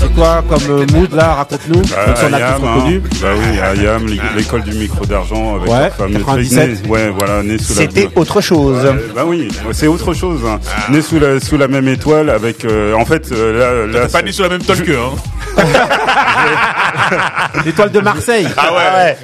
[SPEAKER 1] c'est quoi comme euh, mood là Raconte-nous.
[SPEAKER 5] Bah,
[SPEAKER 1] Comme son artiste
[SPEAKER 5] Ayam, hein.
[SPEAKER 1] reconnu.
[SPEAKER 5] Bah oui, Ayam, l'é- l'école du micro d'argent avec
[SPEAKER 1] Ouais,
[SPEAKER 5] leur fameux
[SPEAKER 1] 97.
[SPEAKER 5] truc né- Ouais, voilà, né sous la
[SPEAKER 2] C'était autre chose.
[SPEAKER 5] Ouais, bah oui, c'est autre chose. hein. Né sous la, sous la même étoile avec. euh, en fait, euh, là. là
[SPEAKER 3] Pas né sous la même tol que, hein.
[SPEAKER 1] L'étoile de Marseille.
[SPEAKER 3] Ah ouais.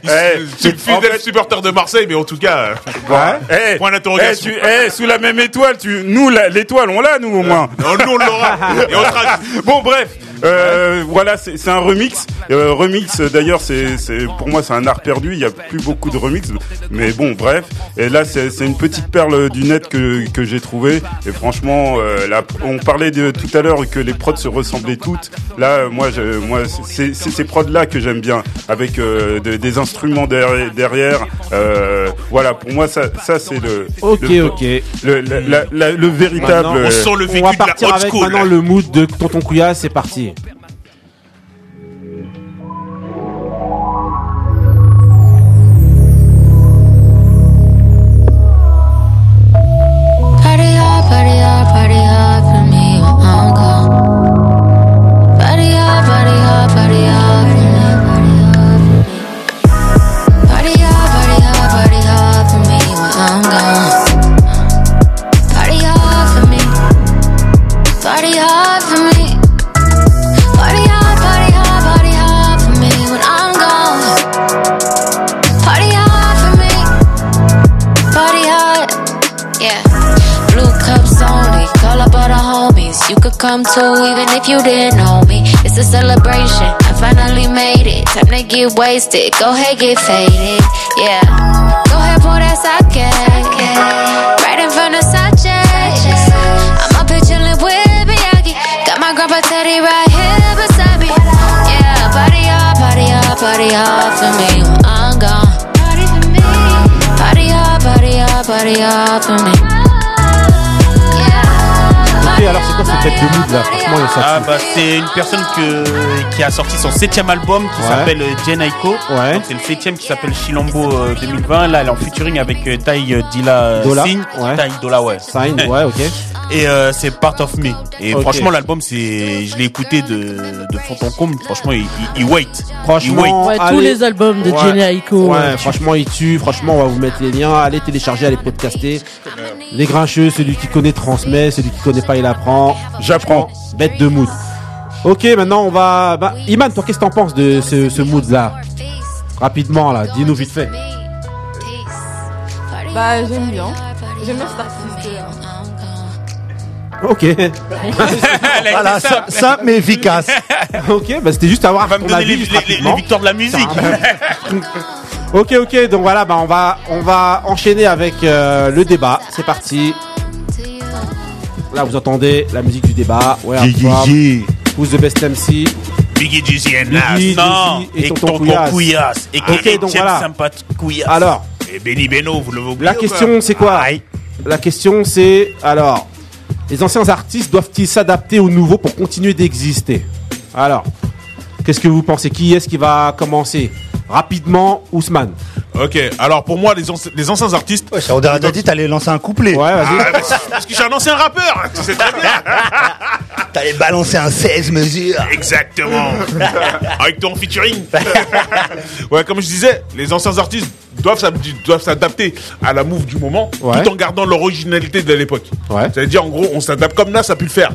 [SPEAKER 3] C'est le fidèle supporter de Marseille, mais en tout cas. euh,
[SPEAKER 5] Eh,
[SPEAKER 3] Point d'interrogation.
[SPEAKER 5] eh, tu- eh, sous
[SPEAKER 3] Euh,
[SPEAKER 5] la même étoile, tu, nous, la- l'étoile, on l'a, nous, au moins.
[SPEAKER 3] Non, nous, on l'aura. Et on sera-
[SPEAKER 5] bon, bref. Euh, voilà, c'est c'est un remix. Euh, remix, euh, d'ailleurs, c'est c'est- pour moi, c'est un art perdu. Il n'y a plus beaucoup de remix. Mais bon, bref. Et là, c'est c'est une petite perle du net que, que j'ai trouvée. Et franchement, euh, la- on parlait de, tout à l'heure que les prods se ressemblaient toutes. Là, euh, moi, je, moi c'est c'est ces prods-là que j'aime bien. Avec euh, de- des instruments derrière. derrière. Euh, voilà, pour moi, ça, ça c'est le.
[SPEAKER 1] Ok,
[SPEAKER 5] le-
[SPEAKER 1] ok.
[SPEAKER 5] Le, la- la- la- le véritable. euh,
[SPEAKER 1] Maintenant, on va partir avec maintenant le mood de Tonton Couilla, c'est parti.
[SPEAKER 18] Party hard, party hard, party hard for me when I'm gone. Party hard, party hard, party hard for me, party hard for me. Party hard, party hard, party hard for me when I'm gone. Party hard for me. Party hard for me. Party hard, party hard, party hard for me when I'm gone. Party hard for me. Party hard. Yeah. Blue cups only. Call up all the homies. You could come too, even if you didn't know me. It's a celebration. I finally made it. Time to get wasted. Go ahead, get faded. Yeah. Go ahead, pour that sake. Right in front of Sache. I'm up here chilling with Miyagi. Got my grandpa Teddy right here beside me. Yeah. Party hard, party hard, party hard for me when I'm gone. Party hard, party hard, party hard for me.
[SPEAKER 1] Ok, alors c'est quoi cette tête de mood là Franchement, il y a ça.
[SPEAKER 6] Ah bah c'est une personne que, qui a sorti son septième album qui
[SPEAKER 1] Ouais.
[SPEAKER 6] s'appelle euh, Jen Aiko. Donc, C'est le septième qui s'appelle Chilambo euh, 2020. Là elle est en featuring avec euh, Tai euh, Dilla
[SPEAKER 1] Dola,
[SPEAKER 6] Singh. Tai Dola ouais.
[SPEAKER 1] Sign, ouais, ok.
[SPEAKER 6] Et euh, c'est Part of Me. Et
[SPEAKER 1] Ok.
[SPEAKER 6] franchement l'album c'est, je l'ai écouté de, de fond en comble. Franchement il, il- il wait.
[SPEAKER 1] Franchement,
[SPEAKER 6] il wait.
[SPEAKER 9] Ouais, tous les albums de Jenny Aiko,
[SPEAKER 1] Ouais,
[SPEAKER 9] ouais.
[SPEAKER 1] franchement, il tue. Franchement, on va vous mettre les liens. Allez télécharger, allez podcaster. Les grincheux, celui qui connaît transmet, celui qui connaît pas, il apprend. J'apprends. Bête de mood. Ok, maintenant on va. Bah, Iman, toi, qu'est-ce que t'en penses de ce, ce mood là Rapidement là, dis-nous vite fait.
[SPEAKER 4] Bah j'aime bien. J'aime bien cet artiste. euh.
[SPEAKER 1] Ok.
[SPEAKER 2] Voilà, simple. simple mais efficace.
[SPEAKER 1] ok, bah c'était juste à voir.
[SPEAKER 2] va me
[SPEAKER 1] ton
[SPEAKER 2] donner
[SPEAKER 1] avis,
[SPEAKER 2] les- les-
[SPEAKER 1] rapidement.
[SPEAKER 2] les victoires
[SPEAKER 6] de la musique.
[SPEAKER 1] ok, ok, donc voilà, bah on va, on va enchaîner avec euh, le débat. C'est parti. Là, vous entendez la musique du débat. Ouais,
[SPEAKER 2] Yé, yé,
[SPEAKER 1] un
[SPEAKER 2] yé.
[SPEAKER 1] programme. Who's the best MC
[SPEAKER 6] Biggie Juicy and Nas.
[SPEAKER 1] Biggie,
[SPEAKER 6] Non.
[SPEAKER 1] Juicy et
[SPEAKER 6] Et
[SPEAKER 1] Tonton
[SPEAKER 6] Tonton
[SPEAKER 1] Couillasse.
[SPEAKER 6] Couillasse. Et
[SPEAKER 1] Ah, ok,
[SPEAKER 6] Khaled
[SPEAKER 1] donc
[SPEAKER 6] James
[SPEAKER 1] voilà.
[SPEAKER 6] Sampat Couillasse.
[SPEAKER 1] Alors.
[SPEAKER 6] Et Benny Beno vous le voulez
[SPEAKER 1] La question, c'est quoi La question, c'est alors, les anciens artistes doivent-ils s'adapter aux nouveaux pour continuer d'exister Alors, qu'est-ce que vous pensez Qui est-ce qui va commencer Rapidement, Ousmane.
[SPEAKER 3] Ok, alors pour moi, les, anci- les anciens artistes.
[SPEAKER 2] Ouais, on a dit t'allais lancer un couplet.
[SPEAKER 1] Ouais,
[SPEAKER 3] Ah, bah, c'est- parce que je suis un ancien rappeur, tu sais très bien.
[SPEAKER 2] T'allais balancer un 16 mesures.
[SPEAKER 3] Exactement. Avec ton featuring. ouais, comme je disais, les anciens artistes doivent s'ab- doivent s'adapter à la move du moment
[SPEAKER 1] Ouais.
[SPEAKER 3] tout en gardant leur originalité de l'époque.
[SPEAKER 1] Ouais.
[SPEAKER 3] C'est-à-dire, en gros, on s'adapte comme Nas a pu le faire.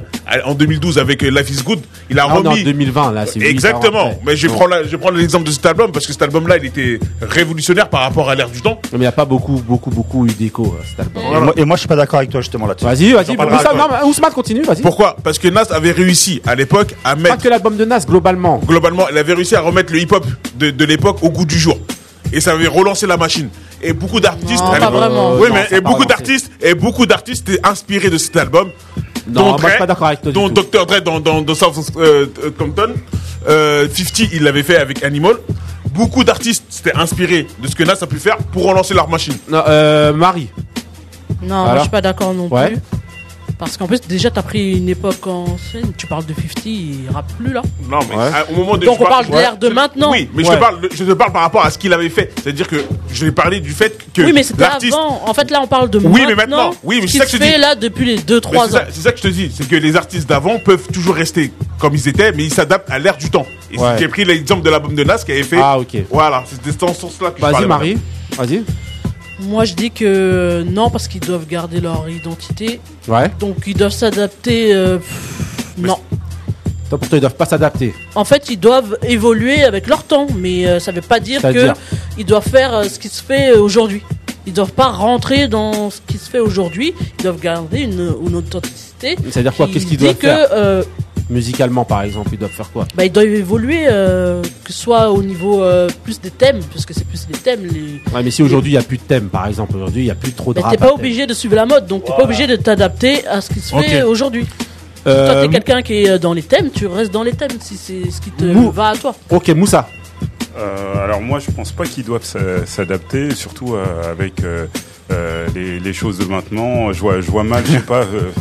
[SPEAKER 3] En 2012, avec euh, Life is Good, il a
[SPEAKER 1] Ah, on est en
[SPEAKER 3] remis.
[SPEAKER 1] 2020 là, c'est huit ans
[SPEAKER 3] Exactement.
[SPEAKER 1] après.
[SPEAKER 3] Mais je
[SPEAKER 1] Ouais.
[SPEAKER 3] prends, la- je prends l'exemple de cet album parce que cet album-là, il était révolutionnaire par rapport à l'ère du temps.
[SPEAKER 1] Mais il n'y a pas beaucoup, beaucoup, beaucoup eu d'écho euh, cet album.
[SPEAKER 2] Et moi, et moi, je suis pas d'accord avec toi justement là-dessus.
[SPEAKER 1] Vas-y,
[SPEAKER 2] J'en
[SPEAKER 1] vas-y.
[SPEAKER 2] parlerai
[SPEAKER 1] Oussam-
[SPEAKER 2] après.
[SPEAKER 1] non, mais Ousmane continue, vas-y.
[SPEAKER 3] Pourquoi Parce que Nas avait réussi à l'époque à mettre. Pas
[SPEAKER 1] que l'album de Nas, globalement.
[SPEAKER 3] Globalement, il avait réussi à remettre le hip-hop de, de l'époque au goût du jour. Et ça avait relancé la machine. Et beaucoup d'artistes.
[SPEAKER 9] Non,
[SPEAKER 3] à
[SPEAKER 9] pas
[SPEAKER 3] l'époque-
[SPEAKER 9] vraiment.
[SPEAKER 3] Oui,
[SPEAKER 9] Non,
[SPEAKER 3] mais
[SPEAKER 9] ça
[SPEAKER 3] et
[SPEAKER 9] a pas
[SPEAKER 3] beaucoup
[SPEAKER 9] relancé.
[SPEAKER 3] d'artistes et beaucoup d'artistes étaient inspirés de cet album. Dont
[SPEAKER 1] Non, moi, je suis
[SPEAKER 3] Dre,
[SPEAKER 1] pas d'accord avec toi du
[SPEAKER 3] Dont
[SPEAKER 1] tout.
[SPEAKER 3] Dr. Dre dans, dans, dans South euh, euh, Compton. Euh, 50, il l'avait fait avec Animal. Beaucoup d'artistes s'étaient inspirés de ce que Nas a pu faire pour relancer leur machine.
[SPEAKER 1] Non, euh, Marie.
[SPEAKER 9] Non, moi,
[SPEAKER 1] Alors
[SPEAKER 9] je suis pas d'accord non
[SPEAKER 1] Ouais.
[SPEAKER 9] plus. Parce qu'en plus, déjà, t'as pris une époque en scène. Tu parles de 50, il rappe plus là.
[SPEAKER 3] Non, mais à- au moment de.
[SPEAKER 9] Donc
[SPEAKER 3] je
[SPEAKER 9] on parle de l'ère de
[SPEAKER 3] je-
[SPEAKER 9] maintenant.
[SPEAKER 3] Oui, mais je,
[SPEAKER 9] Ouais.
[SPEAKER 3] te parle, de- je te parle par rapport à ce qu'il avait fait. C'est-à-dire que je vais parler du fait que.
[SPEAKER 9] oui, mais c'était
[SPEAKER 3] l'artiste-
[SPEAKER 9] avant. En fait, là, on parle de
[SPEAKER 3] Oui,
[SPEAKER 9] maintenant.
[SPEAKER 3] mais maintenant. Oui,
[SPEAKER 9] ce
[SPEAKER 3] mais c'est
[SPEAKER 9] qui
[SPEAKER 3] ça que
[SPEAKER 9] se
[SPEAKER 3] je te
[SPEAKER 9] fait
[SPEAKER 3] dis.
[SPEAKER 9] là depuis les
[SPEAKER 3] Mais
[SPEAKER 9] 2-3
[SPEAKER 3] c'est
[SPEAKER 9] ans.
[SPEAKER 3] ça- C'est ça que je te dis, c'est que les artistes d'avant peuvent toujours rester comme ils étaient, mais ils s'adaptent à l'ère du temps. Et
[SPEAKER 1] Ouais.
[SPEAKER 3] j'ai pris l'exemple de l'album de Nas qui avait fait.
[SPEAKER 1] Ah, ok.
[SPEAKER 3] Voilà, c'était dans ce sens-là que je
[SPEAKER 1] Vas-y,
[SPEAKER 3] parlais,
[SPEAKER 1] Marie. Vas-y.
[SPEAKER 9] Moi, je dis que euh, non, parce qu'ils doivent garder leur identité.
[SPEAKER 1] Ouais.
[SPEAKER 9] Donc, ils doivent s'adapter. euh, pff, non.
[SPEAKER 1] Toi, pour toi, ils doivent pas s'adapter.
[SPEAKER 9] En fait, ils doivent évoluer avec leur temps, mais euh, ça veut pas dire
[SPEAKER 1] C'est-à-dire
[SPEAKER 9] qu'ils doivent faire euh, ce qui se fait euh, aujourd'hui. Ils doivent pas rentrer dans ce qui se fait aujourd'hui. Ils doivent garder une, une authenticité.
[SPEAKER 1] C'est-à-dire quoi Qu'est-ce qu'ils
[SPEAKER 9] dit
[SPEAKER 1] doivent
[SPEAKER 9] que
[SPEAKER 1] faire
[SPEAKER 9] euh,
[SPEAKER 1] Musicalement, par exemple, ils doivent faire quoi
[SPEAKER 9] Bah, ils doivent évoluer, euh, que ce soit au niveau euh, plus des thèmes, parce que c'est plus des thèmes. Les...
[SPEAKER 1] Ouais, mais si aujourd'hui il n'y a plus de thème, par exemple, aujourd'hui il n'y a plus trop de
[SPEAKER 9] Mais
[SPEAKER 1] rap.
[SPEAKER 9] t'es
[SPEAKER 1] à
[SPEAKER 9] pas
[SPEAKER 1] thème.
[SPEAKER 9] obligé de suivre la mode, donc t'es pas obligé de t'adapter à ce qui se
[SPEAKER 1] Ok.
[SPEAKER 9] fait aujourd'hui. Si
[SPEAKER 1] Euh,
[SPEAKER 9] toi t'es quelqu'un qui est dans les thèmes, tu restes dans les thèmes si c'est ce qui te
[SPEAKER 5] Mou-
[SPEAKER 9] va à toi.
[SPEAKER 1] Ok, Moussa.
[SPEAKER 5] Euh, alors moi, je pense pas qu'ils doivent s'a- s'adapter, surtout euh, avec euh, euh, les, les choses de maintenant. Je vois, je vois mal, je sais pas. euh,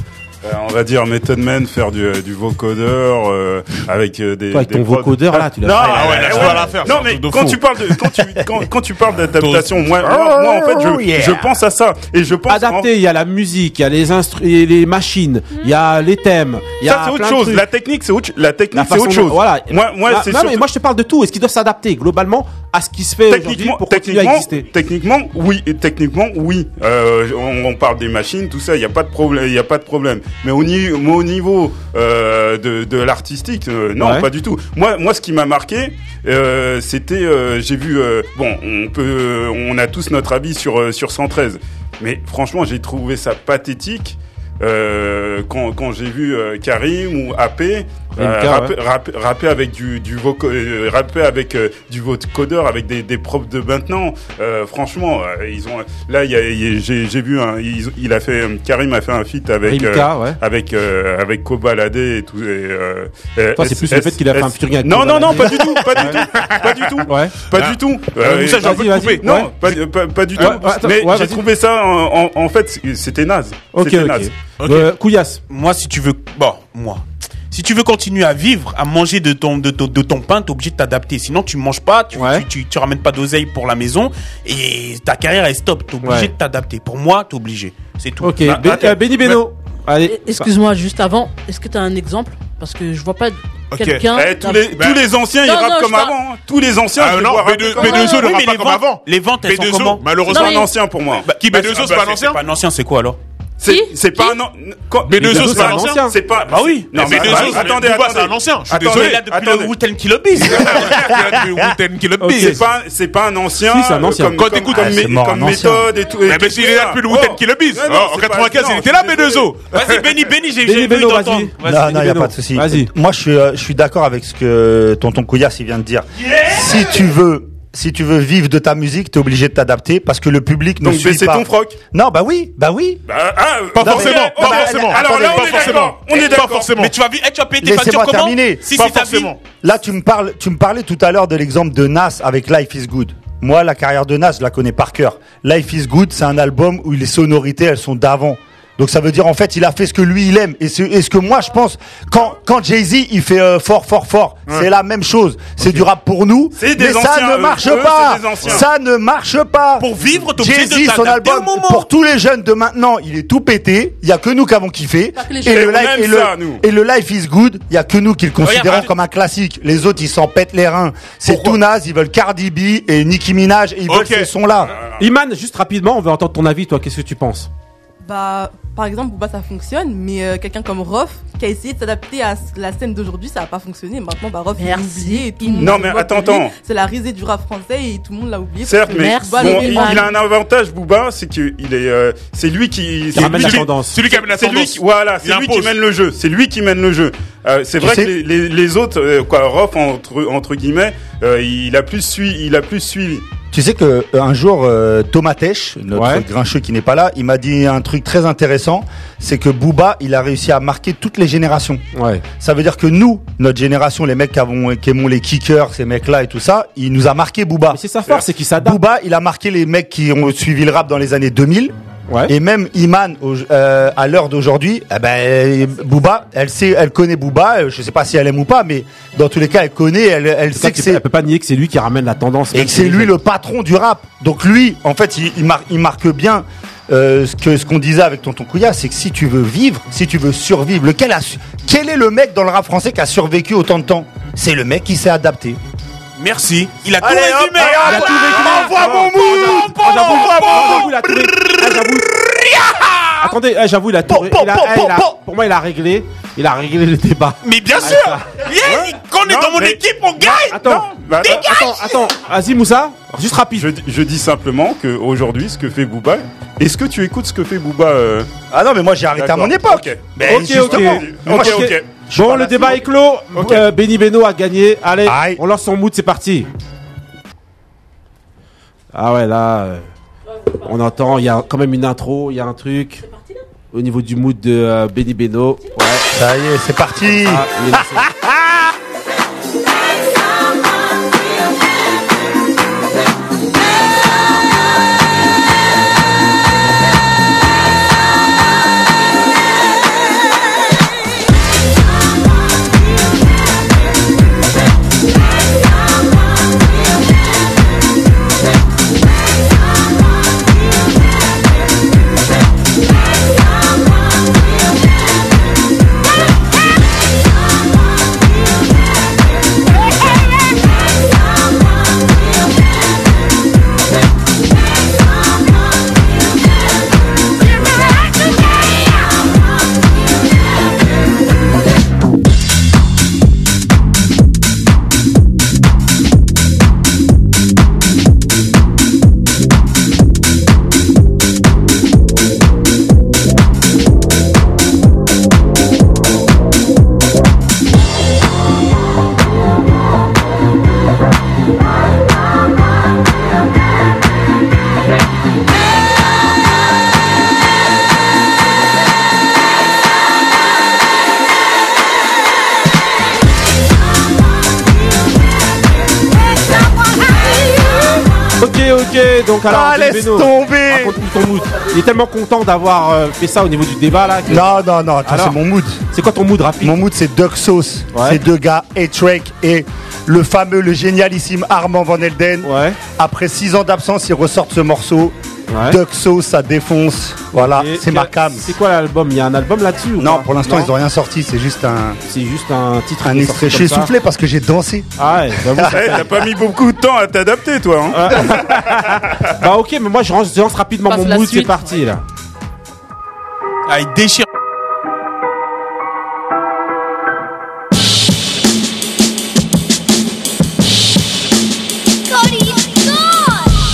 [SPEAKER 5] euh, on va dire Method Man faire du, euh, du vocodeur euh, avec euh, des.
[SPEAKER 1] Toi, avec
[SPEAKER 5] des
[SPEAKER 1] ton
[SPEAKER 5] prods.
[SPEAKER 1] vocodeur, là, tu l'as
[SPEAKER 5] Non,
[SPEAKER 1] fait. Ah ouais,
[SPEAKER 5] ouais,
[SPEAKER 1] là, tu
[SPEAKER 5] ouais.
[SPEAKER 1] vas la faire, c'est
[SPEAKER 5] Non,
[SPEAKER 1] un
[SPEAKER 5] mais
[SPEAKER 1] truc de
[SPEAKER 5] quand
[SPEAKER 1] fou.
[SPEAKER 5] tu parles de quand tu quand, quand tu parles d'adaptation, moi, moi, moi, en fait, je,
[SPEAKER 1] Oh, yeah.
[SPEAKER 5] je pense à ça et je pense. en-
[SPEAKER 1] Adapté, il y a la musique, il y a les instru- et les machines, il y a les thèmes, il y a
[SPEAKER 5] Ça, c'est autre
[SPEAKER 1] plein de
[SPEAKER 5] chose.
[SPEAKER 1] trucs.
[SPEAKER 5] La technique, c'est autre, la technique,
[SPEAKER 1] La
[SPEAKER 5] c'est
[SPEAKER 1] façon
[SPEAKER 5] autre
[SPEAKER 1] dont-
[SPEAKER 5] chose.
[SPEAKER 1] Voilà.
[SPEAKER 5] Moi, moi,
[SPEAKER 1] Ah,
[SPEAKER 5] c'est
[SPEAKER 1] non, mais
[SPEAKER 5] surtout-
[SPEAKER 1] moi je te parle de tout. Est-ce qu'ils doivent s'adapter globalement à ce qui se fait aujourd'hui
[SPEAKER 5] techniquement,
[SPEAKER 1] pour continuer à
[SPEAKER 5] techniquement,
[SPEAKER 1] exister
[SPEAKER 5] techniquement, oui, et techniquement, oui. Euh, on, on parle des machines, tout ça, il n'y a pas de problème, il y a pas de problème. Mais au, ni- moi, au niveau euh, de, de l'artistique, euh, non,
[SPEAKER 1] Ouais.
[SPEAKER 5] pas du tout. Moi, moi, ce qui m'a marqué, euh, c'était, euh, j'ai vu, euh, bon, on peut, on a tous notre avis sur euh, sur 113, mais franchement, j'ai trouvé ça pathétique. euh, quand quand j'ai vu euh, Karim ou AP euh,
[SPEAKER 1] MK, ouais.
[SPEAKER 5] rapper- rapper, rapper avec du, du voco- euh, rapper avec euh, du vocodeur, avec des, des profs de maintenant. Euh, franchement, euh, ils ont là, il y a- il y a- j'ai j'ai vu, un, ils- il a fait, euh, Karim a fait un feat avec
[SPEAKER 1] Rimka, ouais.
[SPEAKER 5] avec euh, avec Kobalade et tout. Et, euh, euh,
[SPEAKER 1] Toi, c'est
[SPEAKER 5] S-
[SPEAKER 1] plus le fait qu'il a fait un featuring avec
[SPEAKER 5] Non, non, non, pas
[SPEAKER 1] Kobalade.
[SPEAKER 5] du tout, pas du tout, pas du tout,
[SPEAKER 1] Ouais.
[SPEAKER 5] pas du tout.
[SPEAKER 1] Euh, Moussa, je vais un peu te
[SPEAKER 5] Vas-y,
[SPEAKER 1] couper.
[SPEAKER 5] vas-y. Euh, Non, pas,
[SPEAKER 1] Ouais.
[SPEAKER 5] pas- pas du
[SPEAKER 1] Ouais,
[SPEAKER 5] tout.
[SPEAKER 1] ouais, attends,
[SPEAKER 5] Mais
[SPEAKER 1] ouais,
[SPEAKER 5] j'ai
[SPEAKER 1] vas-y.
[SPEAKER 5] trouvé ça en, en- en fait, c'était naze.
[SPEAKER 1] Ok,
[SPEAKER 5] C'était
[SPEAKER 1] ok.
[SPEAKER 5] naze.
[SPEAKER 1] Euh, Couillasse.
[SPEAKER 6] Moi, si tu veux, bon, moi, si tu veux continuer à vivre, à manger de ton de, ton- de ton pain, t'es obligé de t'adapter. Sinon, tu manges pas, tu, tu, tu, tu ramènes pas d'oseille pour la maison et ta carrière est stop. T'es obligé
[SPEAKER 1] Ouais.
[SPEAKER 6] de t'adapter. Pour moi, t'es obligé. C'est tout. Bah,
[SPEAKER 1] Ok, Bé- euh, Benny Beno. Allez.
[SPEAKER 9] Eh, Excuse-moi, juste avant, est-ce que t'as un exemple Parce que je vois pas quelqu'un.
[SPEAKER 5] Eh, tous, les, tous les anciens, ils
[SPEAKER 9] Non,
[SPEAKER 5] rappent
[SPEAKER 9] non,
[SPEAKER 5] comme
[SPEAKER 9] je par-
[SPEAKER 5] avant. hein. Tous les anciens,
[SPEAKER 3] Ah
[SPEAKER 5] je les
[SPEAKER 3] non,
[SPEAKER 5] vois rapper
[SPEAKER 3] B2-
[SPEAKER 5] comme
[SPEAKER 3] B2O ne
[SPEAKER 5] avant.
[SPEAKER 3] rappe pas comme avant.
[SPEAKER 6] Les ventes, elles
[SPEAKER 5] B2O,
[SPEAKER 6] sont comment
[SPEAKER 5] malheureusement, C'est un ancien pour moi.
[SPEAKER 6] Qui
[SPEAKER 5] B2O, c'est pas un ancien
[SPEAKER 6] bah, pas un ancien, c'est quoi alors
[SPEAKER 5] C'est c'est pas un an- quand-
[SPEAKER 6] B2O, c'est pas un ancien
[SPEAKER 5] C'est pas.
[SPEAKER 6] Bah oui.
[SPEAKER 5] Non,
[SPEAKER 6] Mais
[SPEAKER 5] bah,
[SPEAKER 6] B2O,
[SPEAKER 5] bah,
[SPEAKER 6] c'est-
[SPEAKER 5] attendez,
[SPEAKER 6] Booba,
[SPEAKER 5] attendez.
[SPEAKER 6] c'est un ancien. Je suis
[SPEAKER 5] Attendez,
[SPEAKER 6] désolé. Là, depuis
[SPEAKER 5] attendez.
[SPEAKER 6] le Wooten Killer Bees. Là, depuis Wooten Killer
[SPEAKER 5] Ok,
[SPEAKER 6] Bees.
[SPEAKER 5] C'est pas, c'est pas un ancien.
[SPEAKER 6] Si, c'est un
[SPEAKER 5] euh,
[SPEAKER 6] ancien.
[SPEAKER 5] Comme,
[SPEAKER 6] Quand
[SPEAKER 5] comme-
[SPEAKER 6] t'écoutes-
[SPEAKER 5] comme,
[SPEAKER 6] Ah,
[SPEAKER 5] mé-
[SPEAKER 6] c'est mort,
[SPEAKER 5] comme
[SPEAKER 6] un ancien.
[SPEAKER 5] méthode et tout. et
[SPEAKER 6] Mais
[SPEAKER 5] tout
[SPEAKER 6] mais s'il est là
[SPEAKER 5] ça.
[SPEAKER 6] depuis le Wooten
[SPEAKER 5] Oh.
[SPEAKER 6] Killer Bees.
[SPEAKER 5] Non, non,
[SPEAKER 6] Oh, en
[SPEAKER 5] c'est pas-
[SPEAKER 6] 95, il
[SPEAKER 5] non,
[SPEAKER 6] était là,
[SPEAKER 5] je suis désolé.
[SPEAKER 6] B2O. Vas-y, Benny, Benny, j'ai- j'ai voulu t'entendre. Vas-y,
[SPEAKER 2] Non,
[SPEAKER 6] Benny
[SPEAKER 2] non, il n'y a
[SPEAKER 6] Beno.
[SPEAKER 2] pas de souci.
[SPEAKER 6] Vas-y.
[SPEAKER 2] Moi, je suis, euh, je suis d'accord avec ce que tonton Couillasse il vient de dire. Si tu veux. Si tu veux vivre de ta musique, t'es obligé de t'adapter parce que le public ne
[SPEAKER 5] Donc,
[SPEAKER 2] suit
[SPEAKER 5] baisser
[SPEAKER 2] pas.
[SPEAKER 5] ton froc.
[SPEAKER 2] Non, bah oui, bah oui.
[SPEAKER 5] Bah, ah,
[SPEAKER 2] Pas
[SPEAKER 5] non, mais-
[SPEAKER 2] forcément,
[SPEAKER 5] oh,
[SPEAKER 2] pas
[SPEAKER 5] bah,
[SPEAKER 2] forcément.
[SPEAKER 5] Alors là,
[SPEAKER 2] Attendez,
[SPEAKER 5] on
[SPEAKER 2] pas
[SPEAKER 5] est
[SPEAKER 2] forcément.
[SPEAKER 5] d'accord. On
[SPEAKER 2] Pas
[SPEAKER 5] est d'accord.
[SPEAKER 2] forcément.
[SPEAKER 6] Mais tu vas vi- eh, tu vas payer tes factures
[SPEAKER 2] Laissez-moi
[SPEAKER 6] comment
[SPEAKER 2] terminer.
[SPEAKER 6] Si, si, t'as vu.
[SPEAKER 2] Là, tu me parles, tu me parlais tout à l'heure de l'exemple de Nas avec Life is Good. Moi, la carrière de Nas, je la connais par cœur. Life is Good, c'est un album où les sonorités, elles sont d'avant. Donc ça veut dire en fait il a fait ce que lui il aime et ce, et ce que moi je pense quand quand Jay Z il fait euh, fort fort fort c'est la même chose c'est du rap pour nous
[SPEAKER 5] C'est des
[SPEAKER 2] mais ça
[SPEAKER 5] anciens,
[SPEAKER 2] ne
[SPEAKER 6] euh,
[SPEAKER 5] eux.
[SPEAKER 2] marche
[SPEAKER 5] Eux,
[SPEAKER 2] pas
[SPEAKER 5] c'est des anciens.
[SPEAKER 2] ça ne marche pas pour
[SPEAKER 6] vivre t'es obligé
[SPEAKER 2] Jay
[SPEAKER 6] de
[SPEAKER 2] Z son
[SPEAKER 6] t'adapter au
[SPEAKER 2] album pour tous les jeunes de maintenant il est tout pété il y a que nous qui avons kiffé
[SPEAKER 6] que les
[SPEAKER 2] et
[SPEAKER 6] jeunes.
[SPEAKER 2] le,
[SPEAKER 6] Et on
[SPEAKER 2] life,
[SPEAKER 6] aime
[SPEAKER 2] et, le,
[SPEAKER 6] ça, nous.
[SPEAKER 2] et le Life is Good, il y a que nous qui le considérons
[SPEAKER 6] Regarde,
[SPEAKER 2] comme un classique. Les autres, ils s'en pètent les reins. C'est tout naze, ils veulent Cardi B et Nicki Minaj, et ils veulent ces sons-là.
[SPEAKER 1] Iman, juste rapidement, on veut entendre ton avis, toi, qu'est-ce que tu penses
[SPEAKER 4] Bah, par exemple, Booba ça fonctionne, mais euh, quelqu'un comme Rof qui a essayé de s'adapter à s- la scène d'aujourd'hui, ça a pas fonctionné. Maintenant, bah, Rof, il est oublié et tout le monde
[SPEAKER 5] Non,
[SPEAKER 4] se
[SPEAKER 5] mais
[SPEAKER 4] voit
[SPEAKER 5] attends,
[SPEAKER 4] pour lui.
[SPEAKER 5] attends.
[SPEAKER 4] C'est la risée du rap français et tout le monde l'a oublié.
[SPEAKER 5] Certes, mais
[SPEAKER 4] Booba,
[SPEAKER 5] bon,
[SPEAKER 4] le
[SPEAKER 5] il,
[SPEAKER 4] Iman.
[SPEAKER 5] il a un avantage, Booba, c'est qu'il est, euh, c'est lui qui, c'est
[SPEAKER 1] ramène
[SPEAKER 5] lui
[SPEAKER 1] la
[SPEAKER 5] qui-
[SPEAKER 1] tendance.
[SPEAKER 5] C'est lui qui amène la tendance. voilà,
[SPEAKER 1] Il
[SPEAKER 5] c'est lui qui
[SPEAKER 1] impose.
[SPEAKER 5] mène le jeu. C'est lui qui mène le jeu. Euh, c'est
[SPEAKER 1] Tu
[SPEAKER 5] vrai
[SPEAKER 1] sais-
[SPEAKER 5] que les, les- les autres, euh, quoi, Rof entre entre guillemets, euh, il a plus suivi, il a plus suivi.
[SPEAKER 2] Tu sais que euh, un jour euh, Thomas Tesch, notre
[SPEAKER 5] Ouais.
[SPEAKER 2] grincheux qui n'est pas là, il m'a dit un truc très intéressant, c'est que Booba, il a réussi à marquer toutes les générations. Ça veut dire que nous, notre génération, les mecs qui avons qui aimons les kickers, ces mecs-là et tout ça, il nous a marqué Booba.
[SPEAKER 1] C'est sa force, c'est qu'il s'adapte.
[SPEAKER 2] Booba, il a marqué les mecs qui ont suivi le rap dans les années 2000. Et même Iman au- euh, à l'heure d'aujourd'hui, eh ben, Booba, elle sait, elle connaît Booba. euh, Je sais pas si elle aime ou pas, mais dans tous les cas, elle connaît, elle, elle sait que c'est
[SPEAKER 1] Elle peut pas nier que c'est lui qui ramène la tendance.
[SPEAKER 2] et que c'est lui le patron du rap. Donc lui, en fait, il, il mar- il marque bien euh, ce que ce qu'on disait avec Tonton Couilla, c'est que si tu veux vivre, si tu veux survivre, lequel a su- quel est le mec dans le rap français qui a survécu autant de temps C'est le mec qui s'est adapté.
[SPEAKER 6] Merci. Il a tout
[SPEAKER 2] Allez, hop,
[SPEAKER 6] résumé.
[SPEAKER 2] allez, hop,
[SPEAKER 6] Il a tout
[SPEAKER 2] ah,
[SPEAKER 6] résumé.
[SPEAKER 2] envoie
[SPEAKER 6] Ah,
[SPEAKER 2] mon mood.
[SPEAKER 6] envoie
[SPEAKER 2] Ah, j'avoue,
[SPEAKER 6] mon
[SPEAKER 2] ah,
[SPEAKER 6] mood.
[SPEAKER 1] J'avoue, il a tout ré- ah, j'avoue.
[SPEAKER 5] Ah!
[SPEAKER 1] Attendez, eh, j'avoue, il a tout ré- il a- eh, il a- Pour moi, il a réglé. Il a réglé le débat. Ah,
[SPEAKER 6] Mais bien sûr. Yeah, Quand on est dans mon équipe, on gagne.
[SPEAKER 5] Attends, bah,
[SPEAKER 6] Dégage
[SPEAKER 5] attends,
[SPEAKER 1] attends, vas-y Moussa, juste rapide.
[SPEAKER 5] Je, je dis simplement que aujourd'hui, ce que fait Booba, est-ce que tu écoutes ce que fait Booba euh
[SPEAKER 2] Ah non, mais moi j'ai arrêté à mon époque.
[SPEAKER 5] Ok,
[SPEAKER 2] Ben,
[SPEAKER 5] ok,
[SPEAKER 2] justement.
[SPEAKER 5] ok.
[SPEAKER 2] Mais moi,
[SPEAKER 5] Ok,
[SPEAKER 2] je-
[SPEAKER 5] ok.
[SPEAKER 1] Bon, le débat est clos. Euh, Benny Beno a gagné. Allez, on lance son mood, c'est parti. Ah ouais, là, euh, on entend, il y a quand même une intro, il y a un truc. Au niveau du mood de euh, Benny Beno. Ouais. Ah,
[SPEAKER 2] Ça y est, c'est parti.
[SPEAKER 1] Ok, ok, donc alors.
[SPEAKER 2] Ah,
[SPEAKER 1] Benny
[SPEAKER 2] laisse
[SPEAKER 1] Beno,
[SPEAKER 2] tomber.
[SPEAKER 1] raconte-nous ton mood. Il est tellement content d'avoir euh, fait ça au niveau du débat là. que-
[SPEAKER 2] Non, non, non, attends,
[SPEAKER 1] Alors,
[SPEAKER 2] c'est mon mood.
[SPEAKER 1] C'est quoi ton mood rapide
[SPEAKER 2] Mon mood, c'est Duck Sauce. Ces deux gars, A-Trek et le fameux, le génialissime Armand Van Elden. Après 6 ans d'absence, ils ressortent ce morceau. Duck Sauce, ça défonce. Voilà,
[SPEAKER 1] Et
[SPEAKER 2] c'est ma
[SPEAKER 1] quel-
[SPEAKER 2] cam.
[SPEAKER 1] C'est quoi l'album Il y a un album là-dessus ou
[SPEAKER 2] Non,
[SPEAKER 1] pas
[SPEAKER 2] pour l'instant,
[SPEAKER 1] Non
[SPEAKER 2] ils ont rien sorti. C'est juste un.
[SPEAKER 1] C'est juste un titre.
[SPEAKER 2] Un
[SPEAKER 1] qui est
[SPEAKER 2] extrait.
[SPEAKER 1] sorti
[SPEAKER 2] Je suis
[SPEAKER 1] comme ça.
[SPEAKER 2] soufflé parce que j'ai dansé.
[SPEAKER 1] Ah ouais, j'avoue, ça
[SPEAKER 5] Eh,
[SPEAKER 1] fait-
[SPEAKER 5] T'as pas mis beaucoup de temps à t'adapter, toi. hein.
[SPEAKER 1] bah ok, mais moi je lance, je lance rapidement
[SPEAKER 5] Passe
[SPEAKER 1] mon
[SPEAKER 5] la
[SPEAKER 1] mood, c'est
[SPEAKER 5] suite.
[SPEAKER 1] parti là.
[SPEAKER 6] Ah, il déchire.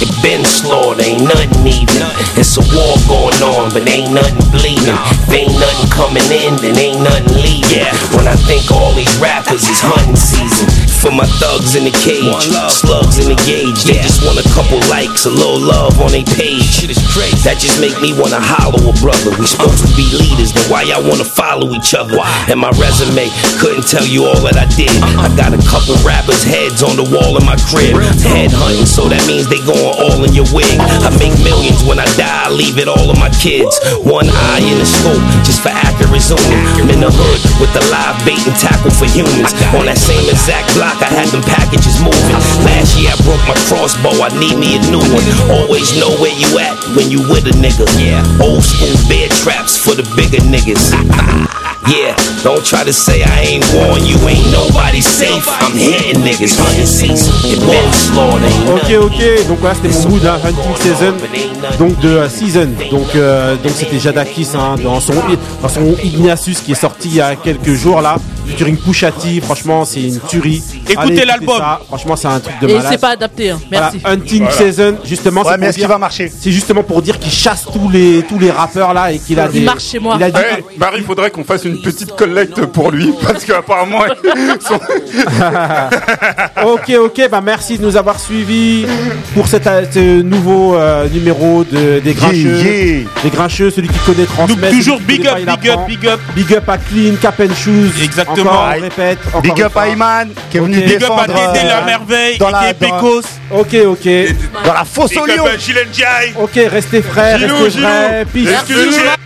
[SPEAKER 19] It been slaughtered, ain't nothing even. It's a war going on, but ain't nothing bleeding. If ain't nothing coming in, then ain't nothing leaving. When I think all these rappers is hunting season. For my thugs in the cage, slugs in the gauge. They just want a couple likes, a little love on their page. That just make me wanna holler a brother. We supposed to be leaders, then why y'all wanna follow each other? And my resume couldn't tell you all that I did. I got a couple rappers' heads on the wall in my crib. Head hunting, so that means they going all in your wig. I make millions when I die, I leave it all on my kids. One eye in the scope, just for accurate zooming. I'm in the hood with the live bait and tackle for humans. On that same exact block, I had them packages moving. Last year I broke my crossbow, I need me a new one. Always know where you at when you with a nigga. Yeah, old school bear traps for the bigger niggas. Yeah, don't try to say I ain't warn you, ain't nobody safe. I'm hitting niggas, hunting season, it been slaughtered. ain't
[SPEAKER 1] Ok, ok, donc voilà, c'était mon mood, hein, Hunting Season, donc de euh, Season. Donc euh, donc c'était Jadakis hein, dans, son, dans son Ignatius qui est sorti il y a quelques jours là, featuring Pushati, franchement c'est une tuerie.
[SPEAKER 9] Écoutez
[SPEAKER 1] Allez,
[SPEAKER 9] l'album.
[SPEAKER 1] ça, Franchement c'est un truc de
[SPEAKER 9] Et
[SPEAKER 1] malade.
[SPEAKER 9] c'est pas adapté, hein. merci.
[SPEAKER 1] Voilà, Hunting Season, justement,
[SPEAKER 2] Ouais,
[SPEAKER 1] c'est
[SPEAKER 2] mais
[SPEAKER 1] pour
[SPEAKER 2] est-ce qu'il
[SPEAKER 1] dire-
[SPEAKER 2] va marcher
[SPEAKER 1] C'est justement pour dire qu'il chasse tous les tous les rappeurs là et qu'il a des. Il a des-
[SPEAKER 5] Eh, Barry, il faudrait qu'on fasse une petite collecte pour lui parce qu'apparemment, son-
[SPEAKER 1] ok, ok, bah merci de nous avoir suivis pour cet, euh, ce nouveau euh, numéro de, des Grincheux. Des Grincheux, celui qui connaît transmet. celui
[SPEAKER 6] toujours
[SPEAKER 1] qui
[SPEAKER 6] big
[SPEAKER 1] connaît
[SPEAKER 6] up,
[SPEAKER 1] pas, il
[SPEAKER 6] big up,
[SPEAKER 1] apprend.
[SPEAKER 6] big up.
[SPEAKER 1] Big up à Clean, Cap and Shoes.
[SPEAKER 6] Exactement.
[SPEAKER 1] Encore, on répète. encore
[SPEAKER 2] Big
[SPEAKER 1] une
[SPEAKER 2] up
[SPEAKER 1] fois.
[SPEAKER 2] à Iman qui est
[SPEAKER 1] Ok.
[SPEAKER 2] venu défendre. euh, dans la- dans-
[SPEAKER 1] Ok, ok.
[SPEAKER 2] Dans la fosse
[SPEAKER 1] Big
[SPEAKER 2] au
[SPEAKER 1] up
[SPEAKER 2] lion.
[SPEAKER 1] à Ok, restez frères,
[SPEAKER 2] Gilou,
[SPEAKER 1] restez
[SPEAKER 2] Gilou.
[SPEAKER 1] vrais. Peace.
[SPEAKER 2] Merci, Gilou.